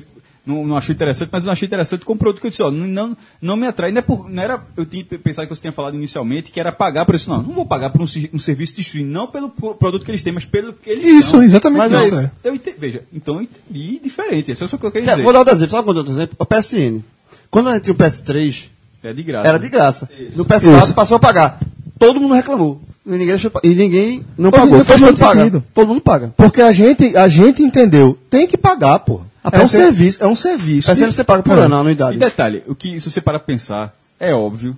[SPEAKER 6] não, não achou interessante, mas eu não achei interessante com o produto que eu disse, ó, não- não, não me atrai, não, é por, não era, eu tinha pensado que você tinha falado inicialmente que era pagar por isso, não, não vou pagar por um, se- um serviço de streaming, não pelo pro- produto que eles têm, mas pelo que eles
[SPEAKER 5] Isso,
[SPEAKER 6] são.
[SPEAKER 5] exatamente
[SPEAKER 3] Mas
[SPEAKER 5] isso.
[SPEAKER 3] é isso.
[SPEAKER 5] é.
[SPEAKER 6] Eu entendi, veja, então eu entendi diferente, isso é só o que eu queria
[SPEAKER 3] Quer-
[SPEAKER 6] dizer.
[SPEAKER 3] Vou dar outro exemplo. Sabe quando é outro exemplo? O PSN. Quando a gente tinha o PS3,
[SPEAKER 6] É de graça.
[SPEAKER 3] era de graça.
[SPEAKER 6] Isso.
[SPEAKER 3] No PS4
[SPEAKER 2] Isso.
[SPEAKER 3] passou a pagar. Todo mundo reclamou. E ninguém, deixou, pa- e ninguém não
[SPEAKER 2] Hoje em
[SPEAKER 3] pagou.
[SPEAKER 2] dia faz
[SPEAKER 3] Todo mundo
[SPEAKER 2] todo
[SPEAKER 3] paga.
[SPEAKER 2] sentido.
[SPEAKER 3] Todo mundo paga.
[SPEAKER 2] Porque a gente, a gente entendeu, tem que pagar, pô.
[SPEAKER 3] Ah,
[SPEAKER 2] é um
[SPEAKER 3] parece-
[SPEAKER 2] serviço, é um serviço.
[SPEAKER 3] PSN você paga por
[SPEAKER 2] É.
[SPEAKER 3] ano, a anuidade.
[SPEAKER 6] E detalhe, o que se você para pra pensar, é óbvio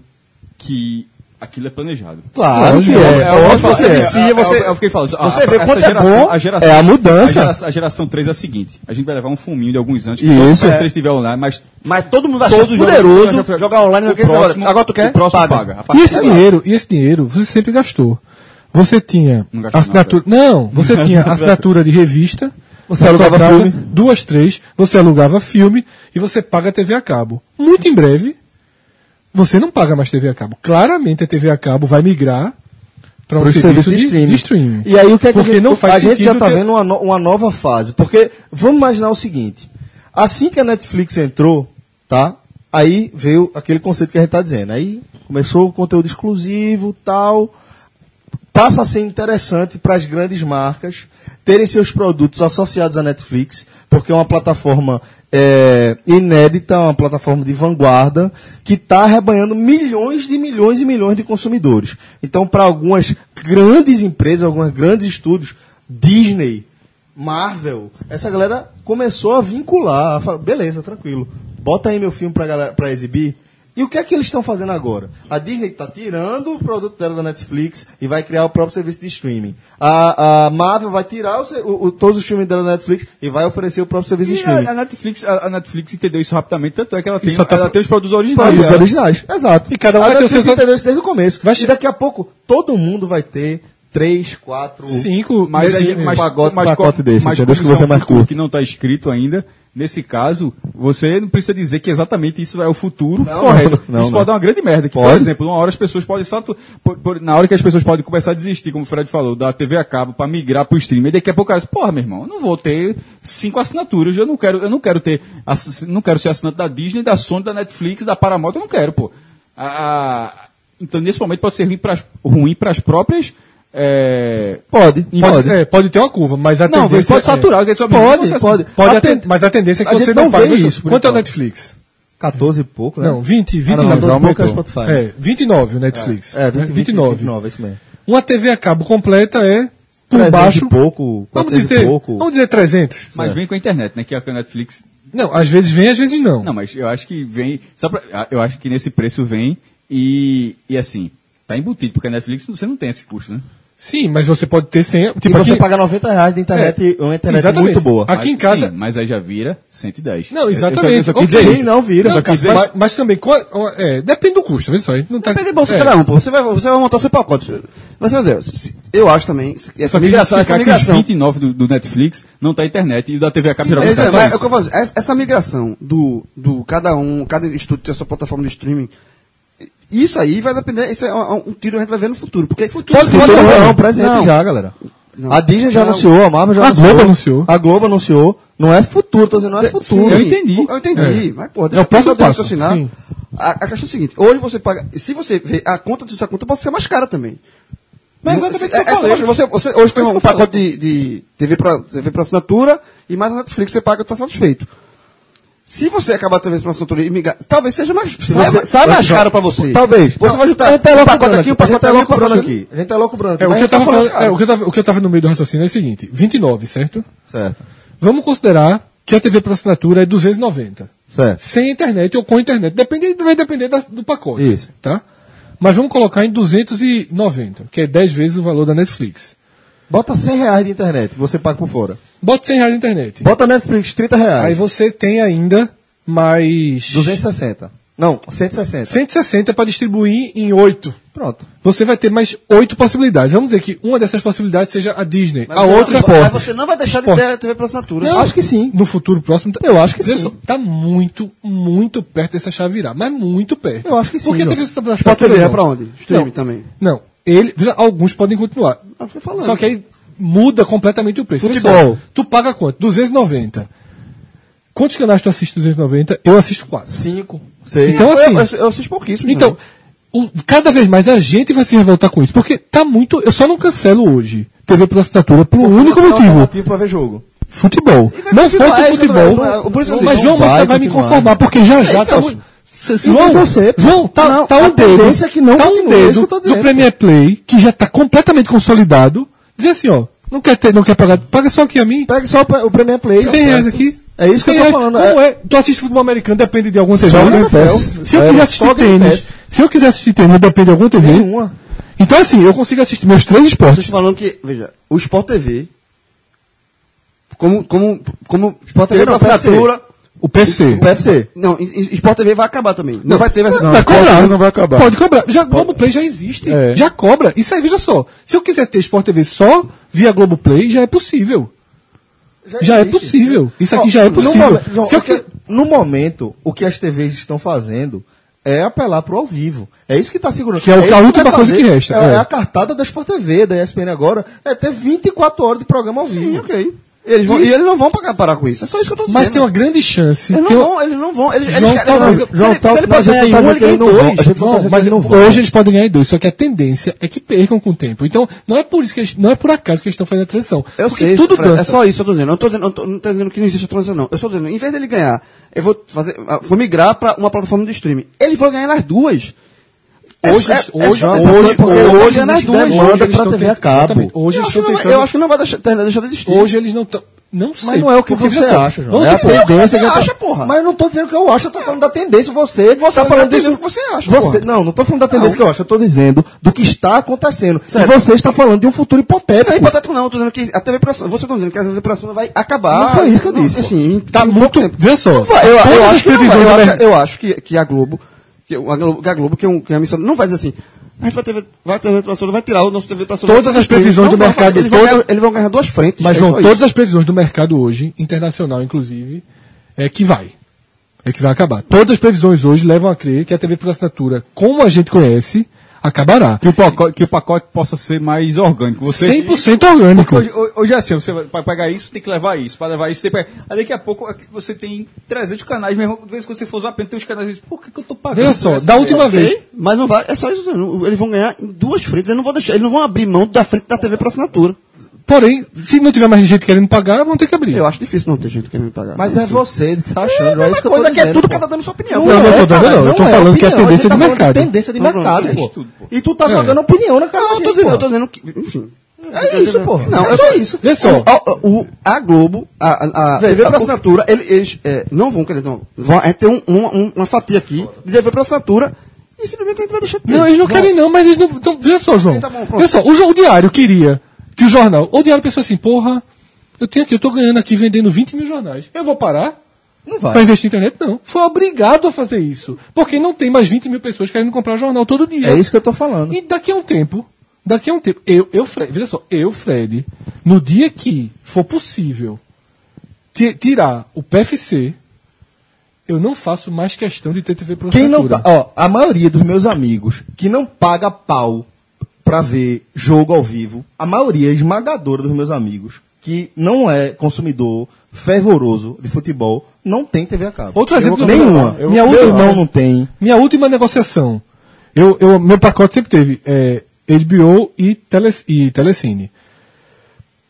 [SPEAKER 6] que aquilo é planejado.
[SPEAKER 2] Claro que
[SPEAKER 5] Lógico,
[SPEAKER 2] é,
[SPEAKER 6] É,
[SPEAKER 2] é
[SPEAKER 6] eu
[SPEAKER 2] óbvio
[SPEAKER 6] falo-
[SPEAKER 2] que é.
[SPEAKER 3] vicia,
[SPEAKER 6] é, é,
[SPEAKER 3] você-
[SPEAKER 6] é, eu fiquei falando.
[SPEAKER 2] você vê quanto é bom, é a mudança.
[SPEAKER 6] A geração, a geração 3 é a seguinte: a gente vai levar um fuminho de alguns anos.
[SPEAKER 2] Isso.
[SPEAKER 6] Os 3 tiver online, mas
[SPEAKER 3] Mas todo mundo achou
[SPEAKER 6] todos os
[SPEAKER 3] poderoso
[SPEAKER 6] jogos-
[SPEAKER 3] jogar online
[SPEAKER 6] o
[SPEAKER 3] naquele
[SPEAKER 6] próximo,
[SPEAKER 3] agora. Agora tu quer?
[SPEAKER 6] O próximo paga. A
[SPEAKER 5] E
[SPEAKER 6] partir
[SPEAKER 5] esse
[SPEAKER 6] da-
[SPEAKER 5] dinheiro, e esse dinheiro, você sempre gastou. Você tinha
[SPEAKER 6] Não gastou
[SPEAKER 5] assinatura. Não, você tinha assinatura de revista.
[SPEAKER 2] Você
[SPEAKER 5] na sua
[SPEAKER 2] alugava filme.
[SPEAKER 5] Duas, três. Você alugava filme e você paga a TV a cabo. Muito em breve, você não paga mais TV a cabo. Claramente a TV a cabo vai migrar para um
[SPEAKER 2] Pro serviço
[SPEAKER 5] serviço de, de streaming.
[SPEAKER 2] E aí o que é que
[SPEAKER 5] Porque
[SPEAKER 2] a gente,
[SPEAKER 5] não faz
[SPEAKER 2] a gente já
[SPEAKER 5] sentido
[SPEAKER 2] está
[SPEAKER 5] ter-
[SPEAKER 2] vendo uma, no- uma nova fase. Porque vamos imaginar o seguinte: assim que a Netflix entrou, tá? Aí veio aquele conceito que a gente está dizendo. Aí começou o conteúdo exclusivo, tal. Passa a ser interessante para as grandes marcas terem seus produtos associados à Netflix, porque é uma plataforma é, inédita, uma plataforma de vanguarda, que está arrebanhando milhões de milhões e milhões de consumidores. Então, para algumas grandes empresas, alguns grandes estúdios, Disney, Marvel, essa galera começou a vincular, a falar, beleza, tranquilo, bota aí meu filme pra, galera, pra exibir. E o que é que eles estão fazendo agora? A Disney está tirando o produto dela da Netflix e vai criar o próprio serviço de streaming. A, a Marvel vai tirar o se- o- o- todos os filmes dela da Netflix e vai oferecer o próprio serviço de
[SPEAKER 6] E
[SPEAKER 2] streaming.
[SPEAKER 6] a, a Netflix, a, a Netflix entendeu isso rapidamente, tanto é que ela tem,
[SPEAKER 5] só tá-
[SPEAKER 6] ela tem os produtos originais.
[SPEAKER 2] Produtos
[SPEAKER 6] dela.
[SPEAKER 2] originais, exato.
[SPEAKER 5] E cada um
[SPEAKER 2] a
[SPEAKER 5] vai ter o
[SPEAKER 2] Netflix
[SPEAKER 5] seu-
[SPEAKER 2] entendeu isso desde o começo. e daqui a pouco todo mundo vai ter três, quatro...
[SPEAKER 5] Cinco,
[SPEAKER 6] Mas,
[SPEAKER 2] Nesse
[SPEAKER 6] a gente- mas,
[SPEAKER 2] pacote-
[SPEAKER 6] mas
[SPEAKER 2] pacote
[SPEAKER 6] co-
[SPEAKER 2] desse,
[SPEAKER 6] mas
[SPEAKER 2] entendeu? Acho que
[SPEAKER 6] como
[SPEAKER 2] você
[SPEAKER 6] isso é um
[SPEAKER 2] marcou.
[SPEAKER 6] futuro Que não está escrito ainda. Nesse caso, você não precisa dizer que exatamente isso é o futuro
[SPEAKER 2] Não,
[SPEAKER 6] correto.
[SPEAKER 2] não, não,
[SPEAKER 6] isso
[SPEAKER 2] não.
[SPEAKER 6] pode dar uma grande merda. Que, por
[SPEAKER 2] Pode.
[SPEAKER 6] exemplo, uma hora as pessoas podem satu... por- por- na hora que as pessoas podem começar a desistir, como o Fred falou, da TV a cabo para migrar para o streaming, e daqui a pouco o cara diz, porra, meu irmão, eu não vou ter cinco assinaturas, eu não quero, eu não quero ter, ass- não quero ser assinante da Disney, da Sony, da Netflix, da Paramount, eu não quero, pô. A- a- Então, nesse momento pode ser ruim para as ruim pras próprias eh,
[SPEAKER 2] Pode, pode.
[SPEAKER 5] É, pode ter uma curva, mas a
[SPEAKER 6] não,
[SPEAKER 5] tendência.
[SPEAKER 6] mas pode saturar,
[SPEAKER 5] é,
[SPEAKER 6] que esse
[SPEAKER 2] Pode,
[SPEAKER 6] não
[SPEAKER 2] pode.
[SPEAKER 5] pode
[SPEAKER 2] A
[SPEAKER 5] a ten-
[SPEAKER 2] ten-
[SPEAKER 5] Mas a tendência é que
[SPEAKER 2] a
[SPEAKER 5] você
[SPEAKER 2] gente
[SPEAKER 5] não
[SPEAKER 2] não
[SPEAKER 5] pague.
[SPEAKER 2] vê
[SPEAKER 5] isso.
[SPEAKER 2] isso, por
[SPEAKER 5] Quanto é o
[SPEAKER 2] enquanto.
[SPEAKER 5] Netflix?
[SPEAKER 2] 14 e pouco, né?
[SPEAKER 5] Não, 20,
[SPEAKER 2] Ah,
[SPEAKER 5] 29.
[SPEAKER 2] não, 14 e pouco é o
[SPEAKER 4] aumentou.
[SPEAKER 2] Spotify.
[SPEAKER 5] É, 29 o Netflix.
[SPEAKER 2] É, 20,
[SPEAKER 5] Né?
[SPEAKER 2] 29.
[SPEAKER 5] 29.
[SPEAKER 2] 29, é isso mesmo.
[SPEAKER 5] Uma TV a cabo completa é por
[SPEAKER 2] 300
[SPEAKER 5] baixo.
[SPEAKER 2] e pouco,
[SPEAKER 5] vamos
[SPEAKER 2] 400
[SPEAKER 5] dizer,
[SPEAKER 2] e pouco.
[SPEAKER 5] Vamos dizer 300.
[SPEAKER 3] É.
[SPEAKER 6] Mas vem com a internet, né? Que a Netflix.
[SPEAKER 5] Não, às vezes vem, às vezes não.
[SPEAKER 6] Não, mas eu acho que vem. Só pra, ah, eu acho que nesse preço vem e, e assim, tá embutido, porque a Netflix você não tem esse custo, né?
[SPEAKER 5] Sim, mas você pode ter sem. Tipo,
[SPEAKER 2] e você
[SPEAKER 3] assim,
[SPEAKER 5] aqui-
[SPEAKER 2] paga 90 reais de internet,
[SPEAKER 3] é,
[SPEAKER 2] uma internet
[SPEAKER 5] exatamente.
[SPEAKER 2] muito boa.
[SPEAKER 5] Aqui em
[SPEAKER 6] Mas-
[SPEAKER 5] casa-
[SPEAKER 6] Sim, mas aí já vira 110.
[SPEAKER 5] Não,
[SPEAKER 6] Eu- Eu,
[SPEAKER 5] exatamente.
[SPEAKER 6] só- eu só quis dizer
[SPEAKER 5] Ok,
[SPEAKER 6] isso.
[SPEAKER 2] não vira.
[SPEAKER 6] Eu só
[SPEAKER 5] Não, cara,
[SPEAKER 6] quis dizer
[SPEAKER 5] mas,
[SPEAKER 6] isso.
[SPEAKER 5] mas também, qua- é, depende do custo, vê só. A gente não tá,
[SPEAKER 3] Depende do bolso de
[SPEAKER 5] é,
[SPEAKER 3] cada um, pô. Você vai, você vai montar seu pacote. Você vai fazer. se- Eu acho também. se- Essa
[SPEAKER 6] Só quis
[SPEAKER 3] migração, essa
[SPEAKER 6] justificar que os
[SPEAKER 3] migração.
[SPEAKER 6] 29 do, do Netflix não tá internet e o da TV a cabo
[SPEAKER 3] É,
[SPEAKER 6] geralmente tá
[SPEAKER 3] isso,
[SPEAKER 6] só
[SPEAKER 3] mas é o
[SPEAKER 6] isso.
[SPEAKER 3] que eu falo, é- essa migração do, do cada um, cada instituto tem a sua plataforma de streaming. Isso aí vai depender, isso é um, um tiro que a gente vai ver no futuro. Porque futuro,
[SPEAKER 2] Pode, pode, não, não, presente já, galera.
[SPEAKER 3] Não.
[SPEAKER 2] A Disney já
[SPEAKER 3] Não.
[SPEAKER 2] anunciou, a Marvel já
[SPEAKER 5] A
[SPEAKER 2] anunciou.
[SPEAKER 5] Globo anunciou. Ah,
[SPEAKER 2] A Globo anunciou. Não é futuro, tô dizendo, não é futuro.
[SPEAKER 6] eu entendi.
[SPEAKER 3] Eu entendi, mas pô,
[SPEAKER 5] É
[SPEAKER 3] deixa
[SPEAKER 5] o próximo
[SPEAKER 3] eu poder
[SPEAKER 5] passo,
[SPEAKER 3] raciocinar.
[SPEAKER 5] sim.
[SPEAKER 3] A, a questão é a seguinte, hoje você paga, e se você vê, a conta da sua conta pode ser mais cara também.
[SPEAKER 6] Mas
[SPEAKER 3] Não-
[SPEAKER 6] exatamente
[SPEAKER 3] é-
[SPEAKER 6] o que eu
[SPEAKER 3] é só
[SPEAKER 6] falei.
[SPEAKER 3] mais- você, você hoje tem
[SPEAKER 6] Isso que
[SPEAKER 3] um
[SPEAKER 6] eu falei.
[SPEAKER 3] pacote de, de TV para TV pra assinatura e mais a Netflix você paga e está satisfeito. Se você acabar talvez pela assinatura e migrar, talvez seja mais, saia-
[SPEAKER 2] você-
[SPEAKER 3] saia mais
[SPEAKER 2] eu-
[SPEAKER 3] caro para você.
[SPEAKER 2] Talvez.
[SPEAKER 3] Você vai juntar
[SPEAKER 2] A gente tá louco
[SPEAKER 3] um pacote aqui, um
[SPEAKER 2] branco A gente
[SPEAKER 3] pacote
[SPEAKER 2] tá
[SPEAKER 3] ali, um
[SPEAKER 2] louco
[SPEAKER 3] pacote
[SPEAKER 2] branco
[SPEAKER 3] ali.
[SPEAKER 2] aqui. A gente tá louco branco.
[SPEAKER 5] É, o,
[SPEAKER 2] mas
[SPEAKER 5] que eu
[SPEAKER 2] a gente
[SPEAKER 5] tava
[SPEAKER 2] tá
[SPEAKER 5] falando,
[SPEAKER 2] falando,
[SPEAKER 5] é, o, que eu tava, o que eu tava no meio do raciocínio é o seguinte: 29, certo?
[SPEAKER 2] Certo,
[SPEAKER 5] Vamos considerar que a TV por assinatura é 290.
[SPEAKER 2] certo.
[SPEAKER 5] Sem internet ou com internet. Depende, vai depender da- do pacote.
[SPEAKER 2] Isso.
[SPEAKER 5] Tá? Mas vamos colocar em 290, que é 10 vezes o valor da Netflix.
[SPEAKER 2] Bota 100 reais de internet, você paga por fora.
[SPEAKER 5] Bota 100 reais na internet.
[SPEAKER 2] Bota Netflix, 30 reais.
[SPEAKER 5] Aí você tem ainda mais.
[SPEAKER 2] 260. Não, 160.
[SPEAKER 5] 160 para é distribuir em 8.
[SPEAKER 2] Pronto.
[SPEAKER 5] Você vai ter mais 8 possibilidades. Vamos dizer que uma dessas possibilidades seja a Disney,
[SPEAKER 3] Mas
[SPEAKER 5] a
[SPEAKER 3] você
[SPEAKER 5] outra
[SPEAKER 3] não,
[SPEAKER 5] esporte.
[SPEAKER 3] Mas você não vai deixar
[SPEAKER 5] Esporte.
[SPEAKER 3] de ter a TV para assinatura.
[SPEAKER 5] Não,
[SPEAKER 2] Acho que sim.
[SPEAKER 5] No futuro próximo, tá-
[SPEAKER 2] Eu acho que
[SPEAKER 5] Vê
[SPEAKER 2] sim.
[SPEAKER 5] só, tá muito, muito perto dessa chave virar, mas muito perto.
[SPEAKER 2] Eu acho que sim,
[SPEAKER 5] Porque
[SPEAKER 2] João.
[SPEAKER 5] teve essa
[SPEAKER 3] Sport
[SPEAKER 5] assinatura,
[SPEAKER 3] TV é
[SPEAKER 5] não.
[SPEAKER 3] para onde? Streaming
[SPEAKER 5] Não.
[SPEAKER 3] também.
[SPEAKER 5] Não, ele, veja, alguns podem continuar.
[SPEAKER 3] Ah, tô falando.
[SPEAKER 5] Só que aí muda completamente o preço. Vê
[SPEAKER 2] Futebol.
[SPEAKER 5] só, Tu paga quanto? 290. Quantos canais tu assiste 290? Eu assisto quase.
[SPEAKER 2] 5, 6.
[SPEAKER 5] Então, assim,
[SPEAKER 3] eu, eu, eu assisto pouquíssimo.
[SPEAKER 5] Então, o- cada vez mais a gente vai se revoltar com isso. Porque tá muito. Eu só não cancelo hoje TV pela assinatura por um único motivo:
[SPEAKER 2] Tipo pra ver jogo.
[SPEAKER 5] futebol.
[SPEAKER 3] vai
[SPEAKER 5] Não
[SPEAKER 3] continuar,
[SPEAKER 5] fosse
[SPEAKER 3] é isso que eu tô
[SPEAKER 5] futebol.
[SPEAKER 3] falando, é, por isso que eu
[SPEAKER 5] Mas
[SPEAKER 3] digo,
[SPEAKER 5] João
[SPEAKER 2] vai
[SPEAKER 5] Mosca vai me
[SPEAKER 2] continuar.
[SPEAKER 5] conformar, porque já
[SPEAKER 2] Sei,
[SPEAKER 5] já tá.
[SPEAKER 2] Celso.
[SPEAKER 5] João,
[SPEAKER 2] tem você, pô.
[SPEAKER 5] João, tá,
[SPEAKER 2] Não,
[SPEAKER 5] tá
[SPEAKER 2] a
[SPEAKER 5] um dedo.
[SPEAKER 2] tendência é que não
[SPEAKER 5] tá um
[SPEAKER 2] continue, é isso
[SPEAKER 5] dedo
[SPEAKER 2] que eu tô
[SPEAKER 5] do
[SPEAKER 2] dizendo.
[SPEAKER 5] Premier Play, que já tá completamente consolidado, dizer assim, ó, não quer ter, não quer pagar, paga só aqui a mim,
[SPEAKER 2] Pega só o Premier Play.
[SPEAKER 5] 100 reais aqui.
[SPEAKER 2] É isso que eu
[SPEAKER 5] 100
[SPEAKER 2] tô
[SPEAKER 5] reais.
[SPEAKER 2] falando,
[SPEAKER 5] Como é? Tu assiste futebol americano, depende de alguma
[SPEAKER 2] Só
[SPEAKER 5] TV.
[SPEAKER 2] no
[SPEAKER 5] né?
[SPEAKER 2] NFL.
[SPEAKER 5] Se eu
[SPEAKER 2] É,
[SPEAKER 5] quiser
[SPEAKER 2] só
[SPEAKER 5] assistir
[SPEAKER 2] no
[SPEAKER 5] tênis,
[SPEAKER 2] PS.
[SPEAKER 5] se eu quiser assistir tênis, depende de alguma TV.
[SPEAKER 2] Nenhuma.
[SPEAKER 5] Então assim, eu consigo assistir meus três
[SPEAKER 3] Vocês
[SPEAKER 5] esportes.
[SPEAKER 3] falando que, veja, o Sport TV, como, como, como Sport TV
[SPEAKER 2] TV
[SPEAKER 3] pra
[SPEAKER 2] não, PFC.
[SPEAKER 3] assinatura,
[SPEAKER 5] O PC.
[SPEAKER 2] O PFC.
[SPEAKER 3] não, e- e Sport TV vai acabar também. Não, vai ter, vai ser-
[SPEAKER 5] Não,
[SPEAKER 4] Não,
[SPEAKER 5] vai cobrar.
[SPEAKER 4] não vai acabar.
[SPEAKER 5] Pode cobrar. Já Globoplay já existe.
[SPEAKER 4] É.
[SPEAKER 5] Já cobra. Isso aí, veja só. Se eu quiser ter Sport TV só via Globoplay, já é possível. Já, é
[SPEAKER 2] existe.
[SPEAKER 5] possível. Isso aqui
[SPEAKER 2] Ó,
[SPEAKER 5] já é
[SPEAKER 2] No,
[SPEAKER 5] possível.
[SPEAKER 2] momen- João,
[SPEAKER 5] Se eu
[SPEAKER 2] o que-
[SPEAKER 5] que-
[SPEAKER 2] no momento, o que as TVs estão fazendo é apelar pro ao vivo. É isso que está segurando.
[SPEAKER 5] Que é o-
[SPEAKER 2] isso
[SPEAKER 5] a última
[SPEAKER 2] vai
[SPEAKER 5] coisa
[SPEAKER 2] fazer.
[SPEAKER 5] que resta,
[SPEAKER 2] É,
[SPEAKER 5] é.
[SPEAKER 2] é a cartada da Sport TV, da ESPN agora, é ter 24 horas de programa ao vivo.
[SPEAKER 3] Sim, ok. E eles, vão,
[SPEAKER 2] Isso.
[SPEAKER 3] e eles não vão pagar, parar com isso. É só isso que eu tô dizendo.
[SPEAKER 5] Mas tem uma grande chance.
[SPEAKER 3] Eles não
[SPEAKER 5] tem uma-
[SPEAKER 3] vão, eles não vão. Eles,
[SPEAKER 5] João,
[SPEAKER 3] eles,
[SPEAKER 5] tá-
[SPEAKER 3] eles,
[SPEAKER 2] João,
[SPEAKER 3] se, ele- se ele
[SPEAKER 2] tá- mas
[SPEAKER 3] pode
[SPEAKER 2] a
[SPEAKER 3] ganhar
[SPEAKER 2] gente
[SPEAKER 3] em
[SPEAKER 2] tá
[SPEAKER 3] um,
[SPEAKER 2] dizendo
[SPEAKER 3] ele
[SPEAKER 2] que
[SPEAKER 3] ganha em
[SPEAKER 2] eles não vão.
[SPEAKER 3] dois.
[SPEAKER 2] A gente não tá
[SPEAKER 5] Bom,
[SPEAKER 2] dizendo
[SPEAKER 5] mas
[SPEAKER 2] que não vão.
[SPEAKER 5] hoje eles podem ganhar em dois, só que a tendência é que percam com o tempo. Então, não é por isso que eles, não é por acaso que eles estão fazendo a transição.
[SPEAKER 3] Eu
[SPEAKER 5] Porque
[SPEAKER 3] sei,
[SPEAKER 5] tudo
[SPEAKER 3] Fred,
[SPEAKER 5] dança.
[SPEAKER 3] é só isso que eu tô dizendo. Eu tô dizendo- eu tô- não tô dizendo que não existe a transição, não. Eu tô dizendo, em vez dele ganhar, eu vou, fazer, ah, vou migrar pra uma plataforma de streaming. Ele vai ganhar nas duas. É-
[SPEAKER 5] Hoje,
[SPEAKER 3] é- é-
[SPEAKER 5] hoje,
[SPEAKER 3] é-
[SPEAKER 5] hoje,
[SPEAKER 3] porque
[SPEAKER 5] hoje,
[SPEAKER 3] é hoje
[SPEAKER 5] eles
[SPEAKER 3] nas
[SPEAKER 5] estão
[SPEAKER 3] duas.
[SPEAKER 5] tentando-
[SPEAKER 2] demanda pra
[SPEAKER 5] eles estão
[SPEAKER 2] TV a
[SPEAKER 5] tentando-
[SPEAKER 2] cabo.
[SPEAKER 5] exatamente. Hoje
[SPEAKER 3] eu,
[SPEAKER 5] eles
[SPEAKER 3] acho que
[SPEAKER 5] estão
[SPEAKER 3] não vai-
[SPEAKER 5] tentando.
[SPEAKER 3] eu acho que não vai deixar, deixar de existir.
[SPEAKER 5] Hoje eles não estão. Não sei.
[SPEAKER 2] Mas não é o que
[SPEAKER 5] Porque
[SPEAKER 2] você
[SPEAKER 5] veja só,
[SPEAKER 2] acha, João.
[SPEAKER 5] vamos
[SPEAKER 2] é a
[SPEAKER 5] supor-
[SPEAKER 2] tendência que eu tô-
[SPEAKER 6] acha, porra.
[SPEAKER 2] Mas eu não tô dizendo que eu acho, eu tô falando da tendência. Você, você
[SPEAKER 6] Tá falando
[SPEAKER 2] disso-
[SPEAKER 6] disso que você acha,
[SPEAKER 2] Você,
[SPEAKER 6] porra.
[SPEAKER 2] não, não tô falando da tendência que eu acho, eu tô dizendo do que está acontecendo. E você está falando de um futuro
[SPEAKER 6] Não é
[SPEAKER 2] hipotético.
[SPEAKER 6] hipotético, não. Eu tô dizendo que a TV por assinatura. Você tá dizendo que a TV por assinatura vai acabar.
[SPEAKER 2] Não foi isso que eu disse, pô.
[SPEAKER 6] Assim,
[SPEAKER 2] Tá
[SPEAKER 6] em
[SPEAKER 2] muito-
[SPEAKER 6] pouco tempo.
[SPEAKER 2] vê só.
[SPEAKER 6] Não vai, Eu, eu
[SPEAKER 2] Todos os
[SPEAKER 6] acho que não vai. eu,
[SPEAKER 2] previsões do
[SPEAKER 6] acho, eu acho que, que a Globo, que o- a Globo, que, a Globo, que, é um, que é uma missão, não vai dizer assim. A gente vai TV, vai TV por assinatura, vai tirar o nosso TV por assinatura.
[SPEAKER 5] Todas as previsões
[SPEAKER 6] Não
[SPEAKER 5] do
[SPEAKER 6] vai
[SPEAKER 5] mercado,
[SPEAKER 6] fazer, Eles, vão
[SPEAKER 5] todas-
[SPEAKER 6] ganhar, eles vão ganhar duas frentes.
[SPEAKER 5] Mas,
[SPEAKER 6] é
[SPEAKER 5] João,
[SPEAKER 6] só
[SPEAKER 5] todas
[SPEAKER 6] isso.
[SPEAKER 5] as previsões do mercado hoje, internacional inclusive, é que vai. É que vai acabar. Todas as previsões hoje levam a crer que a TV por assinatura, como a gente conhece, acabará.
[SPEAKER 7] Que o, pacote, que o pacote possa ser mais orgânico. Você,
[SPEAKER 5] 100% orgânico.
[SPEAKER 7] Hoje, hoje é assim, você vai pegar isso, tem que levar isso, para levar isso, tem que pegar... Aí daqui a pouco aqui você tem 300 canais, mesmo de vez em quando você for usar, tem os canais, diz, por que, que eu tô pagando?
[SPEAKER 5] Veja só,
[SPEAKER 7] por essa
[SPEAKER 5] da última
[SPEAKER 7] merda?
[SPEAKER 5] vez.
[SPEAKER 6] Ok, Mas não vai. É só isso. não. Eles vão ganhar em duas frentes. Eles não vão deixar. Eles não vão abrir mão da frente da TV por assinatura.
[SPEAKER 5] Porém, se não tiver mais gente querendo pagar, vão ter que abrir.
[SPEAKER 6] Eu acho difícil não ter gente querendo pagar.
[SPEAKER 2] Mas é você que tá achando, é, isso que eu tô
[SPEAKER 6] coisa que é
[SPEAKER 2] dizendo,
[SPEAKER 6] tudo
[SPEAKER 2] pô.
[SPEAKER 6] cada dando sua opinião.
[SPEAKER 5] Não, não tô dando,
[SPEAKER 2] cara,
[SPEAKER 5] não. Eu tô falando que é
[SPEAKER 2] opinião,
[SPEAKER 5] tendência
[SPEAKER 2] você tá
[SPEAKER 5] de
[SPEAKER 2] falando
[SPEAKER 5] mercado.
[SPEAKER 2] tendência de
[SPEAKER 6] Não, não,
[SPEAKER 2] mercado,
[SPEAKER 6] não,
[SPEAKER 2] pô.
[SPEAKER 7] isso tudo, pô.
[SPEAKER 2] E tu tá
[SPEAKER 5] É.
[SPEAKER 2] jogando opinião na cara
[SPEAKER 6] Não,
[SPEAKER 2] da
[SPEAKER 6] eu
[SPEAKER 2] gente,
[SPEAKER 6] tô dizendo,
[SPEAKER 2] pô.
[SPEAKER 6] eu tô dizendo que. Enfim.
[SPEAKER 2] É isso, pô.
[SPEAKER 6] Não,
[SPEAKER 2] é só isso.
[SPEAKER 5] Vê só.
[SPEAKER 6] O, o- a Globo, a, a, a
[SPEAKER 2] Vê,
[SPEAKER 6] TV
[SPEAKER 2] a-
[SPEAKER 6] pra assinatura, ele- eles é, não vão querer. Não, vão, é ter um, um- uma fatia aqui de TV pra assinatura e simplesmente a gente vai deixar.
[SPEAKER 5] Não, eles não querem não, mas eles não. Então, veja só, João.
[SPEAKER 6] Tá bom, pronto.
[SPEAKER 5] veja só, o, João, o diário queria que o jornal. O diário pensou assim, porra, eu tenho aqui, eu tô ganhando aqui vendendo 20 mil jornais. Eu vou parar?
[SPEAKER 2] Não
[SPEAKER 5] Pra
[SPEAKER 2] vai.
[SPEAKER 5] investir em internet, não. Foi obrigado a fazer isso. Porque não tem mais 20 mil pessoas querendo comprar jornal todo dia.
[SPEAKER 2] É isso que eu tô falando.
[SPEAKER 5] E daqui a um tempo, daqui a um tempo, eu, eu Fred, veja só, eu, Fred, no dia que for possível ti- tirar o PFC, eu não faço mais questão de ter TV por
[SPEAKER 2] Quem não
[SPEAKER 5] assinatura.
[SPEAKER 2] pa- ó, a maioria dos meus amigos que não paga pau pra ver jogo ao vivo, a maioria é esmagadora dos meus amigos que não é consumidor fervoroso de futebol, não tem TV a cabo.
[SPEAKER 5] Outro exemplo que eu vou
[SPEAKER 2] nenhuma.
[SPEAKER 5] dar. Eu-
[SPEAKER 2] Minha
[SPEAKER 5] eu-
[SPEAKER 2] outra
[SPEAKER 5] eu-
[SPEAKER 2] irmão não tem.
[SPEAKER 5] Minha última negociação, eu, eu- meu pacote sempre teve é, HBO e, tele, e Telecine.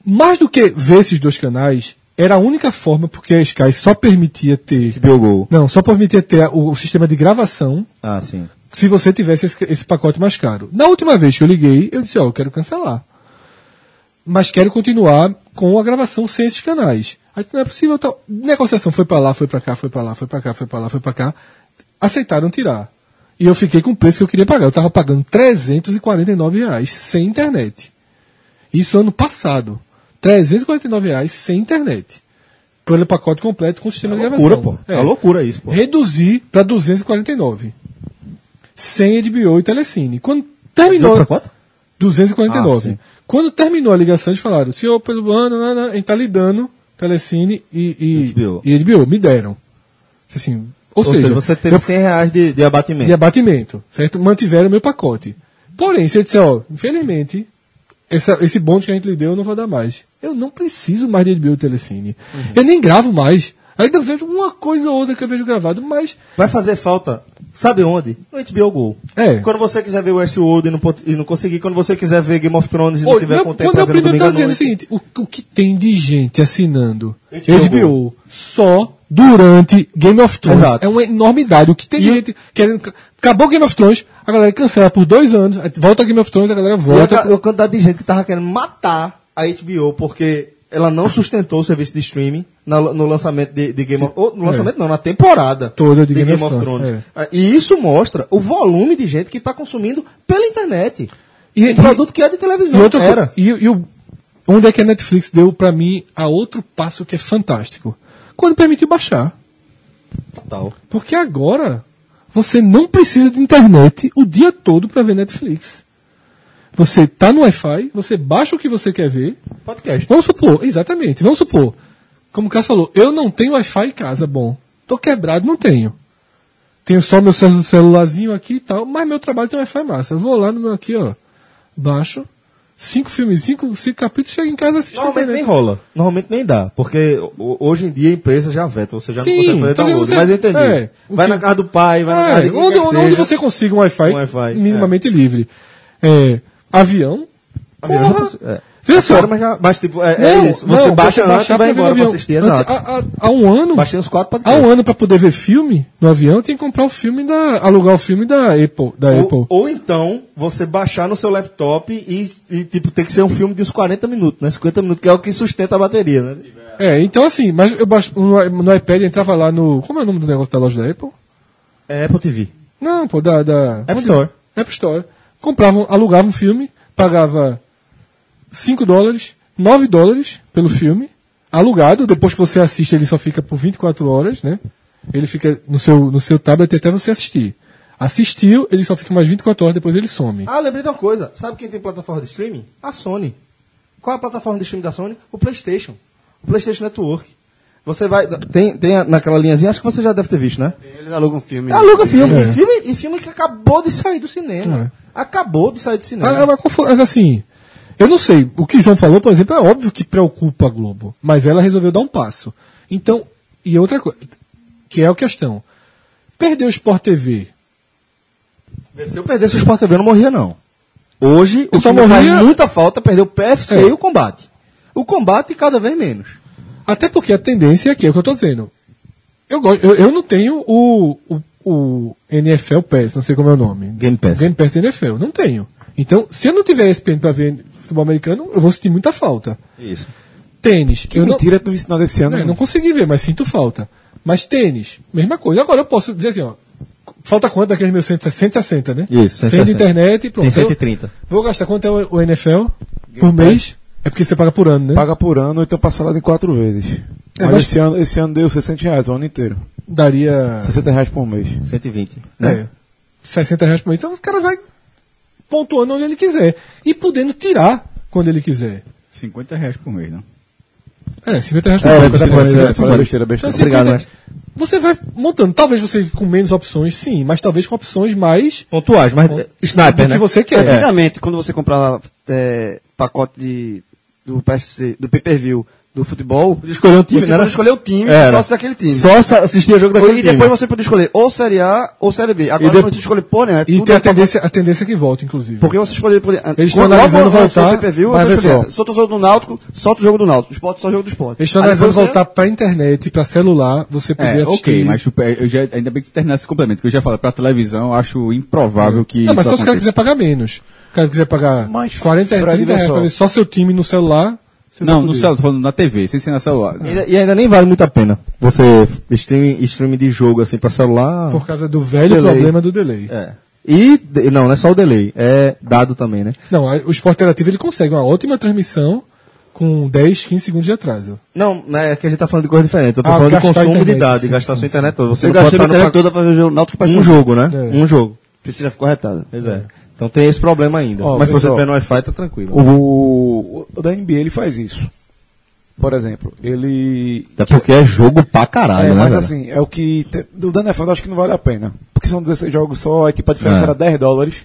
[SPEAKER 5] Mais do que ver esses dois canais, era a única forma, porque a Sky só permitia ter...
[SPEAKER 2] HBO Go.
[SPEAKER 5] Não, só permitia ter o- o sistema de gravação
[SPEAKER 2] Ah, sim.
[SPEAKER 5] se você tivesse esse, esse pacote mais caro. Na última vez que eu liguei, eu disse, ó, eu quero cancelar. Mas quero continuar com a gravação sem esses canais. Aí disse, não é possível, tal. Negociação foi pra lá, foi pra cá, foi pra lá, foi pra cá, foi pra lá, foi pra cá. Aceitaram tirar. E eu fiquei com o preço que eu queria pagar. Eu tava pagando 349 reais sem internet. Isso ano passado. 349 reais sem internet. Pelo pacote completo com o sistema de gravação.
[SPEAKER 2] Loucura, pô. É. loucura isso, pô.
[SPEAKER 5] Reduzir para 249. Sem HBO e Telecine. Quando terminou.
[SPEAKER 2] Reduziu pra quanto?
[SPEAKER 5] 249.
[SPEAKER 2] Ah, sim.
[SPEAKER 5] Quando terminou a ligação, eles falaram: senhor, pelo ano, né, né, a gente tá lidando, Telecine e, e,
[SPEAKER 2] HBO.
[SPEAKER 5] e HBO. Me deram. Assim,
[SPEAKER 2] Ou,
[SPEAKER 5] ou, seja,
[SPEAKER 2] seja, você teve
[SPEAKER 5] eu
[SPEAKER 2] 100 reais de, de abatimento.
[SPEAKER 5] de abatimento, certo? Mantiveram o meu pacote. Porém, se ele disser, ó, infelizmente, essa- esse bônus que a gente lhe deu eu não vou dar mais. Eu não preciso mais de HBO e Telecine.
[SPEAKER 2] Uhum.
[SPEAKER 5] Eu nem gravo mais. Ainda vejo uma coisa ou outra que eu vejo gravado, mas
[SPEAKER 2] Vai fazer falta, sabe onde? No HBO Go.
[SPEAKER 5] É.
[SPEAKER 2] Quando você quiser ver Westworld e não, pot- e não conseguir, quando você quiser ver Game of Thrones e não
[SPEAKER 5] Olha,
[SPEAKER 2] tiver
[SPEAKER 5] meu-
[SPEAKER 2] com
[SPEAKER 5] quando
[SPEAKER 2] tempo pra
[SPEAKER 5] meu
[SPEAKER 2] ver no
[SPEAKER 5] primo
[SPEAKER 2] domingo
[SPEAKER 5] tá
[SPEAKER 2] à
[SPEAKER 5] dizendo o
[SPEAKER 2] noite.
[SPEAKER 5] seguinte, o, o que tem de gente assinando
[SPEAKER 2] HBO.
[SPEAKER 5] HBO, só durante Game of Thrones
[SPEAKER 2] Exato.
[SPEAKER 5] é uma enormidade. O que tem de gente querendo. ca- Acabou Game of Thrones, a galera cancela por dois anos, aí volta Game of Thrones, a
[SPEAKER 2] E
[SPEAKER 5] galera
[SPEAKER 2] a,
[SPEAKER 5] volta.
[SPEAKER 2] ca- a quantidade de gente que tava querendo matar a HBO porque ela não sustentou o serviço de streaming na- no lançamento de, de Game of ou No lançamento não, na temporada
[SPEAKER 5] É. Toda de Game of Thrones, é.
[SPEAKER 2] Ah, E isso mostra o volume de gente que está consumindo pela internet.
[SPEAKER 5] E-
[SPEAKER 2] um produto que é de televisão.
[SPEAKER 5] E, outra
[SPEAKER 2] era.
[SPEAKER 5] co- e, e o- onde é que a Netflix deu pra mim a outro passo que é fantástico? Quando permitiu baixar.
[SPEAKER 2] Total.
[SPEAKER 5] Porque agora você não precisa de internet o dia todo pra ver Netflix. Você tá no Wi-Fi, você baixa o que você quer ver.
[SPEAKER 2] Podcast.
[SPEAKER 5] Vamos supor, exatamente, vamos supor. Como o Cássio falou, eu não tenho Wi-Fi em casa, bom. Tô quebrado, não tenho. Tenho só meu cel- celularzinho aqui e tal, mas meu trabalho tem Wi-Fi massa. Eu vou lá no meu aqui, ó. Baixo. Cinco filmes, cinco, cinco capítulos, chego em casa e assisto na
[SPEAKER 2] Normalmente nem
[SPEAKER 5] internet.
[SPEAKER 2] rola. Normalmente nem dá. Porque ho- hoje em dia a empresa já veta, você já
[SPEAKER 5] Sim,
[SPEAKER 2] não consegue fazer
[SPEAKER 5] então
[SPEAKER 2] download.
[SPEAKER 5] você-
[SPEAKER 2] Mas eu entendi.
[SPEAKER 5] é, o
[SPEAKER 2] vai
[SPEAKER 5] que-
[SPEAKER 2] na casa do pai, vai na casa
[SPEAKER 5] É,
[SPEAKER 2] de quem
[SPEAKER 5] onde,
[SPEAKER 2] quer que
[SPEAKER 5] onde- onde
[SPEAKER 2] seja.
[SPEAKER 5] você consiga um Wi-Fi,
[SPEAKER 2] Um Wi-Fi,
[SPEAKER 5] minimamente livre. É, avião.
[SPEAKER 2] Avião,
[SPEAKER 5] Porra,
[SPEAKER 2] é.
[SPEAKER 5] Veja só.
[SPEAKER 2] Mas, já- mas, tipo, é, é isso. Você baixa
[SPEAKER 5] baixar
[SPEAKER 2] antes e
[SPEAKER 5] pra
[SPEAKER 2] vai
[SPEAKER 5] ver no
[SPEAKER 2] embora pra
[SPEAKER 5] avião.
[SPEAKER 2] assistir.
[SPEAKER 5] Antes,
[SPEAKER 2] Exato.
[SPEAKER 5] Há, há- há um ano,
[SPEAKER 2] Baixei uns quatro
[SPEAKER 5] há
[SPEAKER 2] podcasts.
[SPEAKER 5] um ano para poder ver filme no avião, tem que comprar o filme da alugar o filme da Apple, da Apple.
[SPEAKER 2] Ou, ou então, você baixar no seu laptop e, e, tipo, tem que ser um filme de uns 40 minutos, né? 50 minutos, que é o que sustenta a bateria, né?
[SPEAKER 5] É, então assim, mas eu baixo, no, no iPad eu entrava lá no como é o nome do negócio da loja da Apple?
[SPEAKER 2] É Apple TV.
[SPEAKER 5] Não, pô, da, da
[SPEAKER 2] App Store.
[SPEAKER 5] App Store. Compravam, alugavam um filme, pagava 5 dólares, 9 dólares pelo filme, alugado, depois que você assiste ele só fica por 24 horas, né? Ele fica no seu, no seu tablet até você assistir. Assistiu, ele só fica mais 24 horas, depois ele some.
[SPEAKER 2] Ah, lembrei de uma coisa. Sabe quem tem plataforma de streaming? A Sony. Qual é a plataforma de streaming da Sony? O PlayStation. O PlayStation Network. Você vai. Tem, tem naquela linhazinha, acho que você já deve ter visto, né?
[SPEAKER 3] Eles alugam um filme. né?
[SPEAKER 2] Aluga filme.
[SPEAKER 5] É.
[SPEAKER 2] E filme. E filme que acabou de sair do cinema. Acabou de sair do cinema.
[SPEAKER 5] Ah, mas qual foi- assim, eu não sei. O que o João falou, por exemplo, é óbvio que preocupa a Globo. Mas ela resolveu dar um passo. Então, e outra coisa, que é a questão. Perder o Sport TV
[SPEAKER 2] Se eu perdesse o Sport TV, eu não morria, não. Hoje,
[SPEAKER 5] Eu
[SPEAKER 2] o
[SPEAKER 5] só
[SPEAKER 2] que me faz
[SPEAKER 5] morria-
[SPEAKER 2] muita falta é perder o PFC
[SPEAKER 5] É.
[SPEAKER 2] e o combate. O combate cada vez menos.
[SPEAKER 5] Até porque a tendência é que é o que eu tô dizendo. Eu, gosto, eu, eu não tenho o, o, o NFL Pass, não sei como é o nome.
[SPEAKER 2] Game Pass.
[SPEAKER 5] Game Pass da NFL, não tenho. Então, se eu não tiver ESPN pra ver futebol americano, eu vou sentir muita falta.
[SPEAKER 2] Isso.
[SPEAKER 5] Tênis.
[SPEAKER 4] Que
[SPEAKER 5] eu não- É,
[SPEAKER 4] mentira tu ensinar desse ano.
[SPEAKER 5] não, eu
[SPEAKER 4] mano.
[SPEAKER 5] não consegui ver, mas sinto falta. Mas tênis, mesma coisa. Agora eu posso dizer assim, ó. Falta quanto daqueles meus 160, 160 né?
[SPEAKER 2] Isso,
[SPEAKER 5] 100 de
[SPEAKER 2] 160.
[SPEAKER 5] internet e pronto.
[SPEAKER 2] Tem 130.
[SPEAKER 5] Eu vou gastar quanto é o, o NFL por mês? É porque você paga por ano, né?
[SPEAKER 4] Paga por ano, então parcelado em quatro vezes.
[SPEAKER 5] É,
[SPEAKER 4] mas
[SPEAKER 5] mas-
[SPEAKER 4] esse, ano, esse ano deu 60 reais o ano inteiro.
[SPEAKER 5] Daria.
[SPEAKER 4] 60 reais por mês.
[SPEAKER 2] 120.
[SPEAKER 5] É. 60 reais por mês. Então o cara vai pontuando onde ele quiser. E podendo tirar quando ele quiser.
[SPEAKER 6] 50 reais por mês, não?
[SPEAKER 5] É, 50 reais por
[SPEAKER 2] É,
[SPEAKER 5] mês.
[SPEAKER 2] você
[SPEAKER 5] Então,
[SPEAKER 2] pode ser.
[SPEAKER 4] Fala besteira, besteira.
[SPEAKER 5] assim,
[SPEAKER 2] Obrigado,
[SPEAKER 5] você-
[SPEAKER 2] mestre.
[SPEAKER 5] Você vai montando. Talvez você com menos opções, sim, mas talvez com opções mais
[SPEAKER 2] Pontuais, mas.
[SPEAKER 5] do
[SPEAKER 2] Sniper,
[SPEAKER 5] que você quer.
[SPEAKER 3] Antigamente, quando você comprava é, pacote de, do PSC, do pay-per-view, do futebol,
[SPEAKER 2] Podia escolher um time,
[SPEAKER 3] você
[SPEAKER 2] né?
[SPEAKER 3] podia escolher o time
[SPEAKER 2] Era.
[SPEAKER 3] e só se daquele time.
[SPEAKER 2] Só sa- assistir o jogo
[SPEAKER 3] Ou-
[SPEAKER 2] daquele
[SPEAKER 3] e depois
[SPEAKER 2] time.
[SPEAKER 3] você podia escolher ou Série A ou Série B. Agora
[SPEAKER 2] E depois-
[SPEAKER 3] você escolhe pô, né?
[SPEAKER 5] E
[SPEAKER 3] tudo
[SPEAKER 5] tem
[SPEAKER 3] é
[SPEAKER 5] a tendência, a tendência que volta, inclusive.
[SPEAKER 3] Porque você escolhe. Por...
[SPEAKER 5] Eles estão analisando voltar,
[SPEAKER 3] PPV,
[SPEAKER 5] mas
[SPEAKER 3] você
[SPEAKER 5] vê
[SPEAKER 3] escolhe, solta o jogo do Náutico, solta o jogo do Náutico. Esporte, só o jogo do esporte.
[SPEAKER 5] Eles estão
[SPEAKER 3] Aí
[SPEAKER 5] analisando
[SPEAKER 3] depois você-
[SPEAKER 5] voltar pra internet, pra celular, você poder
[SPEAKER 6] É,
[SPEAKER 5] assistir.
[SPEAKER 6] ok, mas tipo, é, eu já, ainda bem que terminasse esse complemento, que eu já falei, pra televisão, eu acho improvável que.
[SPEAKER 5] Não, mas
[SPEAKER 6] isso
[SPEAKER 5] só se o cara quiser
[SPEAKER 6] aconteça.
[SPEAKER 5] pagar menos. Se o cara quiser pagar
[SPEAKER 4] Mas,
[SPEAKER 5] 40,
[SPEAKER 4] Fred,
[SPEAKER 5] 30
[SPEAKER 4] vê
[SPEAKER 5] reais
[SPEAKER 4] só.
[SPEAKER 5] pra ver só seu time no celular. você vai
[SPEAKER 6] Não, no
[SPEAKER 5] poder.
[SPEAKER 6] celular, tô falando na TV, sem ser na celular.
[SPEAKER 2] E
[SPEAKER 3] é.
[SPEAKER 2] ainda- E ainda nem vale muito a pena. Você streaming, streaming de jogo assim pra celular.
[SPEAKER 5] Por causa do velho
[SPEAKER 2] Delay.
[SPEAKER 5] problema do delay.
[SPEAKER 2] É. E de- não, não é só o delay, é dado também, né?
[SPEAKER 5] Não, a- o esporte interativo ele consegue uma ótima transmissão com 10, 15 segundos de atraso.
[SPEAKER 2] Não, né, é que a gente tá falando de coisa diferente. Eu tô
[SPEAKER 5] Ah,
[SPEAKER 2] falando de
[SPEAKER 5] gastar a
[SPEAKER 2] consumo de
[SPEAKER 5] internet,
[SPEAKER 2] dados, de
[SPEAKER 5] sim,
[SPEAKER 2] gastar
[SPEAKER 5] sim,
[SPEAKER 2] sua
[SPEAKER 5] sim.
[SPEAKER 2] internet toda. Você
[SPEAKER 3] Eu
[SPEAKER 2] não pode
[SPEAKER 3] gastei
[SPEAKER 2] estar
[SPEAKER 3] minha
[SPEAKER 2] no
[SPEAKER 3] internet
[SPEAKER 2] pacote-
[SPEAKER 3] toda pra ver o jogo do Náutico
[SPEAKER 2] um jogo, né?
[SPEAKER 5] É.
[SPEAKER 2] Um jogo.
[SPEAKER 3] Priscila ficou arretada.
[SPEAKER 2] Pois é. Então tem esse problema ainda.
[SPEAKER 4] Ó,
[SPEAKER 2] Mas se você
[SPEAKER 4] pessoal,
[SPEAKER 2] tiver no Wi-Fi, tá tranquilo.
[SPEAKER 4] O, o da NBA ele faz isso. Por exemplo, ele.
[SPEAKER 2] Até porque é jogo pra caralho,
[SPEAKER 4] é,
[SPEAKER 2] né?
[SPEAKER 4] mas
[SPEAKER 2] velho?
[SPEAKER 4] assim, é o que. Te, do da NFL eu acho que não vale a pena. Porque são 16 jogos só, aí tipo, a diferença
[SPEAKER 2] É.
[SPEAKER 4] era 10 dólares.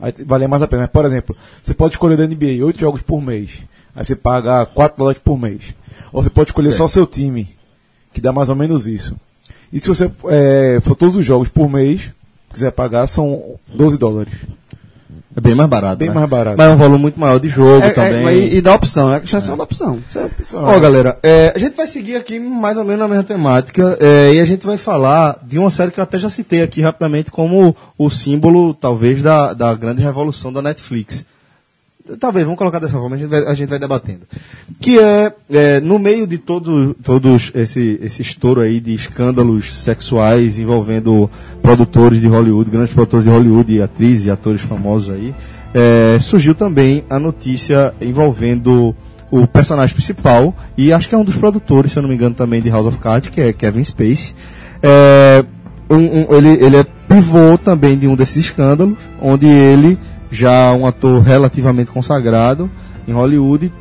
[SPEAKER 4] Aí t- valia mais a pena. Mas, por exemplo, você pode escolher da NBA 8 jogos por mês. Aí você paga 4 dólares por mês. Ou você pode escolher só seu time, que dá mais ou menos isso. E se você é, for todos os jogos por mês, quiser pagar, são 12 dólares.
[SPEAKER 2] É bem mais barato.
[SPEAKER 4] Bem
[SPEAKER 2] né?
[SPEAKER 4] mais barato.
[SPEAKER 2] Mas é um volume muito maior de jogo
[SPEAKER 3] É, é,
[SPEAKER 2] também.
[SPEAKER 3] mas e, e dá opção, né? A chance é da opção. Isso é opção.
[SPEAKER 2] Ó, galera, é, a gente vai seguir aqui mais ou menos na mesma temática é, e a gente vai falar de uma série que eu até já citei aqui rapidamente como o símbolo, talvez, da, da grande revolução da Netflix. Talvez, vamos colocar dessa forma, a gente vai, a gente vai debatendo. Que é, é, no meio de todo, todos esse, esse estouro aí de escândalos sexuais envolvendo produtores de Hollywood, grandes produtores de Hollywood, e atrizes e atores famosos aí, é, surgiu também a notícia envolvendo o personagem principal e acho que é um dos produtores, se eu não me engano, também de House of Cards, que é Kevin Space. ele, ele é pivô também de um desses escândalos, onde ele, já um ator relativamente consagrado em Hollywood,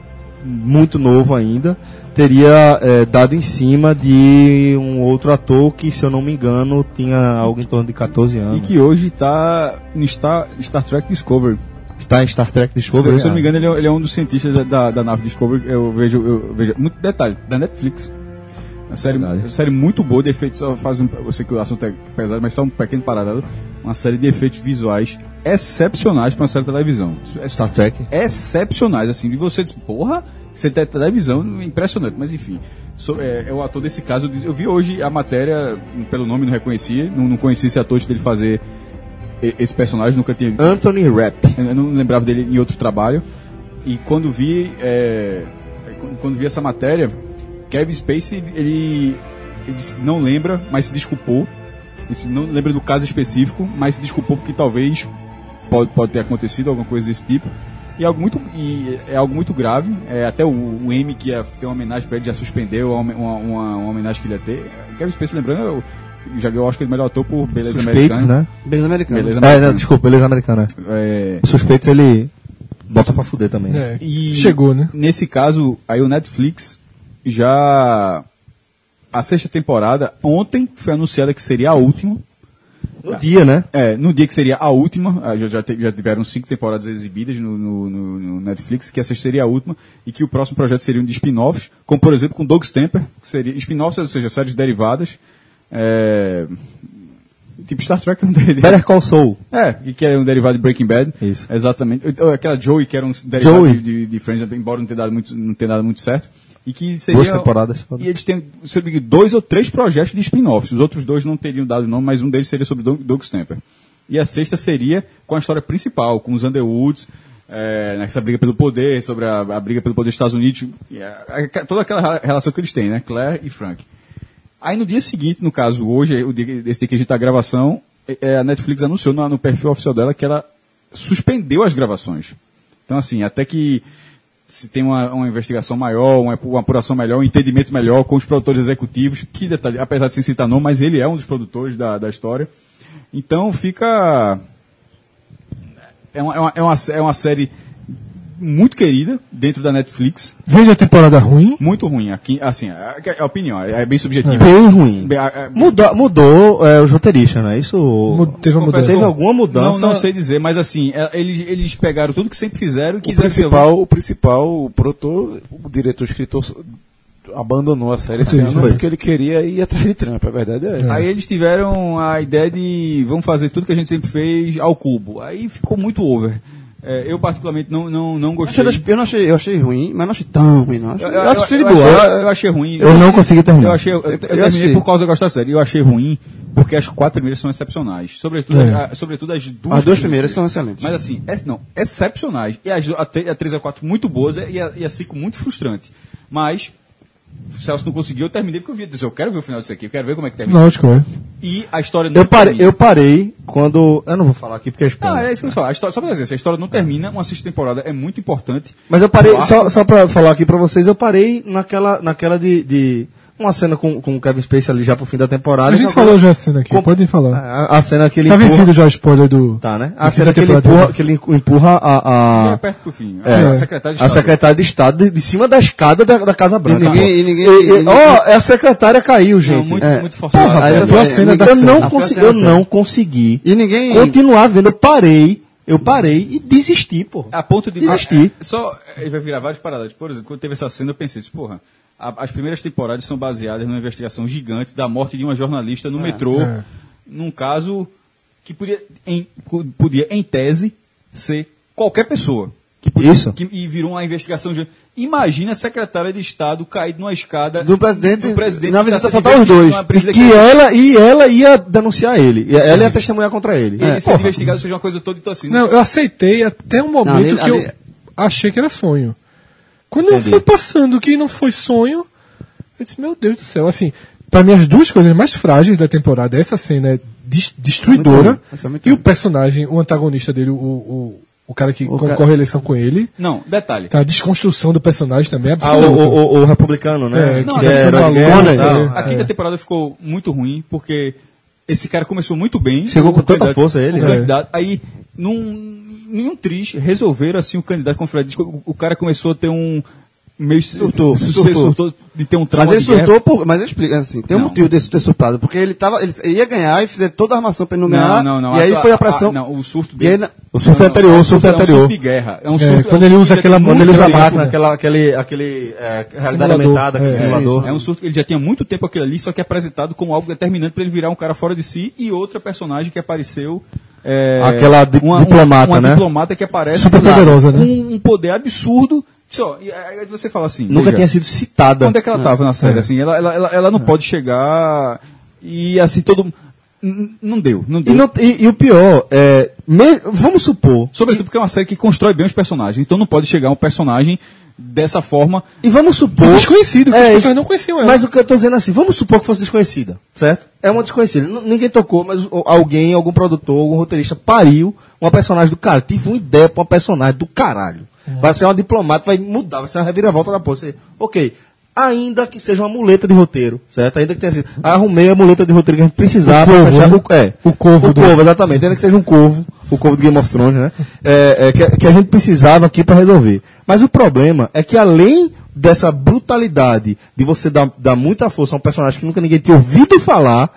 [SPEAKER 2] muito novo ainda, teria eh, dado em cima de um outro ator que, se eu não me engano, tinha algo em torno de 14
[SPEAKER 6] E
[SPEAKER 2] anos.
[SPEAKER 6] que hoje tá no Star, Star Trek Discovery.
[SPEAKER 3] Tá
[SPEAKER 2] Está em Star Trek Discovery.
[SPEAKER 6] Se,
[SPEAKER 7] é.
[SPEAKER 6] eu não me engano, ele é, ele é um dos cientistas da, da, da nave Discovery. Eu vejo, eu vejo muito detalhe, da Netflix.
[SPEAKER 7] Uma série, uma série muito boa de efeitos. Só faz um, eu sei que o assunto é pesado, mas só um pequeno paralelo. Uma série de efeitos visuais excepcionais para uma série de televisão. É
[SPEAKER 3] Star Trek.
[SPEAKER 7] Excepcionais, assim, de você diz, porra, você tem televisão, impressionante, mas enfim. Sou- é, é o ator desse caso. eu diz- Eu vi hoje a matéria, pelo nome não reconhecia, não, não conhecia esse ator antes dele fazer e- esse personagem, nunca tinha
[SPEAKER 3] Anthony Rapp.
[SPEAKER 7] eu não lembrava dele em outro trabalho. E quando vi, é, quando- quando vi essa matéria, Kevin Spacey, ele, ele disse que não lembra, mas se desculpou. Disse, não lembra do caso específico, mas se desculpou porque talvez pode, pode ter acontecido alguma coisa desse tipo. E, algo muito, e é algo muito grave. É, até o, o M, que ia ter uma homenagem pra ele, já suspendeu é uma, uma, uma- uma homenagem que ele ia ter. Kevin Spacey, lembrando, eu, já ganhou, acho que ele é melhor ator por Beleza
[SPEAKER 3] Suspeitos,
[SPEAKER 7] Americana.
[SPEAKER 3] né?
[SPEAKER 6] Beleza americana.
[SPEAKER 7] Beleza
[SPEAKER 3] É,
[SPEAKER 7] Americana.
[SPEAKER 3] não, desculpa, beleza americana.
[SPEAKER 7] É,
[SPEAKER 3] O Suspeitos ele bota pra fuder também.
[SPEAKER 5] É.
[SPEAKER 7] E-
[SPEAKER 5] Chegou, né?
[SPEAKER 7] Nesse caso, aí o Netflix já. A sexta temporada, ontem foi anunciada que seria a última.
[SPEAKER 3] No dia, né?
[SPEAKER 7] É, no dia que seria a última, ah, já, já, te- já tiveram cinco temporadas exibidas no, no- no- no Netflix, que essa seria a última, e que o próximo projeto seria um de spin-offs, como por exemplo com Doug Stamper, que seria spin-offs, ou seja, séries derivadas. é, tipo Star Trek é um dele.
[SPEAKER 3] Better Call Saul.
[SPEAKER 7] É, e que é um derivado de Breaking Bad.
[SPEAKER 3] Isso.
[SPEAKER 7] Exatamente. Então, Aquela Joey, que era um derivado
[SPEAKER 3] Joey.
[SPEAKER 7] de, de, de Friends, embora não tenha dado muito, não tenha dado muito certo. E que seria...
[SPEAKER 3] Duas temporadas. né?
[SPEAKER 7] E eles têm, se eu não me engano, dois ou três projetos de spin-offs. Os outros dois não teriam dado nome, mas um deles seria sobre Doug, Doug Stamper. E a sexta seria com a história principal, com os Underwoods, é, nessa briga pelo poder, sobre a, a briga pelo poder dos Estados Unidos, e a- a- toda aquela ra- relação que eles têm, né? Claire e Frank. Aí no dia seguinte, no caso hoje, o dia, que- esse dia que a gente tá a gravação, é- é, a Netflix anunciou no, no perfil oficial dela que ela suspendeu as gravações. Então assim, até que se tem uma, uma investigação maior, uma, uma apuração melhor, um entendimento melhor com os produtores executivos, que detalhe, apesar de sem citar nome, mas ele é um dos produtores da, da história. Então fica é uma, é, uma, é, uma, é uma série muito querida dentro da Netflix,
[SPEAKER 5] Vende a temporada ruim.
[SPEAKER 7] muito ruim, aqui, assim, é, é a opinião, é, é bem subjetiva.
[SPEAKER 3] Bem ruim.
[SPEAKER 7] Bem, é- é-
[SPEAKER 3] Mudou, mudou é, os roteiristas, né? Isso.
[SPEAKER 5] Mu- Teve
[SPEAKER 3] Confesso,
[SPEAKER 5] uma mudança.
[SPEAKER 3] Teve alguma mudança?
[SPEAKER 7] Não, não sei dizer, mas assim, é, eles, eles pegaram tudo que sempre fizeram e
[SPEAKER 4] O
[SPEAKER 7] quiseram
[SPEAKER 4] principal, o principal produtor, o diretor, o escritor, abandonou a série esse
[SPEAKER 5] Sim,
[SPEAKER 4] ano
[SPEAKER 3] foi.
[SPEAKER 4] porque ele queria ir atrás de trampa, a verdade é essa.
[SPEAKER 7] Aí eles tiveram a ideia de vamos fazer tudo que a gente sempre fez ao cubo. Aí ficou muito over. É, eu particularmente não, não, não
[SPEAKER 6] Achei
[SPEAKER 7] gostei.
[SPEAKER 6] das- eu, não achei, eu achei ruim, mas não achei tão ruim, não. Eu, achei-
[SPEAKER 7] Eu- eu-
[SPEAKER 6] eu assisti de
[SPEAKER 7] eu
[SPEAKER 6] boa.
[SPEAKER 7] achei- eu achei ruim.
[SPEAKER 3] Eu não consegui terminar.
[SPEAKER 7] Eu achei, eu, eu,
[SPEAKER 6] Eu
[SPEAKER 7] terminei
[SPEAKER 6] assisti.
[SPEAKER 7] por causa da gostar da série. Eu achei ruim porque as quatro primeiras são excepcionais. Sobretudo,
[SPEAKER 5] É.
[SPEAKER 7] a- sobretudo as duas.
[SPEAKER 6] As duas primeiras são excelentes.
[SPEAKER 7] Mas assim, é- não, excepcionais. E as, a, te- a 3 a 4 muito boas e a, e a 5 muito frustrante. Mas, o Celso não conseguiu, eu terminei porque eu vi. Disse, eu quero ver o final disso aqui, eu quero ver como é que termina.
[SPEAKER 5] Lógico, é.
[SPEAKER 7] E a história não
[SPEAKER 3] Eu parei,
[SPEAKER 7] termina.
[SPEAKER 3] eu parei quando. Eu não vou falar aqui porque é
[SPEAKER 7] Ah,
[SPEAKER 3] spoiler.
[SPEAKER 7] é isso que eu ia falar. A história, só pra dizer, se a história não termina, uma sexta temporada é muito importante.
[SPEAKER 3] Mas eu parei, só, só pra falar aqui pra vocês, eu parei naquela, naquela de, de- Uma cena com, com o Kevin Spacey ali já pro fim da temporada.
[SPEAKER 5] A gente
[SPEAKER 3] Só-
[SPEAKER 5] falou já a cena aqui,
[SPEAKER 3] Com-
[SPEAKER 5] podem
[SPEAKER 2] Ah,
[SPEAKER 5] falar.
[SPEAKER 3] A, a cena que ele
[SPEAKER 5] Tá
[SPEAKER 3] empurra.
[SPEAKER 5] vencido já o spoiler do.
[SPEAKER 3] Tá, né?
[SPEAKER 5] do
[SPEAKER 3] A
[SPEAKER 5] fim da
[SPEAKER 3] cena que ele
[SPEAKER 5] temporada.
[SPEAKER 3] empurra, que ele empurra a.
[SPEAKER 7] Ah.
[SPEAKER 3] a...
[SPEAKER 7] É perto pro fim.
[SPEAKER 3] É.
[SPEAKER 7] a secretária de
[SPEAKER 3] A
[SPEAKER 7] Estado.
[SPEAKER 3] secretária de Estado de, de cima da escada da, da Casa Branca.
[SPEAKER 6] ninguém- e ninguém-
[SPEAKER 3] E- e-
[SPEAKER 6] e-
[SPEAKER 3] ó, a secretária caiu, gente.
[SPEAKER 7] muito-
[SPEAKER 3] É.
[SPEAKER 7] muito forçado.
[SPEAKER 3] Porra,
[SPEAKER 6] Aí
[SPEAKER 3] velho.
[SPEAKER 6] a pior
[SPEAKER 3] É,
[SPEAKER 6] cena
[SPEAKER 3] eu
[SPEAKER 6] da cena.
[SPEAKER 3] não
[SPEAKER 6] A pior
[SPEAKER 3] consi-
[SPEAKER 6] cena
[SPEAKER 3] Eu
[SPEAKER 6] da cena.
[SPEAKER 3] não consegui
[SPEAKER 6] E ninguém.
[SPEAKER 3] continuar vendo. Eu parei, eu parei e desisti, pô.
[SPEAKER 7] A ponto de
[SPEAKER 3] Desisti.
[SPEAKER 7] Ah, Só ele vai virar várias paradas. Por exemplo, quando teve essa cena, eu pensei, assim, porra, a- as primeiras temporadas são baseadas numa investigação gigante da morte de uma jornalista no metrô,
[SPEAKER 5] é.
[SPEAKER 7] num caso que podia em, po- podia, em tese, ser qualquer pessoa. Que podia-
[SPEAKER 3] Isso.
[SPEAKER 7] que- e virou uma investigação. gigante. Imagina a secretária de Estado caído numa escada
[SPEAKER 6] Do presidente-
[SPEAKER 7] do presidente
[SPEAKER 6] na
[SPEAKER 7] que tá
[SPEAKER 6] visita
[SPEAKER 7] sendo
[SPEAKER 6] só tá os dois.
[SPEAKER 7] investigado, uma
[SPEAKER 3] E
[SPEAKER 7] presidente
[SPEAKER 3] que ela, e ela ia denunciar ele. E ela ia testemunhar contra ele.
[SPEAKER 7] Ele
[SPEAKER 3] É.
[SPEAKER 7] ser investigado seja uma coisa toda, então assim,
[SPEAKER 5] Não, eu aceitei até um momento
[SPEAKER 6] ali-
[SPEAKER 5] que eu
[SPEAKER 6] ali-
[SPEAKER 5] achei que era sonho. Quando eu fui passando que não foi sonho, eu disse, meu Deus do céu, assim, pra mim as duas coisas mais frágeis da temporada, essa cena é des- destruidora,
[SPEAKER 6] Essa é muito
[SPEAKER 5] e o
[SPEAKER 6] ruim.
[SPEAKER 5] personagem, o antagonista dele, o, o, o cara que concorre
[SPEAKER 6] cara-
[SPEAKER 5] à eleição com ele,
[SPEAKER 7] Não, detalhe.
[SPEAKER 5] tá, a desconstrução do personagem também é
[SPEAKER 3] Ah, o,
[SPEAKER 5] absurda.
[SPEAKER 3] o- o- o republicano, né?
[SPEAKER 5] É,
[SPEAKER 7] Não,
[SPEAKER 3] que
[SPEAKER 7] a
[SPEAKER 3] era
[SPEAKER 5] gente tá
[SPEAKER 3] Guerra e
[SPEAKER 5] maluco,
[SPEAKER 3] tal.
[SPEAKER 5] né?
[SPEAKER 7] A quinta temporada ficou muito ruim, porque esse cara começou muito bem.
[SPEAKER 3] Chegou com
[SPEAKER 7] O
[SPEAKER 3] tanta
[SPEAKER 7] candidato-
[SPEAKER 3] força ele,
[SPEAKER 7] o
[SPEAKER 3] né?
[SPEAKER 7] candidato, Aí, num, em um triz, resolveram assim o candidato com o Fred. O cara começou a ter um.
[SPEAKER 6] meio surtou,
[SPEAKER 3] surtou.
[SPEAKER 6] de ter um trauma
[SPEAKER 3] Mas ele
[SPEAKER 6] de guerra.
[SPEAKER 3] surtou por. Mas ele explica assim, tem um
[SPEAKER 6] Não.
[SPEAKER 3] motivo desse ter surtado, porque ele tava. Ele ia ganhar e fizeram toda a armação pra ele não ganhar.
[SPEAKER 6] Não, não, não.
[SPEAKER 3] E aí
[SPEAKER 6] sua-
[SPEAKER 3] foi a pressão.
[SPEAKER 6] não, o surto
[SPEAKER 3] e aí,
[SPEAKER 6] dele.
[SPEAKER 3] na-
[SPEAKER 2] O surto
[SPEAKER 6] Não, não,
[SPEAKER 2] anterior,
[SPEAKER 6] é um
[SPEAKER 2] o surto
[SPEAKER 6] É um
[SPEAKER 2] anterior.
[SPEAKER 6] surto de guerra. É um
[SPEAKER 5] É,
[SPEAKER 6] surto, é um
[SPEAKER 5] quando ele
[SPEAKER 6] surto
[SPEAKER 5] usa
[SPEAKER 6] que já
[SPEAKER 5] aquela
[SPEAKER 6] tinha
[SPEAKER 5] música-
[SPEAKER 2] Quando ele
[SPEAKER 6] muito
[SPEAKER 2] usa a
[SPEAKER 6] tempo.
[SPEAKER 2] máquina, aquela, aquele, aquele é, realidade
[SPEAKER 5] Simulador.
[SPEAKER 2] aumentada, aquele
[SPEAKER 5] É,
[SPEAKER 2] simulador.
[SPEAKER 6] É um surto que ele já tinha muito tempo aquilo ali, só que é apresentado como algo determinante pra ele virar um cara fora de si e outra personagem que apareceu. é,
[SPEAKER 2] Aquela di-
[SPEAKER 6] um-
[SPEAKER 2] diplomata,
[SPEAKER 6] uma
[SPEAKER 2] né?
[SPEAKER 6] diplomata que aparece
[SPEAKER 5] Super
[SPEAKER 6] lá,
[SPEAKER 5] poderosa, né?
[SPEAKER 6] com um poder absurdo. Só, e aí você fala assim.
[SPEAKER 2] Nunca
[SPEAKER 6] veja,
[SPEAKER 2] tinha sido citada.
[SPEAKER 6] Quando é que ela estava na série? Assim, ela, ela, ela,
[SPEAKER 7] É.
[SPEAKER 6] ela não pode chegar e assim todo. N- Não deu, não
[SPEAKER 2] E,
[SPEAKER 6] deu.
[SPEAKER 2] não- e- e o pior, é, me- vamos supor,
[SPEAKER 6] Sobretudo porque é uma série que constrói bem os personagens. Então não pode chegar um personagem dessa forma.
[SPEAKER 2] e vamos supor.
[SPEAKER 5] Um Desconhecido, que
[SPEAKER 2] É,
[SPEAKER 5] as
[SPEAKER 2] isso-
[SPEAKER 5] pessoas não conheciam ela.
[SPEAKER 2] Mas o que eu tô dizendo é assim, vamos supor que fosse desconhecida, certo? É uma desconhecida. N- Ninguém tocou, mas o- alguém, algum produtor, algum roteirista pariu uma personagem do cara. Tive uma ideia pra uma personagem do caralho. Vai ser uma diplomata, vai mudar, vai ser uma reviravolta da porra. Você- ok. Ainda que seja uma muleta de roteiro, certo? Ainda que tenha sido. Arrumei a muleta de roteiro que a gente precisava
[SPEAKER 5] O
[SPEAKER 2] pra
[SPEAKER 5] corvo,
[SPEAKER 2] fechar
[SPEAKER 5] né?
[SPEAKER 2] o, é,
[SPEAKER 5] O corvo
[SPEAKER 2] o
[SPEAKER 5] do-
[SPEAKER 2] corvo, exatamente. Ainda que seja um corvo, o corvo do Game of Thrones, né? É, é, que, que a gente precisava aqui para resolver. Mas o problema é que além dessa brutalidade de você dar, dar muita força a um personagem que nunca ninguém tinha ouvido falar,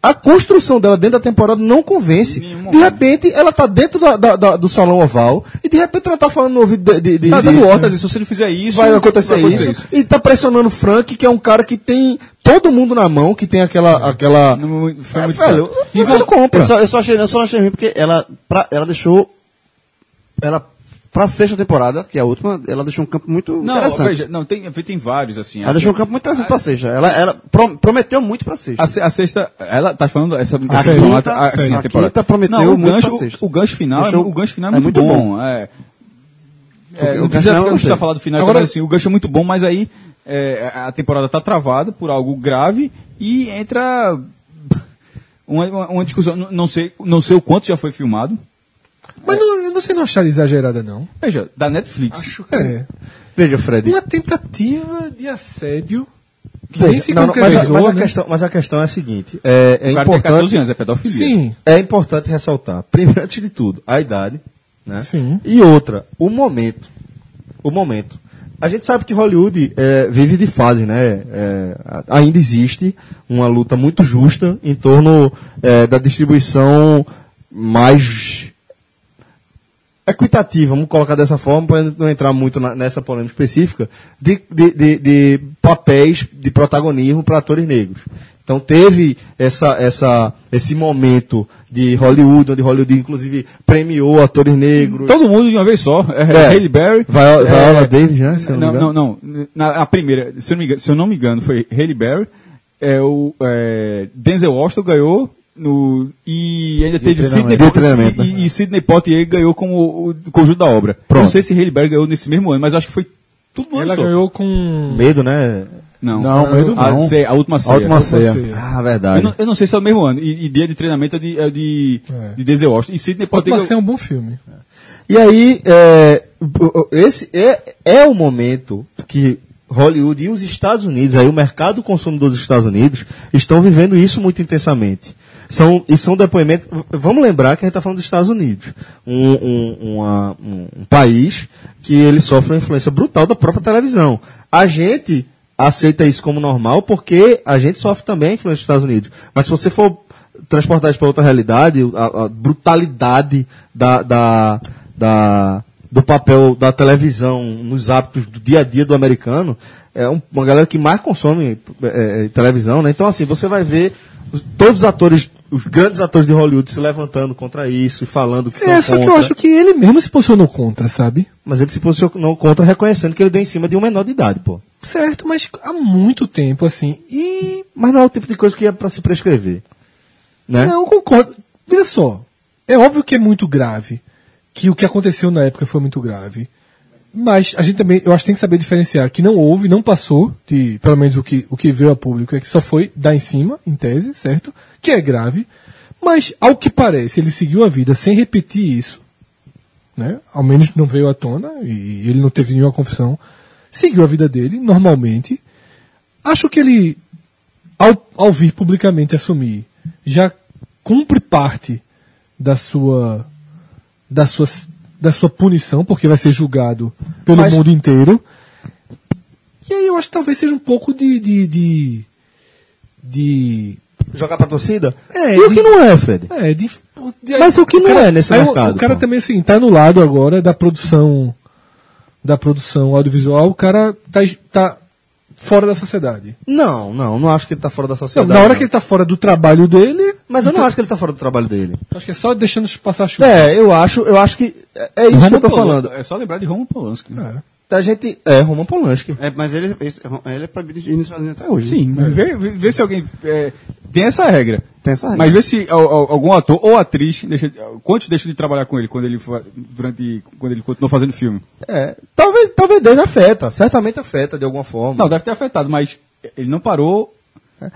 [SPEAKER 2] a construção dela dentro da temporada não convence.
[SPEAKER 6] Nenhuma.
[SPEAKER 2] De repente, ela tá dentro da- da- da- do salão oval e de repente ela tá falando no ouvido de, de, de,
[SPEAKER 6] Tá
[SPEAKER 2] de-
[SPEAKER 6] dando ordens, se você não fizer isso.
[SPEAKER 2] vai acontecer,
[SPEAKER 6] vai
[SPEAKER 2] isso. E tá pressionando o Frank, que é um cara que tem todo mundo na mão, que tem aquela. aquela...
[SPEAKER 6] Não, foi
[SPEAKER 5] Ah,
[SPEAKER 2] É,
[SPEAKER 6] muito
[SPEAKER 2] velho,
[SPEAKER 6] fraco.
[SPEAKER 2] você não compra.
[SPEAKER 3] Eu só, eu só achei, eu só não achei ruim porque ela, pra- ela deixou. Ela, pra sexta temporada, que é a última, ela deixou um campo muito
[SPEAKER 6] Não,
[SPEAKER 3] interessante.
[SPEAKER 6] veja, não, tem, tem vários, assim.
[SPEAKER 3] ela deixou um campo muito interessante pra sexta. Ela, ela pro- prometeu muito pra sexta.
[SPEAKER 6] A, se- a sexta, ela tá falando essa
[SPEAKER 3] A
[SPEAKER 6] essa
[SPEAKER 3] quinta,
[SPEAKER 6] a- assim,
[SPEAKER 3] a
[SPEAKER 6] a temporada.
[SPEAKER 3] quinta prometeu
[SPEAKER 6] Não, o
[SPEAKER 3] muito
[SPEAKER 6] gancho,
[SPEAKER 3] pra sexta.
[SPEAKER 6] o gancho final,
[SPEAKER 3] Deixou-
[SPEAKER 6] o gancho final é,
[SPEAKER 3] é
[SPEAKER 6] muito,
[SPEAKER 3] muito
[SPEAKER 6] bom. É, É,
[SPEAKER 3] O- o
[SPEAKER 6] não
[SPEAKER 3] gancho final
[SPEAKER 6] precisa,
[SPEAKER 3] eu
[SPEAKER 6] não precisa
[SPEAKER 3] gostei.
[SPEAKER 6] falar do final,
[SPEAKER 5] Agora-
[SPEAKER 6] mas, assim, o gancho é muito bom, mas aí é, a temporada tá travada por algo grave e entra uma, uma- uma discussão, não não sei, não sei o quanto já foi filmado.
[SPEAKER 5] Mas não, eu não sei não achar exagerada, não.
[SPEAKER 6] Veja, da Netflix.
[SPEAKER 5] É.
[SPEAKER 2] Veja, Fred.
[SPEAKER 5] Uma tentativa de assédio que
[SPEAKER 2] Veja,
[SPEAKER 5] nem se
[SPEAKER 2] não, não, mas, a,
[SPEAKER 5] concretizou,
[SPEAKER 2] mas a
[SPEAKER 5] né?
[SPEAKER 2] questão, mas a questão é a seguinte: é, é
[SPEAKER 6] o cara tem
[SPEAKER 2] importante,
[SPEAKER 6] 14 anos, é pedofilia.
[SPEAKER 5] Sim.
[SPEAKER 2] é importante ressaltar, primeiro antes de tudo, a idade, né?
[SPEAKER 5] Sim.
[SPEAKER 2] E outra, o momento. O momento. A gente sabe que Hollywood é, vive de fase, né? É, a- ainda existe uma luta muito justa em torno é, da distribuição mais equitativa, vamos colocar dessa forma, para não entrar muito na- nessa polêmica específica, de, de- de- de papéis de protagonismo para atores negros. Então teve essa, essa- esse momento de Hollywood, onde Hollywood inclusive premiou atores negros.
[SPEAKER 6] Todo mundo de uma vez só. É,
[SPEAKER 2] É.
[SPEAKER 6] Então, Halle Berry.
[SPEAKER 2] Vai, vai
[SPEAKER 6] é,
[SPEAKER 2] Viola Davis, né? se eu
[SPEAKER 6] Não,
[SPEAKER 2] me
[SPEAKER 6] não,
[SPEAKER 2] engano.
[SPEAKER 6] não. Na, a primeira, se eu, não me engano, se eu não me engano, foi Haley Berry. É, o, é, Denzel Washington ganhou no, e ainda teve Sidney,
[SPEAKER 2] treinamento. De treinamento,
[SPEAKER 6] e, e Sidney Poitier ganhou com o, o conjunto da obra.
[SPEAKER 2] Pronto.
[SPEAKER 6] Não sei se Haley Berry ganhou nesse mesmo ano, mas acho que foi tudo no ano
[SPEAKER 5] Ela
[SPEAKER 6] só.
[SPEAKER 5] ganhou com...
[SPEAKER 2] Medo, né?
[SPEAKER 6] Não,
[SPEAKER 4] Não, medo
[SPEAKER 6] a,
[SPEAKER 4] não.
[SPEAKER 6] ceia, a última
[SPEAKER 4] A
[SPEAKER 6] ceia.
[SPEAKER 4] última ceia.
[SPEAKER 5] Você.
[SPEAKER 2] Ah,
[SPEAKER 6] Eu
[SPEAKER 2] verdade.
[SPEAKER 6] não, eu não sei se é o mesmo ano. E, e dia de treinamento é de, é de,
[SPEAKER 5] É.
[SPEAKER 6] de Denzel Washington. E Sidney Poitier
[SPEAKER 5] Mas
[SPEAKER 6] ganhou.
[SPEAKER 5] é um bom filme.
[SPEAKER 2] E aí, é, o- o- esse é, é o momento que Hollywood e os Estados Unidos, aí o mercado consumidor dos Estados Unidos, estão vivendo isso muito intensamente. São, e são depoimentos. v- Vamos lembrar que a gente está falando dos Estados Unidos. Um, um- uma- um- um país que ele sofre uma influência brutal da própria televisão. A gente aceita isso como normal porque a gente sofre também a influência dos Estados Unidos. Mas se você for transportar isso para outra realidade, a, a brutalidade da, da, da- do papel da televisão nos hábitos do dia a dia do americano, é um- uma galera que mais consome é, é, televisão, né? Então, assim, você vai ver os- todos os atores, os grandes atores de Hollywood se levantando contra isso e falando que são
[SPEAKER 5] É, só que eu
[SPEAKER 2] contra.
[SPEAKER 5] acho que ele mesmo se posicionou contra, sabe?
[SPEAKER 2] Mas ele se posicionou contra reconhecendo que ele deu em cima de um menor de idade, pô.
[SPEAKER 5] Certo, mas há muito tempo, assim. E.
[SPEAKER 2] Mas não é o tipo de coisa que é para se prescrever. Né?
[SPEAKER 5] Não, eu concordo. Veja só. É óbvio que é muito grave. Que o que aconteceu na época foi muito grave. Mas a gente também, eu acho que tem que saber diferenciar que não houve, não passou, de, pelo menos o que, o que veio a público, é que só foi dar em cima, em tese, certo? Que é grave. Mas, ao que parece, ele seguiu a vida sem repetir isso, né? Ao menos não veio à tona e ele não teve nenhuma confissão. Seguiu a vida dele, normalmente. Acho que ele, ao, ao vir publicamente assumir, já cumpre parte da sua, da sua, da sua punição, porque vai ser julgado pelo
[SPEAKER 2] Mas-
[SPEAKER 5] mundo inteiro. eu acho que talvez seja um pouco de. de. de. de-
[SPEAKER 3] Jogar pra torcida?
[SPEAKER 5] É,
[SPEAKER 3] e o
[SPEAKER 5] de-
[SPEAKER 3] que não é, Fred?
[SPEAKER 5] é, de- pô, de-
[SPEAKER 3] Mas o que não é nesse
[SPEAKER 5] aí o-
[SPEAKER 3] mercado,
[SPEAKER 5] O cara
[SPEAKER 3] pô?
[SPEAKER 5] também, assim, tá no lado agora da produção. da produção audiovisual, o cara tá, es- tá fora da sociedade.
[SPEAKER 3] Não, não, não acho que ele tá fora da
[SPEAKER 5] Não,
[SPEAKER 3] sociedade.
[SPEAKER 5] na hora
[SPEAKER 3] não.
[SPEAKER 5] que ele tá fora do trabalho dele,
[SPEAKER 3] Mas eu não acho que ele tá fora do trabalho dele.
[SPEAKER 5] acho que é só deixando passar a chuva.
[SPEAKER 3] É, eu acho, eu acho que. é- É isso que
[SPEAKER 2] tá
[SPEAKER 3] eu tô falando.
[SPEAKER 7] É só lembrar de Roman Polanski.
[SPEAKER 3] A gente. É, Roman Polanski.
[SPEAKER 2] É, mas ele, esse- ele é proibido de ir nos Estados Unidos até É hoje.
[SPEAKER 7] Sim, mas vê, vê- vê se alguém. é, tem essa regra.
[SPEAKER 2] Tem essa regra.
[SPEAKER 7] Mas vê se al- al- algum ator ou atriz. Deixa, quantos deixam de trabalhar com ele quando ele, fa- durante, quando ele continuou fazendo filme?
[SPEAKER 3] É. Talvez, talvez Deus afeta. Certamente afeta de alguma forma.
[SPEAKER 7] Não, deve ter afetado, mas ele não parou.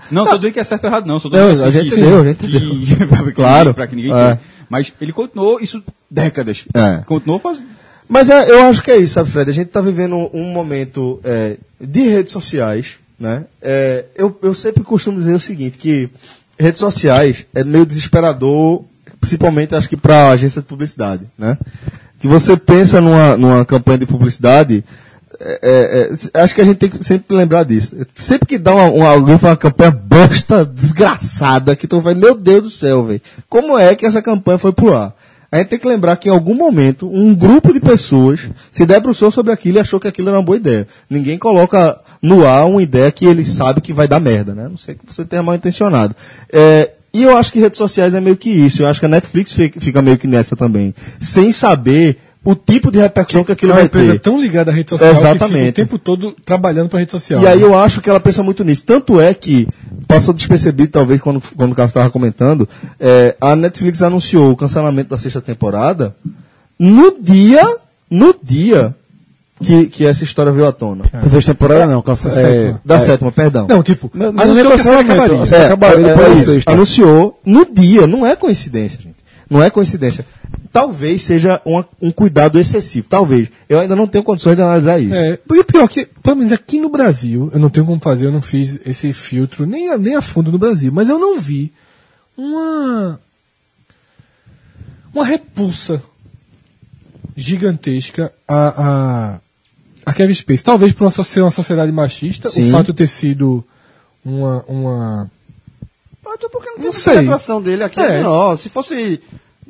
[SPEAKER 7] Não, tô dizendo que é certo ou errado, não. Só tô
[SPEAKER 3] Não,
[SPEAKER 7] dizendo
[SPEAKER 3] a
[SPEAKER 7] assim
[SPEAKER 3] gente deu, a gente
[SPEAKER 7] que, pra que
[SPEAKER 3] Claro.
[SPEAKER 7] ninguém- Pra que ninguém
[SPEAKER 3] É.
[SPEAKER 7] queira. Mas ele continuou isso décadas.
[SPEAKER 3] É.
[SPEAKER 7] Continuou fazendo.
[SPEAKER 3] Mas é, eu acho que é isso, sabe, Fred? A gente está vivendo um momento é, de redes sociais, né? É, eu, eu sempre costumo dizer o seguinte, que redes sociais é meio desesperador, principalmente acho que para agência de publicidade, né? Que você pensa numa, numa campanha de publicidade, é, é, é, se- acho que a gente tem que sempre lembrar disso. Sempre que dá uma, uma- alguém faz uma campanha bosta, desgraçada, que tu vai, meu Deus do céu, velho, como é que essa campanha foi pro ar? A gente tem que lembrar que em algum momento um grupo de pessoas se debruçou sobre aquilo e achou que aquilo era uma boa ideia. Ninguém coloca no ar uma ideia que ele sabe que vai dar merda, né? A Não sei que você tenha mal intencionado. É, e eu acho que redes sociais é meio que isso. Eu acho que a Netflix fica fica meio que nessa também. Sem saber o tipo de repercussão que aquilo
[SPEAKER 5] é uma
[SPEAKER 3] vai
[SPEAKER 5] empresa
[SPEAKER 3] ter.
[SPEAKER 5] tão ligada à rede social que fica
[SPEAKER 3] Exatamente.
[SPEAKER 5] o tempo todo trabalhando para rede social. né?
[SPEAKER 3] E aí eu acho que ela pensa muito nisso. Tanto é que, passou despercebido, talvez, quando, quando o Carlos estava comentando, é, a Netflix anunciou o cancelamento da sexta temporada no dia, no dia que, que essa história veio à tona. É,
[SPEAKER 4] Sexta temporada não, cansa.
[SPEAKER 5] sétima.
[SPEAKER 3] Da sétima, perdão. É,
[SPEAKER 5] Não, tipo,
[SPEAKER 4] Não, não
[SPEAKER 5] anunciou que a
[SPEAKER 4] nem passou
[SPEAKER 5] série
[SPEAKER 4] na minha
[SPEAKER 5] acabaria.
[SPEAKER 4] cabeça. acabaria depois da
[SPEAKER 3] isso.
[SPEAKER 4] sexta.
[SPEAKER 3] Anunciou no dia, não é coincidência, gente. Não é coincidência. Talvez seja uma- um cuidado excessivo, talvez. Eu ainda não tenho condições de analisar isso.
[SPEAKER 5] É, e o pior que, pelo menos aqui no Brasil, eu não tenho como fazer, eu não fiz esse filtro nem a, nem a fundo no Brasil, mas eu não vi uma uma repulsa gigantesca a, a, a Kevin Space. Talvez por uma, so- ser uma sociedade machista, o
[SPEAKER 3] Sim.
[SPEAKER 5] fato de ter sido uma, uma
[SPEAKER 2] Até porque então não
[SPEAKER 5] Não
[SPEAKER 2] tem
[SPEAKER 5] sei.
[SPEAKER 2] a atração dele aqui.
[SPEAKER 5] É.
[SPEAKER 2] É. menor. se fosse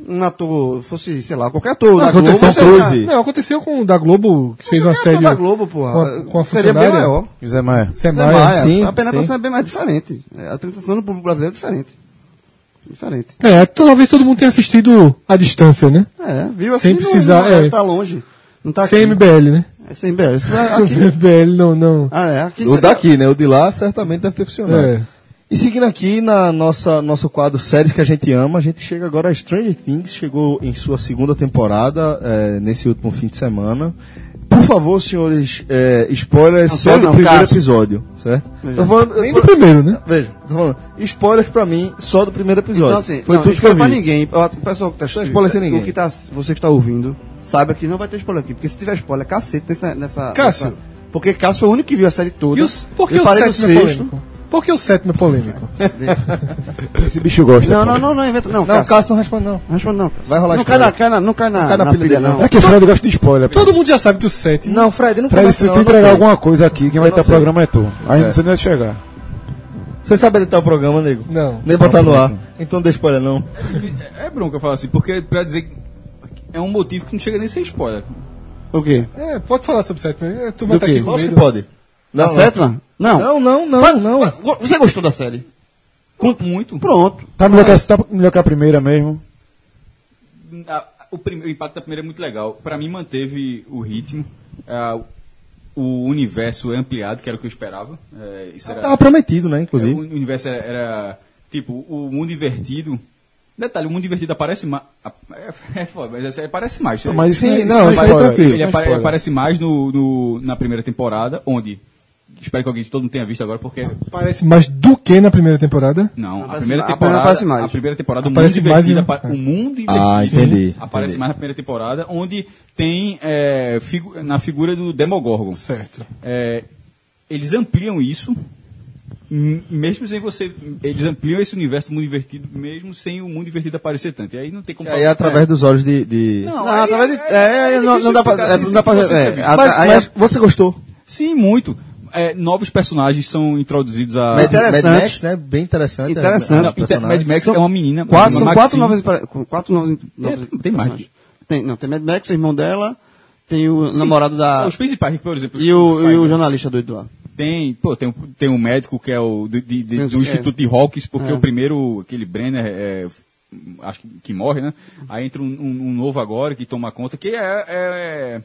[SPEAKER 2] um ator, fosse, sei lá, qualquer ator da Globo...
[SPEAKER 3] aconteceu
[SPEAKER 2] você
[SPEAKER 3] com o
[SPEAKER 2] já-
[SPEAKER 3] Cruise.
[SPEAKER 5] Não, aconteceu com o da Globo, que fez uma
[SPEAKER 2] qualquer ator
[SPEAKER 5] série
[SPEAKER 2] é da Globo,
[SPEAKER 5] com
[SPEAKER 2] porra.
[SPEAKER 5] a, com a
[SPEAKER 2] seria bem
[SPEAKER 5] funcionária,
[SPEAKER 2] maior.
[SPEAKER 4] José Maia.
[SPEAKER 2] Zé
[SPEAKER 5] Zé Maia.
[SPEAKER 2] Maia,
[SPEAKER 3] sim,
[SPEAKER 2] a apresentação
[SPEAKER 3] sim.
[SPEAKER 2] é bem mais diferente. É, A apresentação do público brasileiro é diferente. Diferente.
[SPEAKER 5] É, talvez todo mundo tenha assistido à distância, né?
[SPEAKER 2] É, viu?
[SPEAKER 5] Sem
[SPEAKER 2] não-
[SPEAKER 5] precisar,
[SPEAKER 2] não, é,
[SPEAKER 5] é.
[SPEAKER 2] Tá longe. Não tá aqui.
[SPEAKER 5] Sem MBL, né?
[SPEAKER 2] É sem BL. Isso é
[SPEAKER 5] Sem
[SPEAKER 2] aqui.
[SPEAKER 5] MBL não, não.
[SPEAKER 2] Ah, é, aqui
[SPEAKER 3] O
[SPEAKER 2] seria-
[SPEAKER 3] daqui, né? O de lá certamente deve ter funcionado.
[SPEAKER 5] É.
[SPEAKER 3] E seguindo aqui na nossa nosso quadro séries que a gente ama, a gente chega agora a Stranger Things, chegou em sua segunda temporada eh, nesse último fim de semana. Por favor, senhores, eh, spoilers
[SPEAKER 2] Não,
[SPEAKER 3] só
[SPEAKER 2] sério
[SPEAKER 3] do
[SPEAKER 2] não,
[SPEAKER 3] primeiro
[SPEAKER 2] Cássio.
[SPEAKER 3] episódio, certo?
[SPEAKER 2] Veja.
[SPEAKER 3] Tô falando- eu
[SPEAKER 5] Nem
[SPEAKER 3] tô-
[SPEAKER 5] do primeiro, né?
[SPEAKER 3] Veja, tô falando, spoilers pra mim só do primeiro episódio.
[SPEAKER 2] Então, assim,
[SPEAKER 3] Foi
[SPEAKER 2] não,
[SPEAKER 3] tudo que eu
[SPEAKER 2] spoiler pra
[SPEAKER 3] vi.
[SPEAKER 2] ninguém. Ó, O pessoal que tá assistindo,
[SPEAKER 3] spoiler sem ninguém.
[SPEAKER 2] O que tá, você que tá ouvindo, saiba que não vai ter spoiler aqui. Porque se tiver spoiler, cacete nessa. nessa
[SPEAKER 5] Cássio.
[SPEAKER 2] nessa- porque Cássio foi o único que viu a série toda.
[SPEAKER 5] E os, por que
[SPEAKER 2] eu
[SPEAKER 5] o
[SPEAKER 2] parei no
[SPEAKER 5] sétimo é
[SPEAKER 2] sexto.
[SPEAKER 5] polêmico? Por que o sétimo é polêmico?
[SPEAKER 4] Esse bicho gosta.
[SPEAKER 2] Não, não, não, não, inventa. Não,
[SPEAKER 3] Não,
[SPEAKER 2] Cássio.
[SPEAKER 3] Cássio não responde não.
[SPEAKER 2] Não responde, não.
[SPEAKER 3] Vai rolar
[SPEAKER 2] não cai,
[SPEAKER 3] spoiler.
[SPEAKER 2] na, cai na, Não cai na,
[SPEAKER 3] Não cai na pilha, não.
[SPEAKER 4] É que o Fred gosta de spoiler. pô.
[SPEAKER 5] Todo mundo já sabe que o sétimo.
[SPEAKER 3] Não, Fred, não
[SPEAKER 4] Fred,
[SPEAKER 3] começa
[SPEAKER 4] se
[SPEAKER 3] não, eu
[SPEAKER 4] tu
[SPEAKER 3] não
[SPEAKER 4] entregar
[SPEAKER 3] sei.
[SPEAKER 4] alguma coisa aqui, quem vai
[SPEAKER 3] não
[SPEAKER 4] estar
[SPEAKER 3] sei.
[SPEAKER 4] programa é tu. Aí
[SPEAKER 3] É.
[SPEAKER 4] não sei nem onde chegar.
[SPEAKER 3] Você sabe editar o programa, nego?
[SPEAKER 5] Não.
[SPEAKER 3] Nem botar no ar. Então não dê spoiler não.
[SPEAKER 7] É bronca falar assim, porque pra dizer que é um motivo que não chega nem a ser spoiler.
[SPEAKER 2] O quê?
[SPEAKER 5] É, pode falar sobre o sétimo. A turma
[SPEAKER 2] Do
[SPEAKER 5] tá
[SPEAKER 2] quê?
[SPEAKER 5] aqui com
[SPEAKER 3] Lógico que
[SPEAKER 5] medo.
[SPEAKER 3] pode.
[SPEAKER 2] Da
[SPEAKER 3] Não,
[SPEAKER 2] sétima? Não.
[SPEAKER 3] Não, não, não, não.
[SPEAKER 7] Você gostou da série? Muito.
[SPEAKER 2] Pronto.
[SPEAKER 4] Tá melhor, que, a- tá melhor que a primeira mesmo.
[SPEAKER 7] A- o, prime- o impacto da primeira é muito legal. Pra mim, manteve o ritmo. ah, o universo é ampliado, que era o que eu esperava. É, isso era-
[SPEAKER 3] Tava prometido, né, inclusive.
[SPEAKER 7] É, o universo era, era, tipo o mundo invertido. Detalhe, o mundo invertido aparece mais. É, é foda, mas é- aparece mais.
[SPEAKER 4] Não, mas isso
[SPEAKER 3] Sim,
[SPEAKER 4] é- isso
[SPEAKER 3] não,
[SPEAKER 4] é
[SPEAKER 3] isso aí
[SPEAKER 4] spoiler,
[SPEAKER 3] tranquilo.
[SPEAKER 4] isso
[SPEAKER 7] ele
[SPEAKER 4] não é
[SPEAKER 7] apa-
[SPEAKER 4] spoiler.
[SPEAKER 7] aparece mais no, no- na primeira temporada, onde. Espero que alguém de todo mundo tenha visto agora, porque.
[SPEAKER 5] Parece mais do que na primeira temporada.
[SPEAKER 7] Não, a
[SPEAKER 2] Aparece
[SPEAKER 7] primeira
[SPEAKER 2] mais-
[SPEAKER 7] temporada.
[SPEAKER 2] aparece mais.
[SPEAKER 7] A primeira temporada, o mundo
[SPEAKER 5] Aparece mais
[SPEAKER 7] invertido.
[SPEAKER 5] em-
[SPEAKER 7] apa- O mundo
[SPEAKER 2] É,
[SPEAKER 7] invertido.
[SPEAKER 3] Ah, entendi,
[SPEAKER 7] Aparece
[SPEAKER 3] entendi.
[SPEAKER 7] mais na primeira temporada, onde tem. é, figu- na figura do Demogorgon.
[SPEAKER 5] Certo.
[SPEAKER 7] É, eles ampliam isso, m- mesmo sem você. Eles ampliam esse universo do mundo invertido, mesmo sem o mundo invertido aparecer tanto. E aí não tem como.
[SPEAKER 3] E aí é através dos olhos de. de-
[SPEAKER 7] Não,
[SPEAKER 2] Não,
[SPEAKER 7] aí-
[SPEAKER 2] através de.
[SPEAKER 7] aí- aí
[SPEAKER 2] É,
[SPEAKER 7] é
[SPEAKER 2] não,
[SPEAKER 7] difícil
[SPEAKER 2] não dá pra.
[SPEAKER 7] explicar
[SPEAKER 2] é,
[SPEAKER 7] assim,
[SPEAKER 2] não dá pra.
[SPEAKER 7] sem você
[SPEAKER 2] É,
[SPEAKER 7] ter visto.
[SPEAKER 2] a-
[SPEAKER 3] Mas,
[SPEAKER 2] aí-
[SPEAKER 3] mas você gostou.
[SPEAKER 7] Sim, muito.
[SPEAKER 6] é, novos personagens são introduzidos
[SPEAKER 7] É
[SPEAKER 6] a.
[SPEAKER 2] Mad-
[SPEAKER 4] Interessante.
[SPEAKER 2] Mad Max, né? Bem interessante.
[SPEAKER 4] Interessante.
[SPEAKER 2] A, a,
[SPEAKER 6] Não, Inter- Mad
[SPEAKER 2] personagem.
[SPEAKER 6] Max
[SPEAKER 4] São
[SPEAKER 6] é uma menina. uma
[SPEAKER 4] Quatro, são
[SPEAKER 6] Maxine.
[SPEAKER 4] quatro
[SPEAKER 6] É,
[SPEAKER 4] novas, pra- com- quatro novas, novas
[SPEAKER 6] tem mais.
[SPEAKER 4] personagens. Tem, não, tem Mad Max, o irmão dela, tem o namorado da...
[SPEAKER 6] Ah, Os principais, por exemplo. né?
[SPEAKER 4] E o, e o jornalista doido lá.
[SPEAKER 6] Tem, pô, tem, um- tem um médico que é o de- de- de-
[SPEAKER 4] Tem
[SPEAKER 6] do
[SPEAKER 4] o-
[SPEAKER 6] Instituto de Hawkins, porque
[SPEAKER 4] É.
[SPEAKER 6] o primeiro, aquele Brenner, é, acho que, que morre, né? Aí entra um, um- um novo agora que toma conta, que é. é-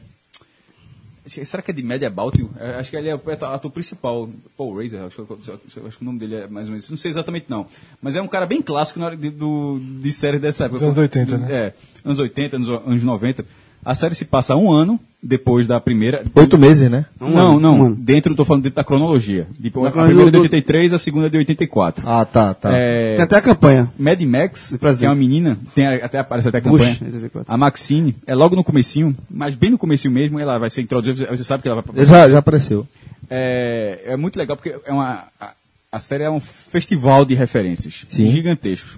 [SPEAKER 6] é- Será que é de Medieval? tio? É, acho que ele é o ator- ator principal, Paul Razor, acho, que- acho que o nome dele é mais ou menos. Não sei exatamente não. Mas é um cara bem clássico na hora de, do, de série dessa época.
[SPEAKER 5] Dos anos 80, né?
[SPEAKER 6] É, anos 80, anos, anos 90. A série se passa um ano depois da primeira.
[SPEAKER 2] Oito meses, né?
[SPEAKER 6] não,
[SPEAKER 4] ano,
[SPEAKER 6] não.
[SPEAKER 4] um ano.
[SPEAKER 6] Dentro, estou falando dentro da cronologia. Tipo, a
[SPEAKER 4] cronologia
[SPEAKER 6] primeira é de
[SPEAKER 4] do-
[SPEAKER 6] 83, a segunda é de 84.
[SPEAKER 2] Ah, tá, tá.
[SPEAKER 6] É,
[SPEAKER 4] Tem até a campanha.
[SPEAKER 6] Mad Max,
[SPEAKER 4] Presidente.
[SPEAKER 6] que é uma menina, tem a- até, aparece até a
[SPEAKER 4] Bush,
[SPEAKER 6] campanha.
[SPEAKER 4] 84.
[SPEAKER 6] a Maxine, é logo no comecinho, mas bem no comecinho mesmo, ela vai ser introduzida, você sabe que ela vai...
[SPEAKER 2] Ele Já, já apareceu.
[SPEAKER 6] É, é muito legal porque é uma, a, a série é um festival de referências gigantescos.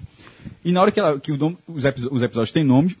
[SPEAKER 6] E na hora que, ela, que o nome- os, episo- os episódios têm nomes,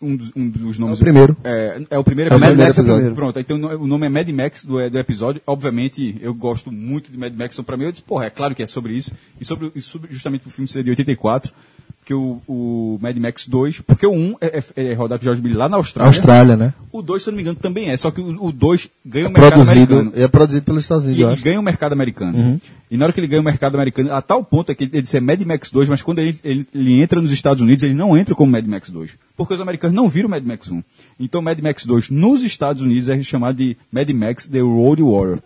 [SPEAKER 6] um dos, um dos nomes.
[SPEAKER 2] o primeiro.
[SPEAKER 6] É, é o primeiro
[SPEAKER 2] É o
[SPEAKER 6] episódio.
[SPEAKER 2] Mad Max é o
[SPEAKER 4] primeiro.
[SPEAKER 6] Pronto, então o nome é Mad Max do, do episódio. Obviamente, eu gosto muito de Mad Max, então pra mim eu disse, porra, é claro que é sobre isso. E sobre, e sobre justamente o filme ser de 84, porque o, o Mad Max 2, porque o 1 é, é, é rodado por George Miller lá na Austrália.
[SPEAKER 2] Austrália, né?
[SPEAKER 6] O 2, se eu não me engano, também é, só que o o 2 ganha o mercado
[SPEAKER 2] Produzido,
[SPEAKER 6] americano.
[SPEAKER 2] é produzido pelos Estados Unidos,
[SPEAKER 6] E
[SPEAKER 2] eu
[SPEAKER 6] ele
[SPEAKER 2] acho.
[SPEAKER 6] ganha o mercado americano. E na hora que ele ganha o mercado americano, a tal ponto é que ele, ele disse é Mad Max 2, mas quando ele, ele- ele entra nos Estados Unidos, ele não entra como Mad Max 2. Porque os americanos não viram Mad Max 1. Então Mad Max 2 nos Estados Unidos é chamado de Mad Max The Road Warrior.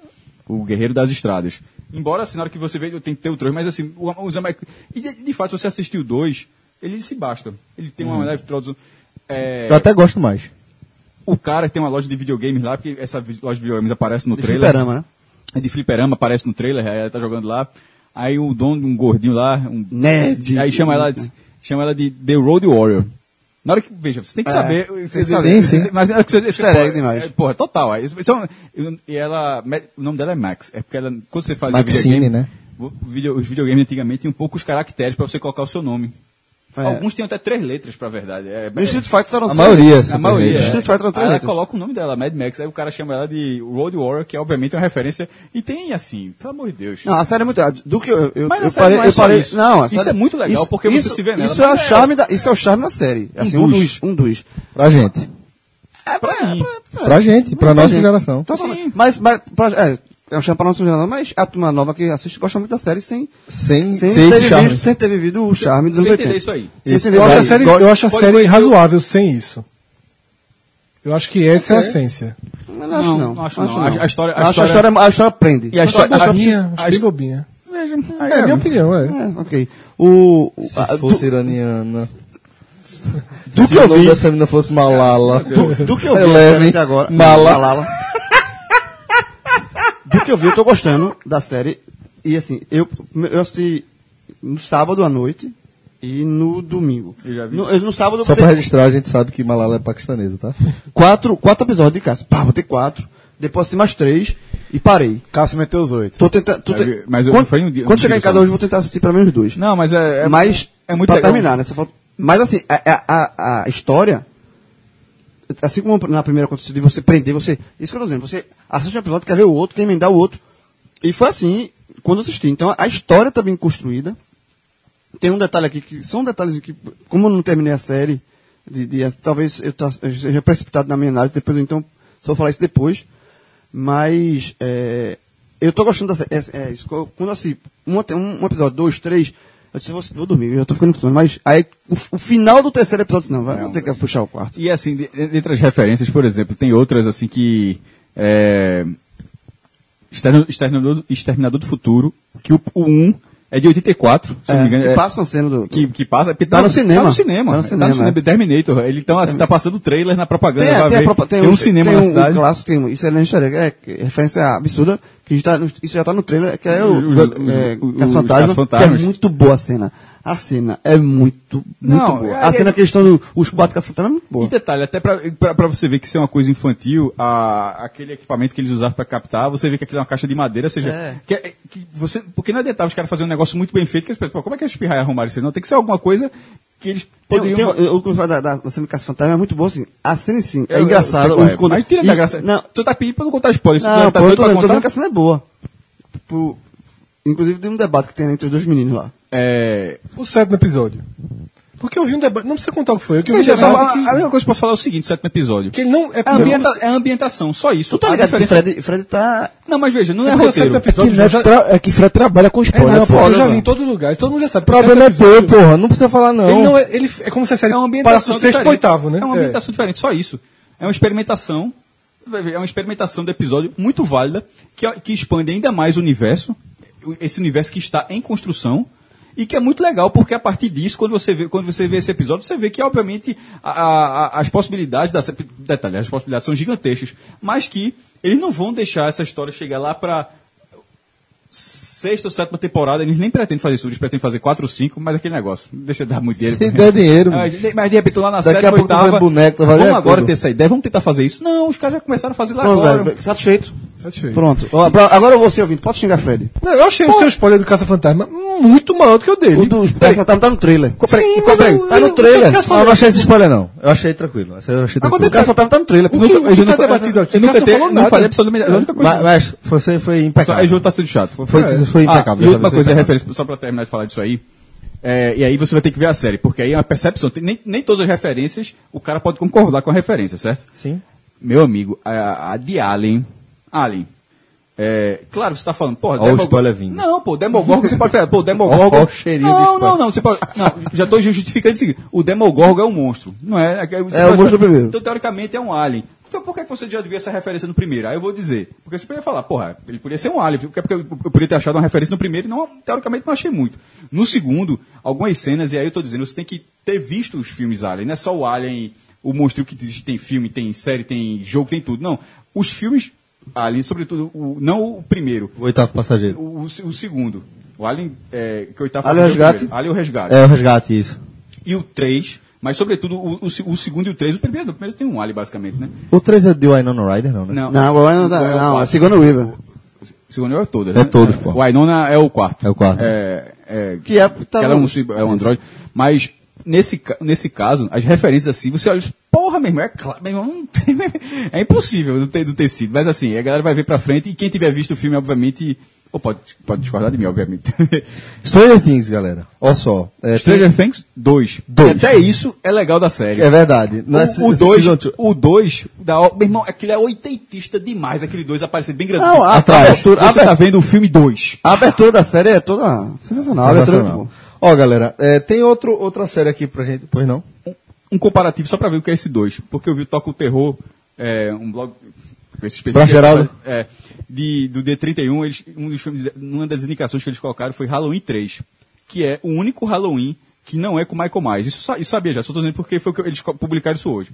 [SPEAKER 6] O Guerreiro das Estradas. Embora, assim, na hora que você vê, tem que ter o 3, mas assim, o- os americanos... E de, de fato, se você assistiu o 2, ele se basta. Ele tem uma leve tradução... É,
[SPEAKER 2] Eu até gosto mais.
[SPEAKER 6] o cara que tem uma loja de videogames lá, porque essa vi- loja de videogames aparece no
[SPEAKER 4] De
[SPEAKER 6] trailer.
[SPEAKER 4] fliperama, né?
[SPEAKER 6] É de fliperama, aparece no trailer, aí ela tá jogando lá. Aí o dono de um gordinho lá, um
[SPEAKER 4] Nerd.
[SPEAKER 6] Aí chama ela, de- chama ela de The Road Warrior. Na hora que, veja, você tem que
[SPEAKER 4] É.
[SPEAKER 6] saber. Você,
[SPEAKER 4] que saber,
[SPEAKER 6] você- Mas na hora que você,
[SPEAKER 4] Easter egg
[SPEAKER 6] porra,
[SPEAKER 4] demais.
[SPEAKER 6] é, Porra, total. aí isso- isso é um- e ela, o nome dela é Max. É porque ela, quando você faz
[SPEAKER 2] Maxine,
[SPEAKER 6] videogame,
[SPEAKER 2] né?
[SPEAKER 6] o video- os videogames antigamente tinham poucos caracteres pra você colocar o seu nome.
[SPEAKER 4] É.
[SPEAKER 6] Alguns tinham até três letras, pra verdade. É,
[SPEAKER 4] No Street Fighter eram
[SPEAKER 2] A
[SPEAKER 4] seis.
[SPEAKER 2] maioria, se
[SPEAKER 6] a maioria. né? é.
[SPEAKER 2] permite.
[SPEAKER 4] Street Fighter não tem
[SPEAKER 6] Aí ela
[SPEAKER 4] letras.
[SPEAKER 6] coloca o nome dela, Mad Max, aí o cara chama ela de Road Warrior, que é obviamente uma referência. E tem assim, pelo amor de Deus.
[SPEAKER 4] Não, a série é muito. Do que eu, eu,
[SPEAKER 6] Mas a
[SPEAKER 4] eu
[SPEAKER 6] série
[SPEAKER 4] parei,
[SPEAKER 6] não é
[SPEAKER 4] eu
[SPEAKER 6] só
[SPEAKER 4] parei.
[SPEAKER 6] isso.
[SPEAKER 4] Não, a
[SPEAKER 6] Isso
[SPEAKER 4] série-
[SPEAKER 6] é muito legal, porque você
[SPEAKER 4] isso-
[SPEAKER 6] se vê nela,
[SPEAKER 4] Isso é, o
[SPEAKER 6] mas é-
[SPEAKER 4] charme da, isso é o charme da série. Assim, um,
[SPEAKER 6] dos.
[SPEAKER 4] dos. Um dos.
[SPEAKER 2] Pra gente.
[SPEAKER 6] É pra mim.
[SPEAKER 2] Pra gente, pra nossa
[SPEAKER 4] gente.
[SPEAKER 2] geração.
[SPEAKER 4] Tá bom. Mas, mas pra, é, é um charme pra nossa geração, mas a turma nova que assiste gosta muito da série sem,
[SPEAKER 2] Sem,
[SPEAKER 4] sem,
[SPEAKER 2] sem,
[SPEAKER 4] ter,
[SPEAKER 2] esse charme.
[SPEAKER 4] vivido, sem ter vivido o charme dos anos
[SPEAKER 6] Você
[SPEAKER 4] 80.
[SPEAKER 6] entender isso aí.
[SPEAKER 4] Sem entender
[SPEAKER 5] Eu acho a
[SPEAKER 4] isso aí.
[SPEAKER 5] série, eu acho a
[SPEAKER 6] pode
[SPEAKER 5] série
[SPEAKER 6] conhecer o-
[SPEAKER 5] razoável sem isso. Eu acho que essa é a essência.
[SPEAKER 4] Mas não acho não.
[SPEAKER 6] Não, acho não. A- a história- a
[SPEAKER 4] Acho a
[SPEAKER 6] história-
[SPEAKER 4] história, a história prende.
[SPEAKER 6] E a
[SPEAKER 5] Acho
[SPEAKER 6] história. a-
[SPEAKER 5] bobinha,
[SPEAKER 6] a-
[SPEAKER 5] acho bem bobinha.
[SPEAKER 6] Veja,
[SPEAKER 5] É, a minha opinião, é.
[SPEAKER 4] É, ok. O, o-
[SPEAKER 2] Se
[SPEAKER 4] a-
[SPEAKER 2] fosse
[SPEAKER 4] do,
[SPEAKER 2] iraniana. Do que eu vi. Se o nome dessa menina fosse Malala. É
[SPEAKER 4] do, do que eu vi
[SPEAKER 2] Eleven,
[SPEAKER 4] até agora.
[SPEAKER 2] Malala.
[SPEAKER 4] do que eu vi, eu tô gostando da série. E assim, eu, eu assisti no sábado à noite e no domingo.
[SPEAKER 6] Eu já vi.
[SPEAKER 4] No, eu- no sábado eu
[SPEAKER 2] Só
[SPEAKER 4] botei
[SPEAKER 2] pra registrar, a gente sabe que Malala é paquistanesa, tá?
[SPEAKER 4] quatro, quatro episódios de casa. Pá, botei quatro. Depois assisti mais três e parei.
[SPEAKER 7] Cássio meteu os oito.
[SPEAKER 4] Tô tentando. tô
[SPEAKER 6] Mas
[SPEAKER 4] te-
[SPEAKER 6] eu- mas eu-
[SPEAKER 4] quando,
[SPEAKER 6] foi um dia-
[SPEAKER 4] quando
[SPEAKER 6] um
[SPEAKER 4] chegar
[SPEAKER 6] dia
[SPEAKER 4] em casa
[SPEAKER 6] só.
[SPEAKER 4] hoje, eu vou tentar assistir pelo menos dois.
[SPEAKER 6] Não, mas é. é
[SPEAKER 4] mas
[SPEAKER 6] é muito
[SPEAKER 4] pra
[SPEAKER 6] legal.
[SPEAKER 4] terminar, né? Só falta- Mas assim, a, a- a, a história, assim como na primeira aconteceu de você prender, você. Isso que eu tô dizendo, você assiste um episódio, quer ver o outro, quer emendar o outro. E foi assim quando eu assisti. Então a história tá bem construída. Tem um detalhe aqui que são detalhes que, como eu não terminei a série, de, de- talvez eu, tá, eu seja precipitado na minha análise, depois eu, então só vou falar isso depois. Mas é, eu tô gostando da série. É, é isso, quando eu assim, um, um episódio, dois, três, eu disse, vou, vou dormir, eu já tô ficando com sono. Mas aí o, o final do terceiro episódio, disse, não, vai, vou ter que puxar o quarto.
[SPEAKER 6] E assim, de- dentre as referências, por exemplo, tem outras assim que. É, Externo- Exterminador, Exterminador do Futuro, que o 1 um é de 84, se eu não me engano.
[SPEAKER 4] É,
[SPEAKER 6] é-
[SPEAKER 4] e passa uma cena do.
[SPEAKER 6] que, que passa. porque
[SPEAKER 4] Tá no cinema.
[SPEAKER 6] Tá no cinema. Tá
[SPEAKER 4] Tá no
[SPEAKER 6] no
[SPEAKER 4] cinema, é.
[SPEAKER 6] Terminator. Ele então, assim, tá passando o trailer na propaganda.
[SPEAKER 4] Tem,
[SPEAKER 6] vai
[SPEAKER 4] tem, a
[SPEAKER 6] ver.
[SPEAKER 4] propa-
[SPEAKER 6] Tem um cinema
[SPEAKER 4] tem
[SPEAKER 6] na
[SPEAKER 4] um-
[SPEAKER 6] cidade.
[SPEAKER 4] Um clássico, tem um, isso é na história, é, que é referência absurda, que já tá no- isso já tá no trailer, que é o,
[SPEAKER 6] Os- os- os-
[SPEAKER 4] é, Caça
[SPEAKER 6] os
[SPEAKER 4] Fantasma, que é
[SPEAKER 6] Caça-Fantasmas.
[SPEAKER 4] muito boa a cena. A cena é muito, muito
[SPEAKER 6] Não,
[SPEAKER 4] boa.
[SPEAKER 6] é-
[SPEAKER 4] a cena que eles estão, no- os quatro caça-fantasmas é muito
[SPEAKER 6] E
[SPEAKER 4] boa.
[SPEAKER 6] detalhe, até pra, pra, pra você ver que isso é uma coisa infantil, a, aquele equipamento que eles usavam pra captar, você vê que aquilo é uma caixa de madeira, ou seja,
[SPEAKER 4] É.
[SPEAKER 6] que, é- que você, porque não adiantava os caras fazerem um negócio muito bem feito, que as pessoas, "Pô, como é que esses pirraia arrumaram isso? aí?" Não, tem que ser alguma coisa que eles
[SPEAKER 2] um-
[SPEAKER 4] Tem- um,
[SPEAKER 6] poderiam...
[SPEAKER 4] tem- eu- eu- o da, da, da cena do Caça Fantasma é muito boa, assim. A cena sim, é
[SPEAKER 6] Eu- eu
[SPEAKER 4] engraçado.
[SPEAKER 6] sei qual é,
[SPEAKER 4] os- quando-
[SPEAKER 6] mas tira
[SPEAKER 4] e-
[SPEAKER 6] da graça.
[SPEAKER 4] Não,
[SPEAKER 6] Tu tá pedindo pra não contar spoiler. se tu
[SPEAKER 4] não
[SPEAKER 6] tá
[SPEAKER 4] pô, eu
[SPEAKER 6] doido
[SPEAKER 4] tô,
[SPEAKER 6] pra
[SPEAKER 4] eu tô
[SPEAKER 6] contar,
[SPEAKER 4] dizendo que a cena é boa.
[SPEAKER 3] pro. Inclusive tem um debate que tem entre os dois meninos lá.
[SPEAKER 6] É,
[SPEAKER 5] O sétimo episódio. Porque eu vi um debate. Não precisa contar o que foi. Eu que eu vi um
[SPEAKER 4] é
[SPEAKER 6] veja só,
[SPEAKER 5] debate
[SPEAKER 6] a,
[SPEAKER 5] que,
[SPEAKER 6] a única coisa pra falar é o seguinte, sétimo episódio.
[SPEAKER 5] que ele não é,
[SPEAKER 4] tá
[SPEAKER 6] É, a ambienta- é a ambientação, só isso.
[SPEAKER 3] Tu tá
[SPEAKER 6] A
[SPEAKER 3] ligado que
[SPEAKER 6] diferença-
[SPEAKER 3] Fred, Fred tá.
[SPEAKER 6] Não, mas veja, não é,
[SPEAKER 5] É porque o sétimo
[SPEAKER 6] roteiro.
[SPEAKER 4] Que
[SPEAKER 5] episódio
[SPEAKER 4] não é,
[SPEAKER 5] já, já,
[SPEAKER 4] tra- é que Fred trabalha com
[SPEAKER 5] é, não,
[SPEAKER 4] spoiler.
[SPEAKER 5] é porque eu
[SPEAKER 4] foda,
[SPEAKER 5] já li
[SPEAKER 4] mano.
[SPEAKER 5] em todo lugar. e Todo mundo já sabe.
[SPEAKER 2] O problema é teu, porra. Não precisa falar, não.
[SPEAKER 5] Ele não é, ele é como se
[SPEAKER 6] É uma
[SPEAKER 5] série passa
[SPEAKER 6] ambientação
[SPEAKER 5] do sexto
[SPEAKER 6] diferente.
[SPEAKER 5] pro oitavo, né?
[SPEAKER 6] É uma ambientação diferente, só isso. É uma experimentação, é uma experimentação do episódio muito válida, que, que expande ainda mais o universo, esse universo que está em construção, e que é muito legal, porque a partir disso, quando você vê, quando você vê esse episódio, você vê que, obviamente, a- a- a- as possibilidades da sé- detalhe, as possibilidades são gigantescas, mas que eles não vão deixar essa história chegar lá para sexta ou sétima temporada, eles nem pretendem fazer isso, eles pretendem fazer quatro ou cinco, mas aquele negócio, não deixa eu dar muito dinheiro.
[SPEAKER 2] Se der dinheiro,
[SPEAKER 6] Ah,
[SPEAKER 2] bicho.
[SPEAKER 6] de- Mas de repente lá na
[SPEAKER 2] Daqui a
[SPEAKER 6] sétima,
[SPEAKER 2] pouco tu
[SPEAKER 6] oitava,
[SPEAKER 2] vai boneco, tu vai
[SPEAKER 6] vamos
[SPEAKER 2] ver
[SPEAKER 6] agora
[SPEAKER 2] tudo. é,
[SPEAKER 6] ter essa ideia, vamos tentar fazer isso. Não, os caras já começaram a fazer lá
[SPEAKER 3] Pronto,
[SPEAKER 6] agora.
[SPEAKER 3] velho, satisfeito?
[SPEAKER 5] Satisfeito.
[SPEAKER 3] Pronto. Ó, pra- Agora você, ouvinte, pode xingar Fred.
[SPEAKER 5] Não, eu achei o seu spoiler do Caça-Fantasma muito maior do que o dele.
[SPEAKER 3] O dos essa tá, tá no trailer.
[SPEAKER 5] Sim, mas eu-
[SPEAKER 2] Tá
[SPEAKER 5] eu-
[SPEAKER 2] no
[SPEAKER 5] eu-
[SPEAKER 2] trailer.
[SPEAKER 5] eu- eu-
[SPEAKER 2] Ah, eu não achei esse spoiler, não. Eu achei tranquilo. Essa é eu achei tranquilo.
[SPEAKER 3] O cara só tava tá no trailer.
[SPEAKER 5] O
[SPEAKER 3] pô.
[SPEAKER 5] que-
[SPEAKER 3] Nunca-
[SPEAKER 5] o que tá debatido aqui?
[SPEAKER 6] Eu nunca
[SPEAKER 5] Cássio
[SPEAKER 6] te,
[SPEAKER 5] falou
[SPEAKER 6] não
[SPEAKER 5] nada. É.
[SPEAKER 6] falei absolutamente nada. A única coisa.
[SPEAKER 2] Mas, mas você foi
[SPEAKER 6] Só- aí o
[SPEAKER 2] impecável.
[SPEAKER 6] jogo tá sendo chato. Foi,
[SPEAKER 2] Foi- você foi impecável,
[SPEAKER 6] Ah, e
[SPEAKER 2] já
[SPEAKER 6] outra
[SPEAKER 2] foi
[SPEAKER 6] coisa, é
[SPEAKER 2] impecável.
[SPEAKER 6] referência, só pra terminar de falar disso aí. É, e aí você vai ter que ver a série, porque aí é uma percepção. Tem- nem, nem todas as referências o cara pode concordar com a referência, certo?
[SPEAKER 2] Sim.
[SPEAKER 6] Meu amigo, a, a de Alien. Alien. É, claro, você tá falando, porra,
[SPEAKER 2] Ó o
[SPEAKER 6] Demogorgon-
[SPEAKER 2] spoiler vindo.
[SPEAKER 6] Não, pô, Demogorgon você pode falar, pô, Demogorgon.
[SPEAKER 2] Ó- ó o cheirinho de
[SPEAKER 6] não,
[SPEAKER 2] spoiler.
[SPEAKER 6] não, não, você pode. ah, Não, já tô justificando o seguinte: o Demogorgon é um monstro. Não é? É, você
[SPEAKER 3] É o
[SPEAKER 6] pode-
[SPEAKER 3] monstro primeiro.
[SPEAKER 6] Então, teoricamente, é um alien. Então, por que que você já devia essa referência no primeiro? Aí eu vou dizer. Porque você poderia falar, porra, ele podia ser um alien. Porque porque eu eu poderia ter achado uma referência no primeiro e não, teoricamente não achei muito. No segundo, algumas cenas, e aí eu tô dizendo, você tem que ter visto os filmes alien. Não é só o alien, o monstro que existe, tem filme, tem série, tem jogo, tem tudo. Não. Os filmes alien, sobretudo, o- não o primeiro,
[SPEAKER 2] O oitavo passageiro.
[SPEAKER 6] o, o se- o segundo. O alien é, que eu estava
[SPEAKER 3] Alien Resgate.
[SPEAKER 6] Alien o resgate
[SPEAKER 2] É o resgate, isso.
[SPEAKER 6] e o 3, mas sobretudo o, o se- o segundo e o 3, o primeiro, o primeiro tem um ali basicamente, né?
[SPEAKER 2] O 3 é de Winona Rider, não, né?
[SPEAKER 6] Não,
[SPEAKER 3] Não, agora não dá.
[SPEAKER 6] Agora é o
[SPEAKER 3] Não, é
[SPEAKER 6] quarto.
[SPEAKER 3] Sigourney Weaver.
[SPEAKER 6] O segundo é todas,
[SPEAKER 2] É todos, pô.
[SPEAKER 6] O Ainona é o quarto.
[SPEAKER 2] É o quarto.
[SPEAKER 6] É, é,
[SPEAKER 3] Que é- tá
[SPEAKER 6] que ela é um,
[SPEAKER 3] no-
[SPEAKER 6] ci- é um Android. Mas nesse, ca- nesse caso, as referências assim, você olha e diz, porra, meu irmão, é claro, meu irmão, não tem, é impossível não ter, não ter sido. Mas assim, a galera vai ver pra frente e quem tiver visto o filme, obviamente, ou pode, pode discordar de mim, obviamente.
[SPEAKER 2] Stranger Things, galera. Olha só. É,
[SPEAKER 6] Stranger Things 2.
[SPEAKER 2] Dois.
[SPEAKER 6] Até isso é legal da série.
[SPEAKER 2] É verdade. Não é se-
[SPEAKER 6] O- O 2,
[SPEAKER 2] season two.
[SPEAKER 6] o 2, da o- meu irmão, aquele é oitentista demais, aquele 2 aparecendo bem grandão.
[SPEAKER 3] Não, a-
[SPEAKER 2] a
[SPEAKER 6] Você
[SPEAKER 2] abertura- a
[SPEAKER 6] tá vendo o filme 2.
[SPEAKER 3] A abertura da série é toda sensacional. A abertura é muito
[SPEAKER 2] Sensacional.
[SPEAKER 3] boa.
[SPEAKER 2] Ó, galera, é, tem outro, outra série aqui pra gente. Pois não?
[SPEAKER 6] Um comparativo só pra ver o que é esse 2, porque eu vi o Toca o Terror, é, um blog com esse específico-
[SPEAKER 2] Pra né? Geraldo?
[SPEAKER 6] É, de, do D31, eles, um dos filmes, uma das indicações que eles colocaram foi Halloween 3, que é o único Halloween que não é com Michael Myers. Isso, sa- isso sabia já, só tô dizendo porque foi o que eles co- publicaram isso hoje.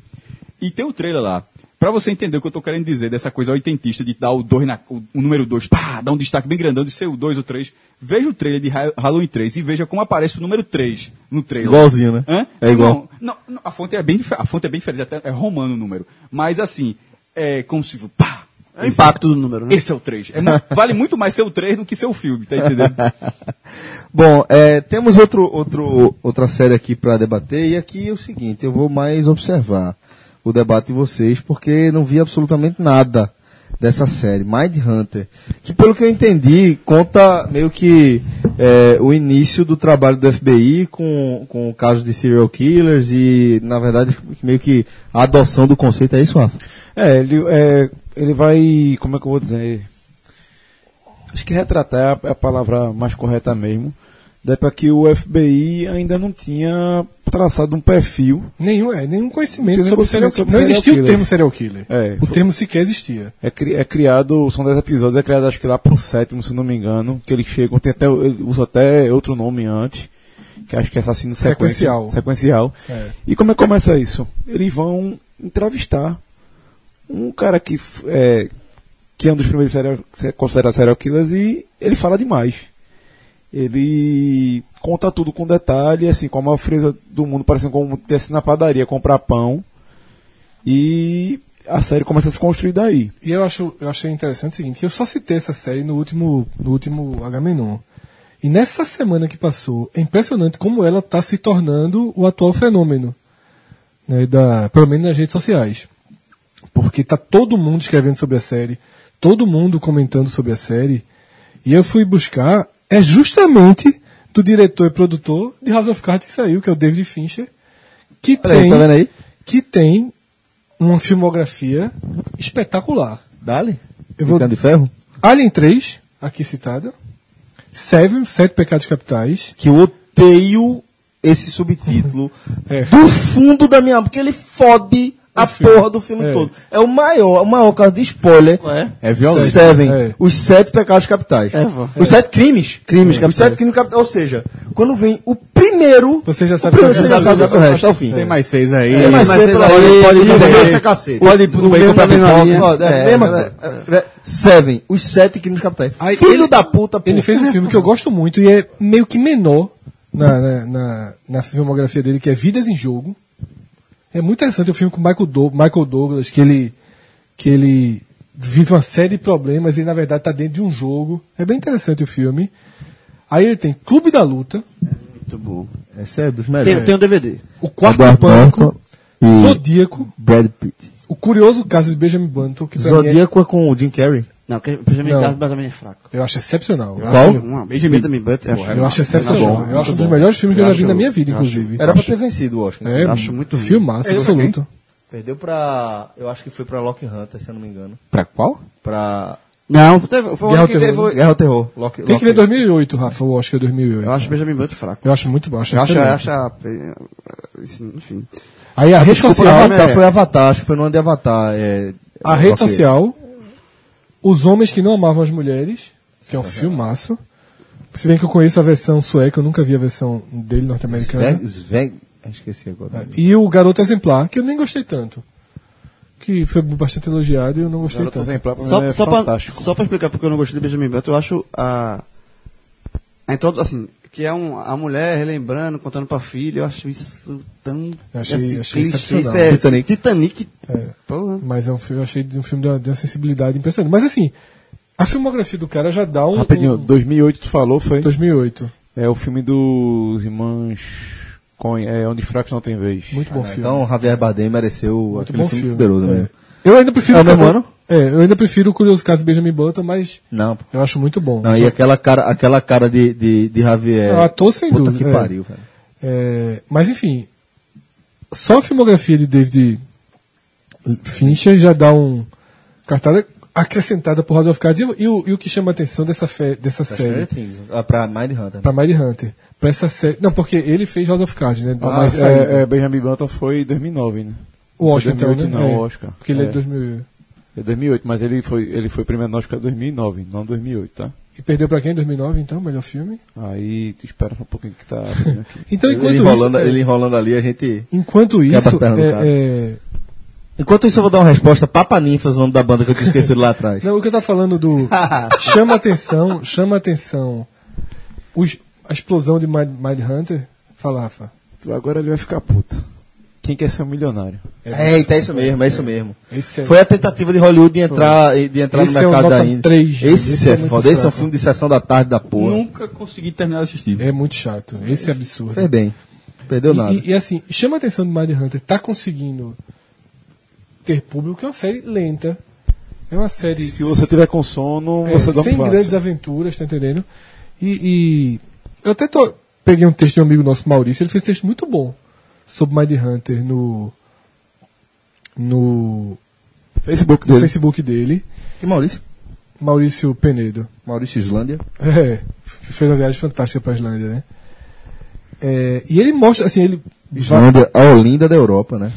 [SPEAKER 6] E tem o trailer lá. Pra você entender o que eu tô querendo dizer dessa coisa oitentista de dar o 2 na. o, o número 2, pá, dar um destaque bem grandão de ser o 2 ou 3, veja o trailer de Ha- Halloween 3 e veja como aparece o número 3 no trailer.
[SPEAKER 2] Igualzinho, né?
[SPEAKER 6] Hã?
[SPEAKER 2] É igual.
[SPEAKER 6] Não, não, não, a fonte é bem diferente. A fonte é bem diferente, até é romano o número. Mas assim, é como se. Pá,
[SPEAKER 3] É o impacto do número, né?
[SPEAKER 6] esse é o 3. vale muito mais ser o 3 do que ser o filme, tá entendendo?
[SPEAKER 2] Bom, é, temos outro, outro, outra série aqui para debater, e aqui é o seguinte, eu vou mais observar o debate de vocês, porque não vi absolutamente nada dessa série, Mind Hunter, que pelo que eu entendi, conta meio que é, o início do trabalho do FBI com, com o caso de serial killers e, na verdade, meio que a adoção do conceito, é isso, Rafa?
[SPEAKER 4] É, ele, é, ele vai. Como é que eu vou dizer? Acho que retratar é a palavra mais correta mesmo. Da época que o FBI ainda não tinha traçado um perfil.
[SPEAKER 5] Nenhum, é, nenhum conhecimento
[SPEAKER 4] Não tinha
[SPEAKER 5] sobre serial
[SPEAKER 4] conhecimento
[SPEAKER 5] killer.
[SPEAKER 4] sobre
[SPEAKER 5] Não
[SPEAKER 4] serial
[SPEAKER 5] existia o
[SPEAKER 4] killer.
[SPEAKER 5] termo serial killer.
[SPEAKER 4] É,
[SPEAKER 5] o
[SPEAKER 4] foi-
[SPEAKER 5] termo sequer existia.
[SPEAKER 4] É, cri- é criado, são 10 episódios, é criado acho que lá pro sétimo, se não me engano, que eles chegam, tem até, ele usa até outro nome antes, que acho que é assassino sequência-
[SPEAKER 5] Sequencial.
[SPEAKER 4] Sequencial.
[SPEAKER 5] É.
[SPEAKER 4] E como é que começa isso? Eles vão entrevistar um cara que f- é, que é um dos primeiros serial, se- considerado serial killers e ele fala demais. Ele conta tudo com detalhe, assim, com a maior frieza do mundo, parecendo como se tivesse na padaria comprar pão. E a série começa a se construir daí.
[SPEAKER 5] E eu, acho, eu achei interessante o seguinte, que eu só citei essa série no último, no último Agamenon. E nessa semana que passou, é impressionante como ela está se tornando o atual fenômeno. Né, da, pelo menos nas redes sociais. Porque tá todo mundo escrevendo sobre a série, todo mundo comentando sobre a série. E eu fui buscar, é justamente do diretor e produtor de House of Cards que saiu, que é o David Fincher, que
[SPEAKER 2] Olha aí,
[SPEAKER 5] tem,
[SPEAKER 2] tá vendo aí?
[SPEAKER 5] que tem uma filmografia espetacular.
[SPEAKER 2] Dali?
[SPEAKER 5] Eu vou-
[SPEAKER 2] Brincando de ferro?
[SPEAKER 5] Alien 3, aqui citada. Seven, Sete Pecados Capitais.
[SPEAKER 2] Que eu odeio esse subtítulo
[SPEAKER 5] É.
[SPEAKER 2] do fundo da minha alma, porque ele fode a
[SPEAKER 5] filme.
[SPEAKER 2] porra do filme
[SPEAKER 5] É.
[SPEAKER 2] todo. É o maior, o maior caso de spoiler.
[SPEAKER 3] É?
[SPEAKER 2] É violento. Seven.
[SPEAKER 5] É.
[SPEAKER 2] Os sete pecados capitais.
[SPEAKER 3] É, vó.
[SPEAKER 2] Os sete crimes. Crimes
[SPEAKER 5] capitais.
[SPEAKER 2] Os sete crimes capitais. Ou seja, quando vem o primeiro.
[SPEAKER 5] Você já sabe
[SPEAKER 2] o primeiro,
[SPEAKER 5] qual
[SPEAKER 2] você
[SPEAKER 5] é o
[SPEAKER 2] já
[SPEAKER 5] resultado.
[SPEAKER 2] sabe o resto, é o fim.
[SPEAKER 6] Tem mais seis aí.
[SPEAKER 2] É,
[SPEAKER 3] mas
[SPEAKER 2] mas sempre
[SPEAKER 3] sei lá,
[SPEAKER 2] aí,
[SPEAKER 3] ele pode
[SPEAKER 2] pode
[SPEAKER 3] também.
[SPEAKER 2] sexta cacete.
[SPEAKER 3] Pode ir pro
[SPEAKER 2] No
[SPEAKER 3] meio
[SPEAKER 2] meio
[SPEAKER 3] comprar
[SPEAKER 2] da
[SPEAKER 3] pipoca.
[SPEAKER 2] linha. Ó,
[SPEAKER 3] É,
[SPEAKER 2] É, mesma
[SPEAKER 3] é,
[SPEAKER 2] coisa. É, Seven, os sete crimes capitais. Filho da puta,
[SPEAKER 5] Ele
[SPEAKER 2] porra.
[SPEAKER 5] fez um filme que eu gosto muito e é meio que menor na, na, na- na filmografia dele, que é Vidas em Jogo. É muito interessante o filme com Michael, Dou- Michael Douglas, que ele, que ele vive uma série de problemas e na verdade está dentro de um jogo. É bem interessante o filme. Aí ele tem Clube da Luta,
[SPEAKER 3] Muito bom.
[SPEAKER 2] Esse é dos melhores.
[SPEAKER 3] Tem, tem um DVD.
[SPEAKER 5] O Quarto
[SPEAKER 2] Eduardo
[SPEAKER 5] Pânico,
[SPEAKER 2] Banco e-
[SPEAKER 5] Zodíaco,
[SPEAKER 2] Brad Pitt.
[SPEAKER 5] O Curioso Caso de Benjamin Button, que pra mim é-
[SPEAKER 2] Zodíaco é com o Jim Carrey.
[SPEAKER 3] Não, que Benjamin
[SPEAKER 5] Não.
[SPEAKER 3] Carlos também é fraco.
[SPEAKER 5] eu acho excepcional. Eu
[SPEAKER 2] Qual?
[SPEAKER 5] acho,
[SPEAKER 3] Uma, Benjamin Button.
[SPEAKER 5] eu acho
[SPEAKER 3] Tá
[SPEAKER 5] excepcional. eu acho um dos melhores filmes que eu já vi na minha vida, inclusive.
[SPEAKER 2] Era pra ter vencido o Oscar. né?
[SPEAKER 5] É,
[SPEAKER 3] Eu acho muito é lindo.
[SPEAKER 5] filmaço, absoluto.
[SPEAKER 2] Perdeu pra. Eu acho que foi pra Lock Hunter, se eu não me engano.
[SPEAKER 6] Pra qual?
[SPEAKER 2] Pra.
[SPEAKER 3] Não, teve, foi o
[SPEAKER 5] Guerra
[SPEAKER 3] ano
[SPEAKER 5] ao
[SPEAKER 3] que
[SPEAKER 5] Terror,
[SPEAKER 3] teve. o-
[SPEAKER 2] Guerra ao Terror. Lock,
[SPEAKER 5] Tem que ver 2008, Rafa, o Oscar 2008.
[SPEAKER 3] Eu acho Benjamin Button fraco.
[SPEAKER 5] Eu acho muito bom. Acho
[SPEAKER 3] Eu acho,
[SPEAKER 5] excelente.
[SPEAKER 3] acho a- eh, assim, enfim.
[SPEAKER 5] Aí a rede
[SPEAKER 2] Foi
[SPEAKER 5] social,
[SPEAKER 3] é-
[SPEAKER 2] Avatar, foi Avatar, acho que foi no ano de Avatar. É...
[SPEAKER 5] é. a rede
[SPEAKER 2] Lock-
[SPEAKER 5] social, Os Homens Que Não Amavam as Mulheres, que é um filmaço. Se bem que eu conheço a versão sueca, eu nunca vi a versão dele norte-americana. É,
[SPEAKER 2] Sveg. Sveg... eu Esqueci agora.
[SPEAKER 5] E o Garoto Exemplar, que eu nem gostei tanto. Que foi bastante elogiado e eu não gostei
[SPEAKER 4] Garoto
[SPEAKER 5] tanto.
[SPEAKER 4] exemplar, pra mim,
[SPEAKER 3] Só,
[SPEAKER 4] é
[SPEAKER 3] só, pra,
[SPEAKER 4] fantástico.
[SPEAKER 3] só pra explicar porque eu não gostei de Benjamin Button, eu acho a. a introdu- assim, que é um, a mulher relembrando, contando pra filha, eu acho isso tão.
[SPEAKER 5] Eu achei-
[SPEAKER 3] assim,
[SPEAKER 5] achei
[SPEAKER 3] clichê,
[SPEAKER 5] excepcional.
[SPEAKER 3] isso é
[SPEAKER 2] Titanic.
[SPEAKER 3] Titanic. Titanic.
[SPEAKER 5] É.
[SPEAKER 3] Porra.
[SPEAKER 5] Mas é um filme, eu achei de um filme de uma, de uma sensibilidade impressionante. Mas assim, a filmografia do cara já dá um.
[SPEAKER 4] Rapidinho,
[SPEAKER 5] um-
[SPEAKER 4] 2008 tu falou, foi?
[SPEAKER 5] 2008.
[SPEAKER 4] É o filme dos irmãos Coen, é Onde Fracos Não Tem Vez.
[SPEAKER 5] Muito bom
[SPEAKER 2] Ah,
[SPEAKER 5] filme.
[SPEAKER 2] então, Javier Bardem mereceu aquele
[SPEAKER 5] bom
[SPEAKER 2] filme,
[SPEAKER 5] filme.
[SPEAKER 2] poderoso
[SPEAKER 5] É.
[SPEAKER 2] mesmo.
[SPEAKER 5] Eu ainda prefiro.
[SPEAKER 2] É o mesmo
[SPEAKER 5] eu-
[SPEAKER 2] ano?
[SPEAKER 5] É, eu ainda prefiro o Curioso Caso de Benjamin Button, mas
[SPEAKER 2] Não, pô.
[SPEAKER 5] eu acho muito bom.
[SPEAKER 2] Não, e é- aquela cara, aquela cara de, de, de Javier.
[SPEAKER 5] Ah, ator sem
[SPEAKER 2] Puta
[SPEAKER 5] dúvida,
[SPEAKER 2] que
[SPEAKER 5] é.
[SPEAKER 2] pariu, velho.
[SPEAKER 5] É, mas enfim, só a filmografia de David Fincher já dá um cartada acrescentada por House of Cards. E, o- e o, e o que chama a atenção dessa, fe- dessa
[SPEAKER 2] Pra
[SPEAKER 5] série?
[SPEAKER 2] Stranger Things, ah, pra Mindhunter.
[SPEAKER 5] Pra Mind Hunter. Pra essa série. Não, porque ele fez House of Cards, né?
[SPEAKER 4] Ah,
[SPEAKER 5] Mas,
[SPEAKER 4] mas
[SPEAKER 5] é,
[SPEAKER 4] é, é, Benjamin Button foi em 2009, né?
[SPEAKER 5] o Oscar,
[SPEAKER 4] foi 2008,
[SPEAKER 5] então, né?
[SPEAKER 4] não,
[SPEAKER 5] É,
[SPEAKER 4] o Oscar.
[SPEAKER 5] Porque ele é,
[SPEAKER 4] É.
[SPEAKER 5] de 2000.
[SPEAKER 4] É 2008, mas ele foi, ele foi primeiro Oscar em 2009, não 2008, tá?
[SPEAKER 5] E perdeu pra quem? 2009, então? Melhor filme?
[SPEAKER 4] Aí tu espera só um pouquinho que tá abrindo aqui.
[SPEAKER 5] Então, enquanto
[SPEAKER 2] ele,
[SPEAKER 5] isso.
[SPEAKER 2] enrolando,
[SPEAKER 5] é,
[SPEAKER 2] ele enrolando ali, a gente.
[SPEAKER 5] Enquanto
[SPEAKER 2] Quebra
[SPEAKER 5] isso.
[SPEAKER 2] as pernas do
[SPEAKER 5] é,
[SPEAKER 2] cara.
[SPEAKER 5] é,
[SPEAKER 2] Enquanto isso, eu vou dar uma resposta. Papa Ninfas, o nome da banda que eu tinha esquecido lá atrás.
[SPEAKER 5] Não, o que eu tava falando do. chama atenção, chama atenção. Os- a explosão de Mind, Hunter. Fala, Rafa.
[SPEAKER 4] Tu- Agora ele vai ficar puto. Quem quer ser um milionário?
[SPEAKER 2] Eita, é isso mesmo, é isso mesmo.
[SPEAKER 5] Esse é-
[SPEAKER 2] Foi a tentativa de Hollywood de entrar, de entrar no
[SPEAKER 5] Esse é o
[SPEAKER 2] mercado
[SPEAKER 5] nota
[SPEAKER 2] ainda.
[SPEAKER 5] três,
[SPEAKER 2] esse,
[SPEAKER 5] gente. Esse
[SPEAKER 2] é,
[SPEAKER 5] é muito
[SPEAKER 2] foda, esse é um
[SPEAKER 5] fraco.
[SPEAKER 2] filme de sessão da tarde da porra.
[SPEAKER 6] Nunca consegui terminar de assistir.
[SPEAKER 5] É muito chato. Esse é absurdo.
[SPEAKER 2] Fez bem. Perdeu nada.
[SPEAKER 5] E, e, assim, chama a atenção do Mind Hunter. Tá conseguindo ter público. É uma série lenta. É uma série.
[SPEAKER 4] Se você tiver com sono,
[SPEAKER 5] É,
[SPEAKER 4] você dá um
[SPEAKER 5] sem
[SPEAKER 4] fácil.
[SPEAKER 5] grandes aventuras, tá entendendo? E, e eu até tô- peguei um texto de um amigo nosso, Maurício, ele fez um texto muito bom sobre Mind Hunter no no,
[SPEAKER 4] Facebook
[SPEAKER 5] no
[SPEAKER 4] dele.
[SPEAKER 5] Facebook dele,
[SPEAKER 2] E Maurício?
[SPEAKER 5] Maurício Penedo.
[SPEAKER 2] Maurício Islândia.
[SPEAKER 5] É, que fez uma viagem fantástica pra Islândia, né? É, e ele mostra, assim, ele
[SPEAKER 2] Islândia, a Olinda da Europa, né?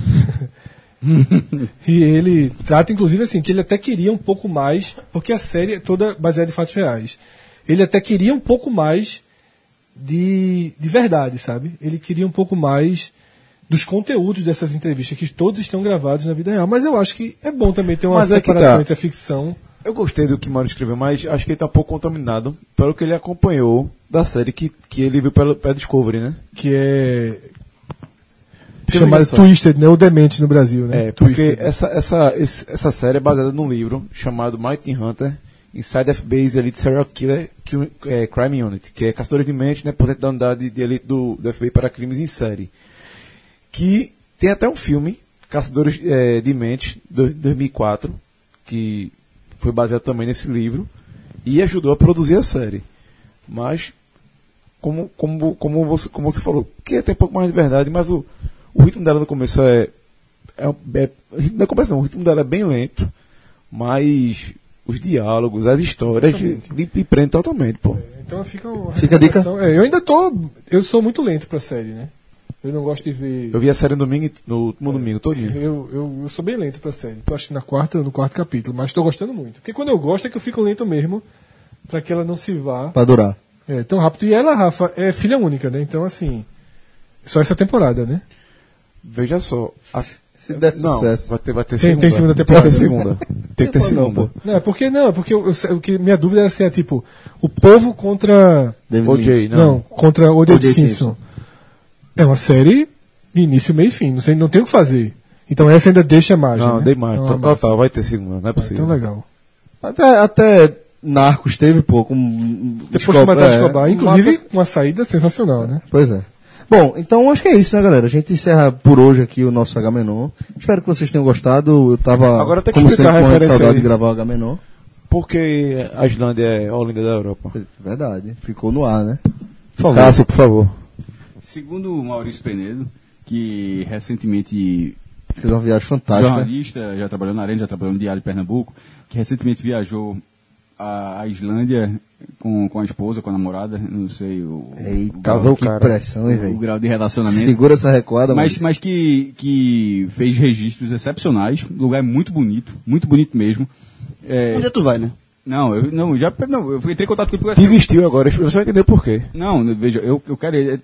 [SPEAKER 5] E ele trata, inclusive, assim, que ele até queria um pouco mais, porque a série é toda baseada em fatos reais. Ele até queria um pouco mais de, de verdade, sabe? Ele queria um pouco mais dos conteúdos dessas entrevistas, que todos estão gravados na vida real. Mas eu acho que é bom também ter uma
[SPEAKER 4] Mas é que
[SPEAKER 5] separação
[SPEAKER 4] tá.
[SPEAKER 5] entre a ficção.
[SPEAKER 4] Eu gostei do que o Mário escreveu, mas acho que ele tá pouco contaminado pelo que ele acompanhou da série que, que ele viu pela, pela Discovery, né?
[SPEAKER 5] que é
[SPEAKER 4] Que
[SPEAKER 5] chamada
[SPEAKER 4] ligação?
[SPEAKER 5] Twisted, né? O Demente no Brasil, né?
[SPEAKER 4] É, porque
[SPEAKER 5] Twisted.
[SPEAKER 4] essa, essa, esse- essa série é baseada num livro chamado Mighty Hunter Inside F-Base Elite Serial Killer Cu- é, Crime Unit, que é Castores de Mente, né, por dentro da unidade de elite do, do FBI para crimes em série. Que tem até um filme, Caçadores é, de Mente, do- 2004, que foi baseado também nesse livro, e ajudou a produzir a série. Mas, como, como, como, você, como você falou, que tem um pouco mais de verdade, mas o, o ritmo dela no começo é. é, é no começo não, o ritmo dela é bem lento, mas os diálogos, as histórias lhe lhe prendem totalmente, pô.
[SPEAKER 5] Então fica uma
[SPEAKER 3] Fica a dica.
[SPEAKER 5] recomendação. É, eu ainda tô. Eu sou muito lento pra série, né? Eu não gosto de ver. É.
[SPEAKER 4] Eu vi a série no domingo, e- no, no domingo todinho.
[SPEAKER 5] Eu, eu, eu sou bem lento pra série. Tô acho que na quarta, no quarto capítulo, mas tô gostando muito. Porque quando eu gosto é que eu fico lento mesmo, pra que ela não se vá
[SPEAKER 3] Pra durar.
[SPEAKER 5] é, tão rápido. E ela, Rafa, é filha única, né? Então, assim. Só essa temporada, né?
[SPEAKER 4] Veja só. a-
[SPEAKER 3] Se der
[SPEAKER 4] não,
[SPEAKER 3] sucesso.
[SPEAKER 4] vai ter, vai ter
[SPEAKER 5] Tem-
[SPEAKER 4] segunda.
[SPEAKER 5] tem segunda temporada.
[SPEAKER 4] Tem que ter segunda. Tem que ter segunda.
[SPEAKER 5] Não, é porque não, porque eu, eu sei- o que minha dúvida era se é tipo o povo contra
[SPEAKER 3] David Lynch.
[SPEAKER 4] OJ,
[SPEAKER 5] não,
[SPEAKER 4] não.
[SPEAKER 5] contra O.J.
[SPEAKER 3] O.J.
[SPEAKER 5] Simpson.
[SPEAKER 3] Simpson.
[SPEAKER 5] É uma série de início, meio e fim, não sei, não tem o que fazer. Então essa ainda deixa margem,
[SPEAKER 4] Não,
[SPEAKER 5] né?
[SPEAKER 4] dei mais.
[SPEAKER 5] Então,
[SPEAKER 4] Total,
[SPEAKER 5] uma massa.
[SPEAKER 4] vai ter segunda. Não é
[SPEAKER 5] Ah,
[SPEAKER 4] possível.
[SPEAKER 5] então legal.
[SPEAKER 3] Até, até Narcos teve, pô, com. um,
[SPEAKER 5] Depois de
[SPEAKER 4] é.
[SPEAKER 5] matar Escobar, inclusive uma saída sensacional, né?
[SPEAKER 3] é. Pois é. Bom, então acho que é isso, né, galera? A gente encerra por hoje aqui o nosso H-Menon. Espero que vocês tenham gostado. Eu tava,
[SPEAKER 4] Agora tem que
[SPEAKER 3] como
[SPEAKER 4] explicar
[SPEAKER 3] sempre,
[SPEAKER 4] a
[SPEAKER 3] com muita
[SPEAKER 4] referência
[SPEAKER 3] saudade
[SPEAKER 4] aí.
[SPEAKER 3] de gravar o H-Menon.
[SPEAKER 4] Porque a Islândia é a Olinda da Europa.
[SPEAKER 3] Verdade. Ficou no ar, né?
[SPEAKER 4] Por favor. Cássio, por favor.
[SPEAKER 6] Segundo o Maurício Penedo, que recentemente
[SPEAKER 3] Fez uma viagem fantástica.
[SPEAKER 6] jornalista, já trabalhou na Arena, já trabalhou no Diário de Pernambuco, que recentemente viajou à à Islândia com, com a esposa, com a namorada, não sei o,
[SPEAKER 3] Eita,
[SPEAKER 6] o,
[SPEAKER 3] casou,
[SPEAKER 6] grau,
[SPEAKER 3] que pressão, hein,
[SPEAKER 6] o
[SPEAKER 3] velho?
[SPEAKER 6] grau de relacionamento.
[SPEAKER 3] Segura essa recuada,
[SPEAKER 6] Mas,
[SPEAKER 3] mas...
[SPEAKER 6] mas que, que fez registros excepcionais, um lugar muito bonito, muito bonito mesmo. É,
[SPEAKER 7] Onde é tu vai, né?
[SPEAKER 6] não, eu, não, já, não, eu entrei em contato com ele porque assim,
[SPEAKER 4] Desistiu agora. Você vai entender por quê.
[SPEAKER 6] não, veja, eu, eu quero. É,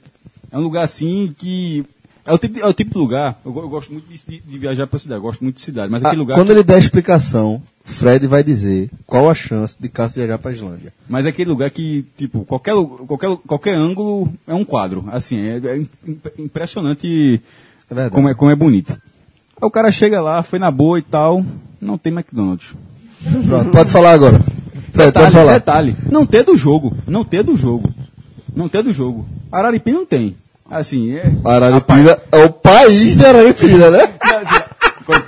[SPEAKER 6] é um lugar assim que. É o tipo, de- é o tipo de lugar. Eu, go- eu gosto muito de, de- de viajar pra cidade, eu gosto muito de cidade, mas
[SPEAKER 3] Ah,
[SPEAKER 6] aquele lugar.
[SPEAKER 3] Quando ele der a explicação, Fred vai dizer qual a chance de Cássio viajar pra Islândia.
[SPEAKER 6] Mas é aquele lugar que, tipo, qualquer, lu- qualquer, lu- qualquer ângulo é um quadro. Assim, é, é imp- impressionante
[SPEAKER 3] É verdade.
[SPEAKER 6] como é, como é bonito. Aí o cara chega lá, foi na boa e tal, não tem McDonald's.
[SPEAKER 3] Pronto, pode falar agora. Fred, pode
[SPEAKER 4] né?
[SPEAKER 3] falar.
[SPEAKER 6] detalhe, não ter do jogo, não ter do jogo, não ter do jogo. Araripim não tem. Assim, é...
[SPEAKER 3] Araripira é o país de Araripira, né?
[SPEAKER 6] Assim,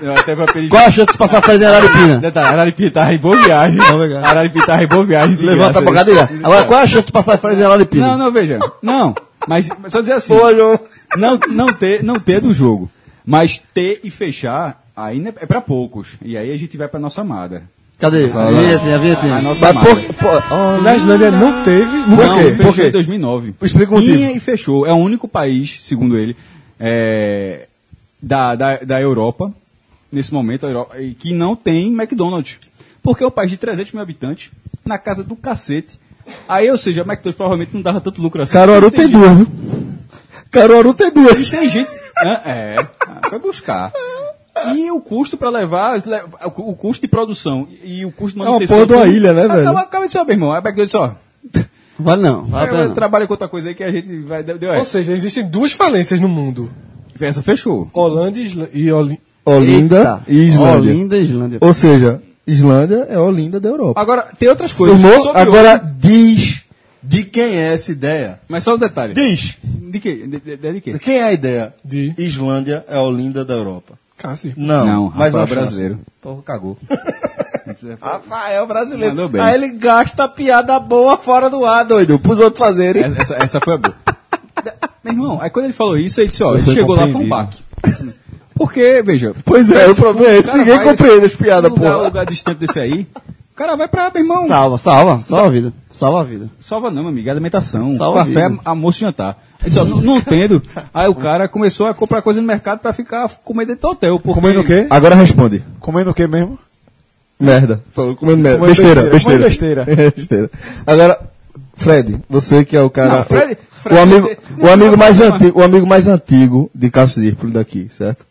[SPEAKER 6] eu até vou pedir...
[SPEAKER 3] Qual a chance de passar Fred em Araripina?
[SPEAKER 6] Detalhe, Araripim tá em boa viagem. Araripim tá em boa viagem. de
[SPEAKER 3] Levanta
[SPEAKER 6] graça.
[SPEAKER 3] a bocada e diga. Agora, qual a chance de passar Fred em Araripina?
[SPEAKER 6] Não, não, veja. Não, mas mas só dizer assim...
[SPEAKER 3] Pô, João.
[SPEAKER 6] não, não, ter, não ter do jogo. Mas ter e fechar, aí né, é pra poucos. E aí a gente vai pra nossa amada.
[SPEAKER 3] Cadê? A vinhetinha, a
[SPEAKER 6] A
[SPEAKER 3] vinhetinha. Mas
[SPEAKER 6] nossa
[SPEAKER 3] por... Pô, olha-
[SPEAKER 5] Na Islândia não teve,
[SPEAKER 6] Não,
[SPEAKER 5] nunca teve.
[SPEAKER 6] fechou em 2009.
[SPEAKER 3] Explica o motivo.
[SPEAKER 6] Tinha e fechou. É o único país, segundo ele, é, da, da, da Europa, nesse momento, a Europa, e que não tem McDonald's. Porque é um país de 300 mil habitantes, na casa do cacete. Aí, ou seja, McDonald's provavelmente não dava tanto lucro assim.
[SPEAKER 3] Caruaru tem duas, viu? Caruaru tem duas.
[SPEAKER 6] Eles têm gente. Ah, É, ah, foi buscar. E o custo para levar, le- o custo de produção e o custo de
[SPEAKER 3] É uma
[SPEAKER 6] manutenção.
[SPEAKER 3] porra de uma
[SPEAKER 6] tudo.
[SPEAKER 3] ilha, né,
[SPEAKER 6] Acaba-
[SPEAKER 3] velho?
[SPEAKER 6] Acaba de saber, irmão. Aí Backdoor disse, ó,
[SPEAKER 7] Vale não, vale a pena. não.
[SPEAKER 6] trabalha com outra coisa aí que a gente vai. Deu,
[SPEAKER 4] É.
[SPEAKER 6] deu
[SPEAKER 5] Ou seja, existem duas falências no mundo:
[SPEAKER 6] Essa fechou.
[SPEAKER 5] Holanda e, Isla- e Oli-
[SPEAKER 3] Olinda
[SPEAKER 7] Eita,
[SPEAKER 3] e Islândia.
[SPEAKER 7] Olinda e Islândia.
[SPEAKER 3] Ou seja, Islândia é a Olinda da Europa.
[SPEAKER 6] Agora, tem outras coisas.
[SPEAKER 3] Firmou?
[SPEAKER 6] Sobre
[SPEAKER 3] Agora
[SPEAKER 6] outro-
[SPEAKER 3] diz de quem é essa ideia.
[SPEAKER 6] mas só um detalhe.
[SPEAKER 3] Diz.
[SPEAKER 6] De quê? De, de, de quê?
[SPEAKER 3] De quem é a ideia?
[SPEAKER 5] de
[SPEAKER 3] Islândia é a Olinda da Europa.
[SPEAKER 5] Cássio.
[SPEAKER 3] Não,
[SPEAKER 6] Não,
[SPEAKER 3] mais
[SPEAKER 6] Rafael
[SPEAKER 3] uma chance.
[SPEAKER 6] brasileiro.
[SPEAKER 3] Porra, cagou.
[SPEAKER 6] Rafael brasileiro. Mandou bem.
[SPEAKER 3] Aí ele gasta piada boa fora do ar, doido. Pros outros fazerem.
[SPEAKER 6] Essa, essa foi a boa. Meu irmão, aí quando ele falou isso, ele disse, ó, ele chegou lá, foi um baque. Porque, veja,
[SPEAKER 3] Pois é, o problema é esse.
[SPEAKER 6] cara
[SPEAKER 3] Ninguém
[SPEAKER 6] vai
[SPEAKER 3] compreende as piadas,
[SPEAKER 6] um lugar,
[SPEAKER 3] porra.
[SPEAKER 6] lugar distante desse aí, o cara vai pra, meu irmão,
[SPEAKER 7] Salva, salva, salva a vida. Salva a vida.
[SPEAKER 6] salva não, meu amigo, é alimentação,
[SPEAKER 7] Salva
[SPEAKER 6] café,
[SPEAKER 7] mesmo.
[SPEAKER 6] almoço e jantar. Ele disse, ó, não, não entendo. Aí o cara começou a comprar coisa no mercado pra ficar comendo dentro do hotel. Porque...
[SPEAKER 4] Comendo o quê?
[SPEAKER 3] Agora responde.
[SPEAKER 4] Comendo o quê mesmo?
[SPEAKER 3] Merda. Falou comendo merda.
[SPEAKER 4] Comendo
[SPEAKER 3] Besteira, besteira.
[SPEAKER 4] besteira.
[SPEAKER 3] besteira. Agora, Fred, você que é o cara.
[SPEAKER 6] Não, Fred-
[SPEAKER 3] o-
[SPEAKER 6] Fred-
[SPEAKER 3] o amigo,
[SPEAKER 6] não,
[SPEAKER 3] o amigo
[SPEAKER 6] não,
[SPEAKER 3] mais
[SPEAKER 6] não.
[SPEAKER 3] antigo, o amigo mais antigo de Cássio Zirpoli daqui, certo?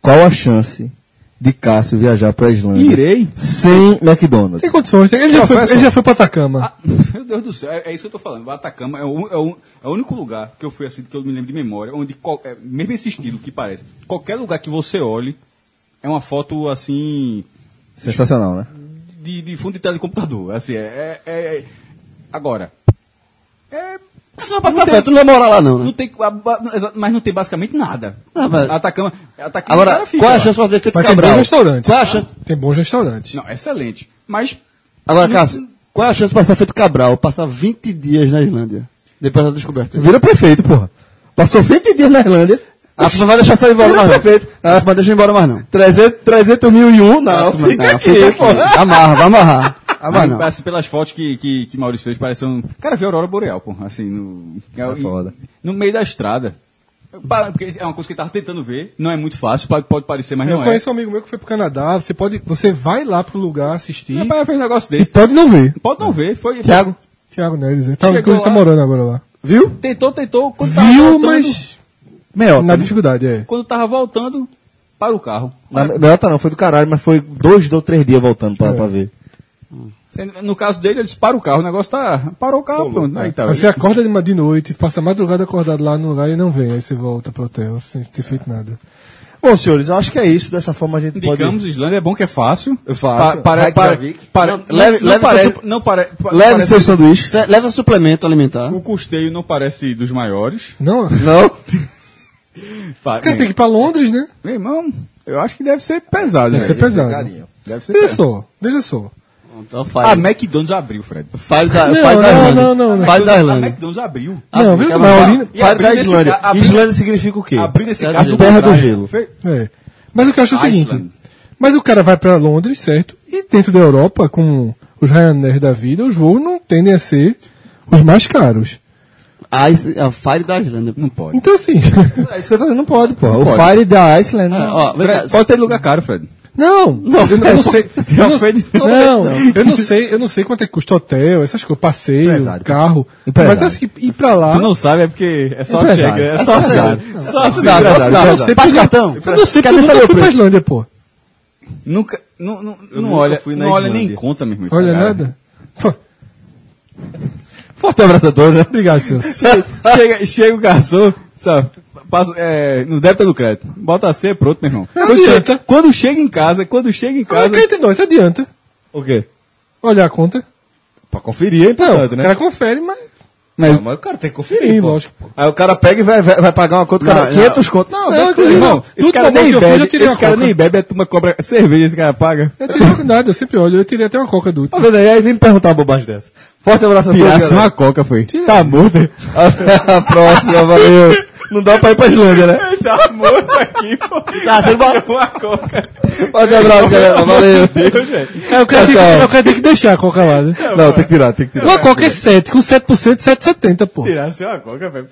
[SPEAKER 3] Qual a chance de Cássio viajar pra Islândia?
[SPEAKER 6] Irei.
[SPEAKER 3] Sem McDonald's.
[SPEAKER 5] Tem condições, tem- ele já, foi, ele já foi pra Atacama.
[SPEAKER 6] Ah, meu Deus do céu, é, é isso que eu tô falando. O Atacama é o, é, o, é o único lugar que eu fui assim, que eu me lembro de memória, onde, qual- é, mesmo esse estilo que parece, qualquer lugar que você olhe, é uma foto assim,
[SPEAKER 3] Sensacional, né?
[SPEAKER 6] de, de fundo de tela de computador. Assim, é, é- é- Agora. É. Não,
[SPEAKER 7] Passa fé, tu não vai morar lá não, né?
[SPEAKER 6] não tem, a- ba- não, exato, mas não tem basicamente nada.
[SPEAKER 7] Ah, mas-
[SPEAKER 6] Atacama. Atacama tá o
[SPEAKER 7] Agora,
[SPEAKER 6] cara fica
[SPEAKER 3] é
[SPEAKER 7] qual a
[SPEAKER 6] lá.
[SPEAKER 7] chance de fazer efeito
[SPEAKER 5] Mas tem
[SPEAKER 7] Cabral?
[SPEAKER 5] bons restaurantes.
[SPEAKER 7] Qual a chance?
[SPEAKER 5] Tem bons restaurantes.
[SPEAKER 6] Não, excelente. Mas.
[SPEAKER 7] Agora,
[SPEAKER 6] não-
[SPEAKER 7] Cássio,
[SPEAKER 3] Qual é a chance de passar feito Cabral? Passar 20 dias na Islândia. Depois da descoberta.
[SPEAKER 2] Vira prefeito, porra. Passou 20 dias na Irlândia.
[SPEAKER 3] A turma vai deixar sair embora
[SPEAKER 2] Vira
[SPEAKER 3] mais não.
[SPEAKER 2] prefeito.
[SPEAKER 3] A turma deixa embora mais não.
[SPEAKER 2] 300, 300 mil e um, não.
[SPEAKER 3] Turma,
[SPEAKER 2] Fica
[SPEAKER 3] não,
[SPEAKER 2] aqui,
[SPEAKER 3] fica
[SPEAKER 2] porra.
[SPEAKER 3] Amarra, vai amarrar. Amarra não.
[SPEAKER 6] Parece pelas fotos que, que, que Maurício fez, parece um. Cara, vê a Aurora Boreal, pô. Assim, no. e-
[SPEAKER 2] É foda.
[SPEAKER 6] No meio da estrada. Pa- Porque é uma coisa que ele tava tentando ver, não é muito fácil, pa- pode parecer, mas
[SPEAKER 5] Eu
[SPEAKER 6] não é.
[SPEAKER 5] conheço um amigo meu que foi pro Canadá. Você pode, você vai lá pro lugar assistir.
[SPEAKER 6] Meu pai fez um negócio
[SPEAKER 5] e
[SPEAKER 6] desse.
[SPEAKER 5] pode não ver.
[SPEAKER 6] Pode não ver, foi.
[SPEAKER 3] Tiago,
[SPEAKER 5] Tiago Neres. Ele tá,
[SPEAKER 6] Chegou
[SPEAKER 5] inclusive, tá
[SPEAKER 6] lá.
[SPEAKER 5] morando agora lá.
[SPEAKER 3] viu?
[SPEAKER 6] Tentou, tentou. Quando tava
[SPEAKER 5] Viu,
[SPEAKER 6] voltando-
[SPEAKER 5] mas
[SPEAKER 2] Melhor.
[SPEAKER 3] tá
[SPEAKER 5] na dificuldade, é.
[SPEAKER 6] Quando tava voltando, para o carro.
[SPEAKER 2] Melhor tá não, foi do caralho, mas foi dois ou três dias voltando pra, pra ver.
[SPEAKER 6] Sendo- No caso dele, ele disse, para o carro, o negócio tá. Parou o carro, pronto. Aí tá.
[SPEAKER 5] Aí você acorda de, ma- de noite, passa a madrugada acordado lá no lugar e não vem. Aí você volta pro hotel sem ter feito nada.
[SPEAKER 2] Bom, senhores, eu acho que é isso. Dessa forma a gente
[SPEAKER 6] Indicamos, Islândia é bom que é fácil.
[SPEAKER 2] pode. Eu faço.
[SPEAKER 6] para, para, para, para,
[SPEAKER 3] Não, leve-
[SPEAKER 6] não
[SPEAKER 3] leve
[SPEAKER 6] parece-
[SPEAKER 3] seu-
[SPEAKER 6] não pare- pa-
[SPEAKER 2] Leve
[SPEAKER 6] parece-
[SPEAKER 2] seu sanduíche.
[SPEAKER 3] Cê Leva suplemento alimentar.
[SPEAKER 6] O custeio não parece dos maiores.
[SPEAKER 5] Não, o
[SPEAKER 2] Não.
[SPEAKER 6] Pa-
[SPEAKER 5] cara tem
[SPEAKER 6] Meu,
[SPEAKER 5] que ir pra Londres, né?
[SPEAKER 6] meu irmão, eu acho que deve ser pesado.
[SPEAKER 5] Deve ser
[SPEAKER 6] né?
[SPEAKER 5] pesado.
[SPEAKER 2] Carinho.
[SPEAKER 6] Deve ser
[SPEAKER 5] Veja
[SPEAKER 6] pesado.
[SPEAKER 5] só, veja só.
[SPEAKER 3] Então
[SPEAKER 6] A
[SPEAKER 3] faz.
[SPEAKER 6] McDonald's abriu, Fred.
[SPEAKER 3] Faz da,
[SPEAKER 5] Não,
[SPEAKER 3] faz da
[SPEAKER 5] não,
[SPEAKER 3] Irlanda.
[SPEAKER 5] não, não, não.
[SPEAKER 3] Faz da
[SPEAKER 6] A
[SPEAKER 3] Irlândia.
[SPEAKER 6] McDonald's abriu.
[SPEAKER 5] não, é? veja só,
[SPEAKER 3] calma,
[SPEAKER 5] mas a
[SPEAKER 3] calma.
[SPEAKER 5] Olinda-
[SPEAKER 6] E
[SPEAKER 2] Fala
[SPEAKER 6] abriu
[SPEAKER 2] da
[SPEAKER 6] nesse
[SPEAKER 2] Islândia.
[SPEAKER 6] ca- abriu-
[SPEAKER 2] Islândia significa o quê?
[SPEAKER 6] Abriu nesse
[SPEAKER 3] Terra
[SPEAKER 6] caso.
[SPEAKER 3] do-
[SPEAKER 6] do
[SPEAKER 2] terra do
[SPEAKER 6] contrário.
[SPEAKER 2] gelo.
[SPEAKER 6] Fe-
[SPEAKER 5] É. Mas o que eu acho é o
[SPEAKER 6] Iceland.
[SPEAKER 5] seguinte. Mas o cara vai pra Londres, certo? E dentro da Europa, com os Ryanair da vida, os voos não tendem a ser os mais caros.
[SPEAKER 3] A, Ice- a Fire da Islândia. Não pode.
[SPEAKER 5] Então assim.
[SPEAKER 2] É isso que eu tô dizendo, não pode, pô. O
[SPEAKER 6] pode.
[SPEAKER 2] Fire da Iceland. não.
[SPEAKER 3] Ó, vem cá,
[SPEAKER 6] Fred, Pode ter lugar caro, Fred.
[SPEAKER 5] Não, eu, eu não sei. Eu não,
[SPEAKER 6] Fred,
[SPEAKER 5] não, eu não sei, eu não sei quanto é que custa hotel, essas coisas, passeio,
[SPEAKER 2] Empresário.
[SPEAKER 5] carro.
[SPEAKER 2] Empresário.
[SPEAKER 5] Mas acho que ir pra lá.
[SPEAKER 6] Tu não sabe, é porque é só
[SPEAKER 2] Empresário.
[SPEAKER 6] chega. É só
[SPEAKER 2] Empresário.
[SPEAKER 6] chega. Só assim.
[SPEAKER 2] Empresário.
[SPEAKER 6] Só-
[SPEAKER 5] eu não
[SPEAKER 2] Empresário.
[SPEAKER 5] sei
[SPEAKER 3] Passa
[SPEAKER 5] porque-
[SPEAKER 3] cartão.
[SPEAKER 5] Eu não sei porque
[SPEAKER 2] Cadê
[SPEAKER 5] eu
[SPEAKER 2] seu
[SPEAKER 5] nunca fui
[SPEAKER 2] preço?
[SPEAKER 5] pra Islândia, pô.
[SPEAKER 6] Nunca. Não, não, não
[SPEAKER 2] nunca
[SPEAKER 6] olha,
[SPEAKER 2] fui na
[SPEAKER 6] não olha
[SPEAKER 2] Islândia.
[SPEAKER 6] nem conta, meu irmão. essa
[SPEAKER 5] Olha
[SPEAKER 6] cara.
[SPEAKER 5] nada. Pô,
[SPEAKER 2] Forte abraço a todos.
[SPEAKER 5] Obrigado, Celso.
[SPEAKER 6] chega, chega o garçom, sabe? Passa, é, no débito ou no crédito. Bota C, pronto, meu irmão. Quando
[SPEAKER 5] adianta.
[SPEAKER 6] chega, quando chega em casa, quando chega em
[SPEAKER 5] Mas
[SPEAKER 6] casa.
[SPEAKER 5] cá entre nós, adianta.
[SPEAKER 2] O quê?
[SPEAKER 5] Olhar a conta.
[SPEAKER 2] Pra conferir é
[SPEAKER 5] Não,
[SPEAKER 2] importante,
[SPEAKER 5] o
[SPEAKER 2] né?
[SPEAKER 5] cara confere, mas.
[SPEAKER 2] Não, mas o cara tem que conferir,
[SPEAKER 5] Sim,
[SPEAKER 2] pô.
[SPEAKER 5] lógico. pô.
[SPEAKER 2] Aí o cara pega e vai, vai, vai pagar uma conta, o cara,
[SPEAKER 3] Não,
[SPEAKER 2] 500 conto. Não,
[SPEAKER 5] Não,
[SPEAKER 2] não,
[SPEAKER 5] inclusive, não.
[SPEAKER 6] Esse
[SPEAKER 5] É, Tudo
[SPEAKER 6] cara
[SPEAKER 5] bom que
[SPEAKER 6] nem
[SPEAKER 5] eu fiz, eu
[SPEAKER 6] bebe,
[SPEAKER 5] tirei
[SPEAKER 6] esse
[SPEAKER 5] a
[SPEAKER 6] cara
[SPEAKER 5] coca.
[SPEAKER 6] nem bebe, a turma cobra cerveja, esse cara paga.
[SPEAKER 5] Eu tirei nada, eu sempre olho. Eu tirei até uma coca do
[SPEAKER 2] Tá vendo aí? Aí vem me perguntar uma bobagem dessa. Forte abraço a todos.
[SPEAKER 6] Tirasse
[SPEAKER 2] galera.
[SPEAKER 6] uma coca, foi.
[SPEAKER 2] Tá morto. hein? Até a próxima, valeu. Não dá pra ir pra Islândia, né?
[SPEAKER 6] Tá morto aqui, pô.
[SPEAKER 3] Tá, tudo bom?
[SPEAKER 6] Uma coca.
[SPEAKER 2] Forte abraço, galera. Valeu.
[SPEAKER 5] É, o cara, tem, que-
[SPEAKER 2] Tchau, tchau.
[SPEAKER 5] é, o cara tem que deixar a coca lá, né?
[SPEAKER 2] Não, tem que tirar, tem que tirar.
[SPEAKER 5] Uma coca é 7, com 7%, 7,70, pô.
[SPEAKER 6] Tirasse uma coca, velho.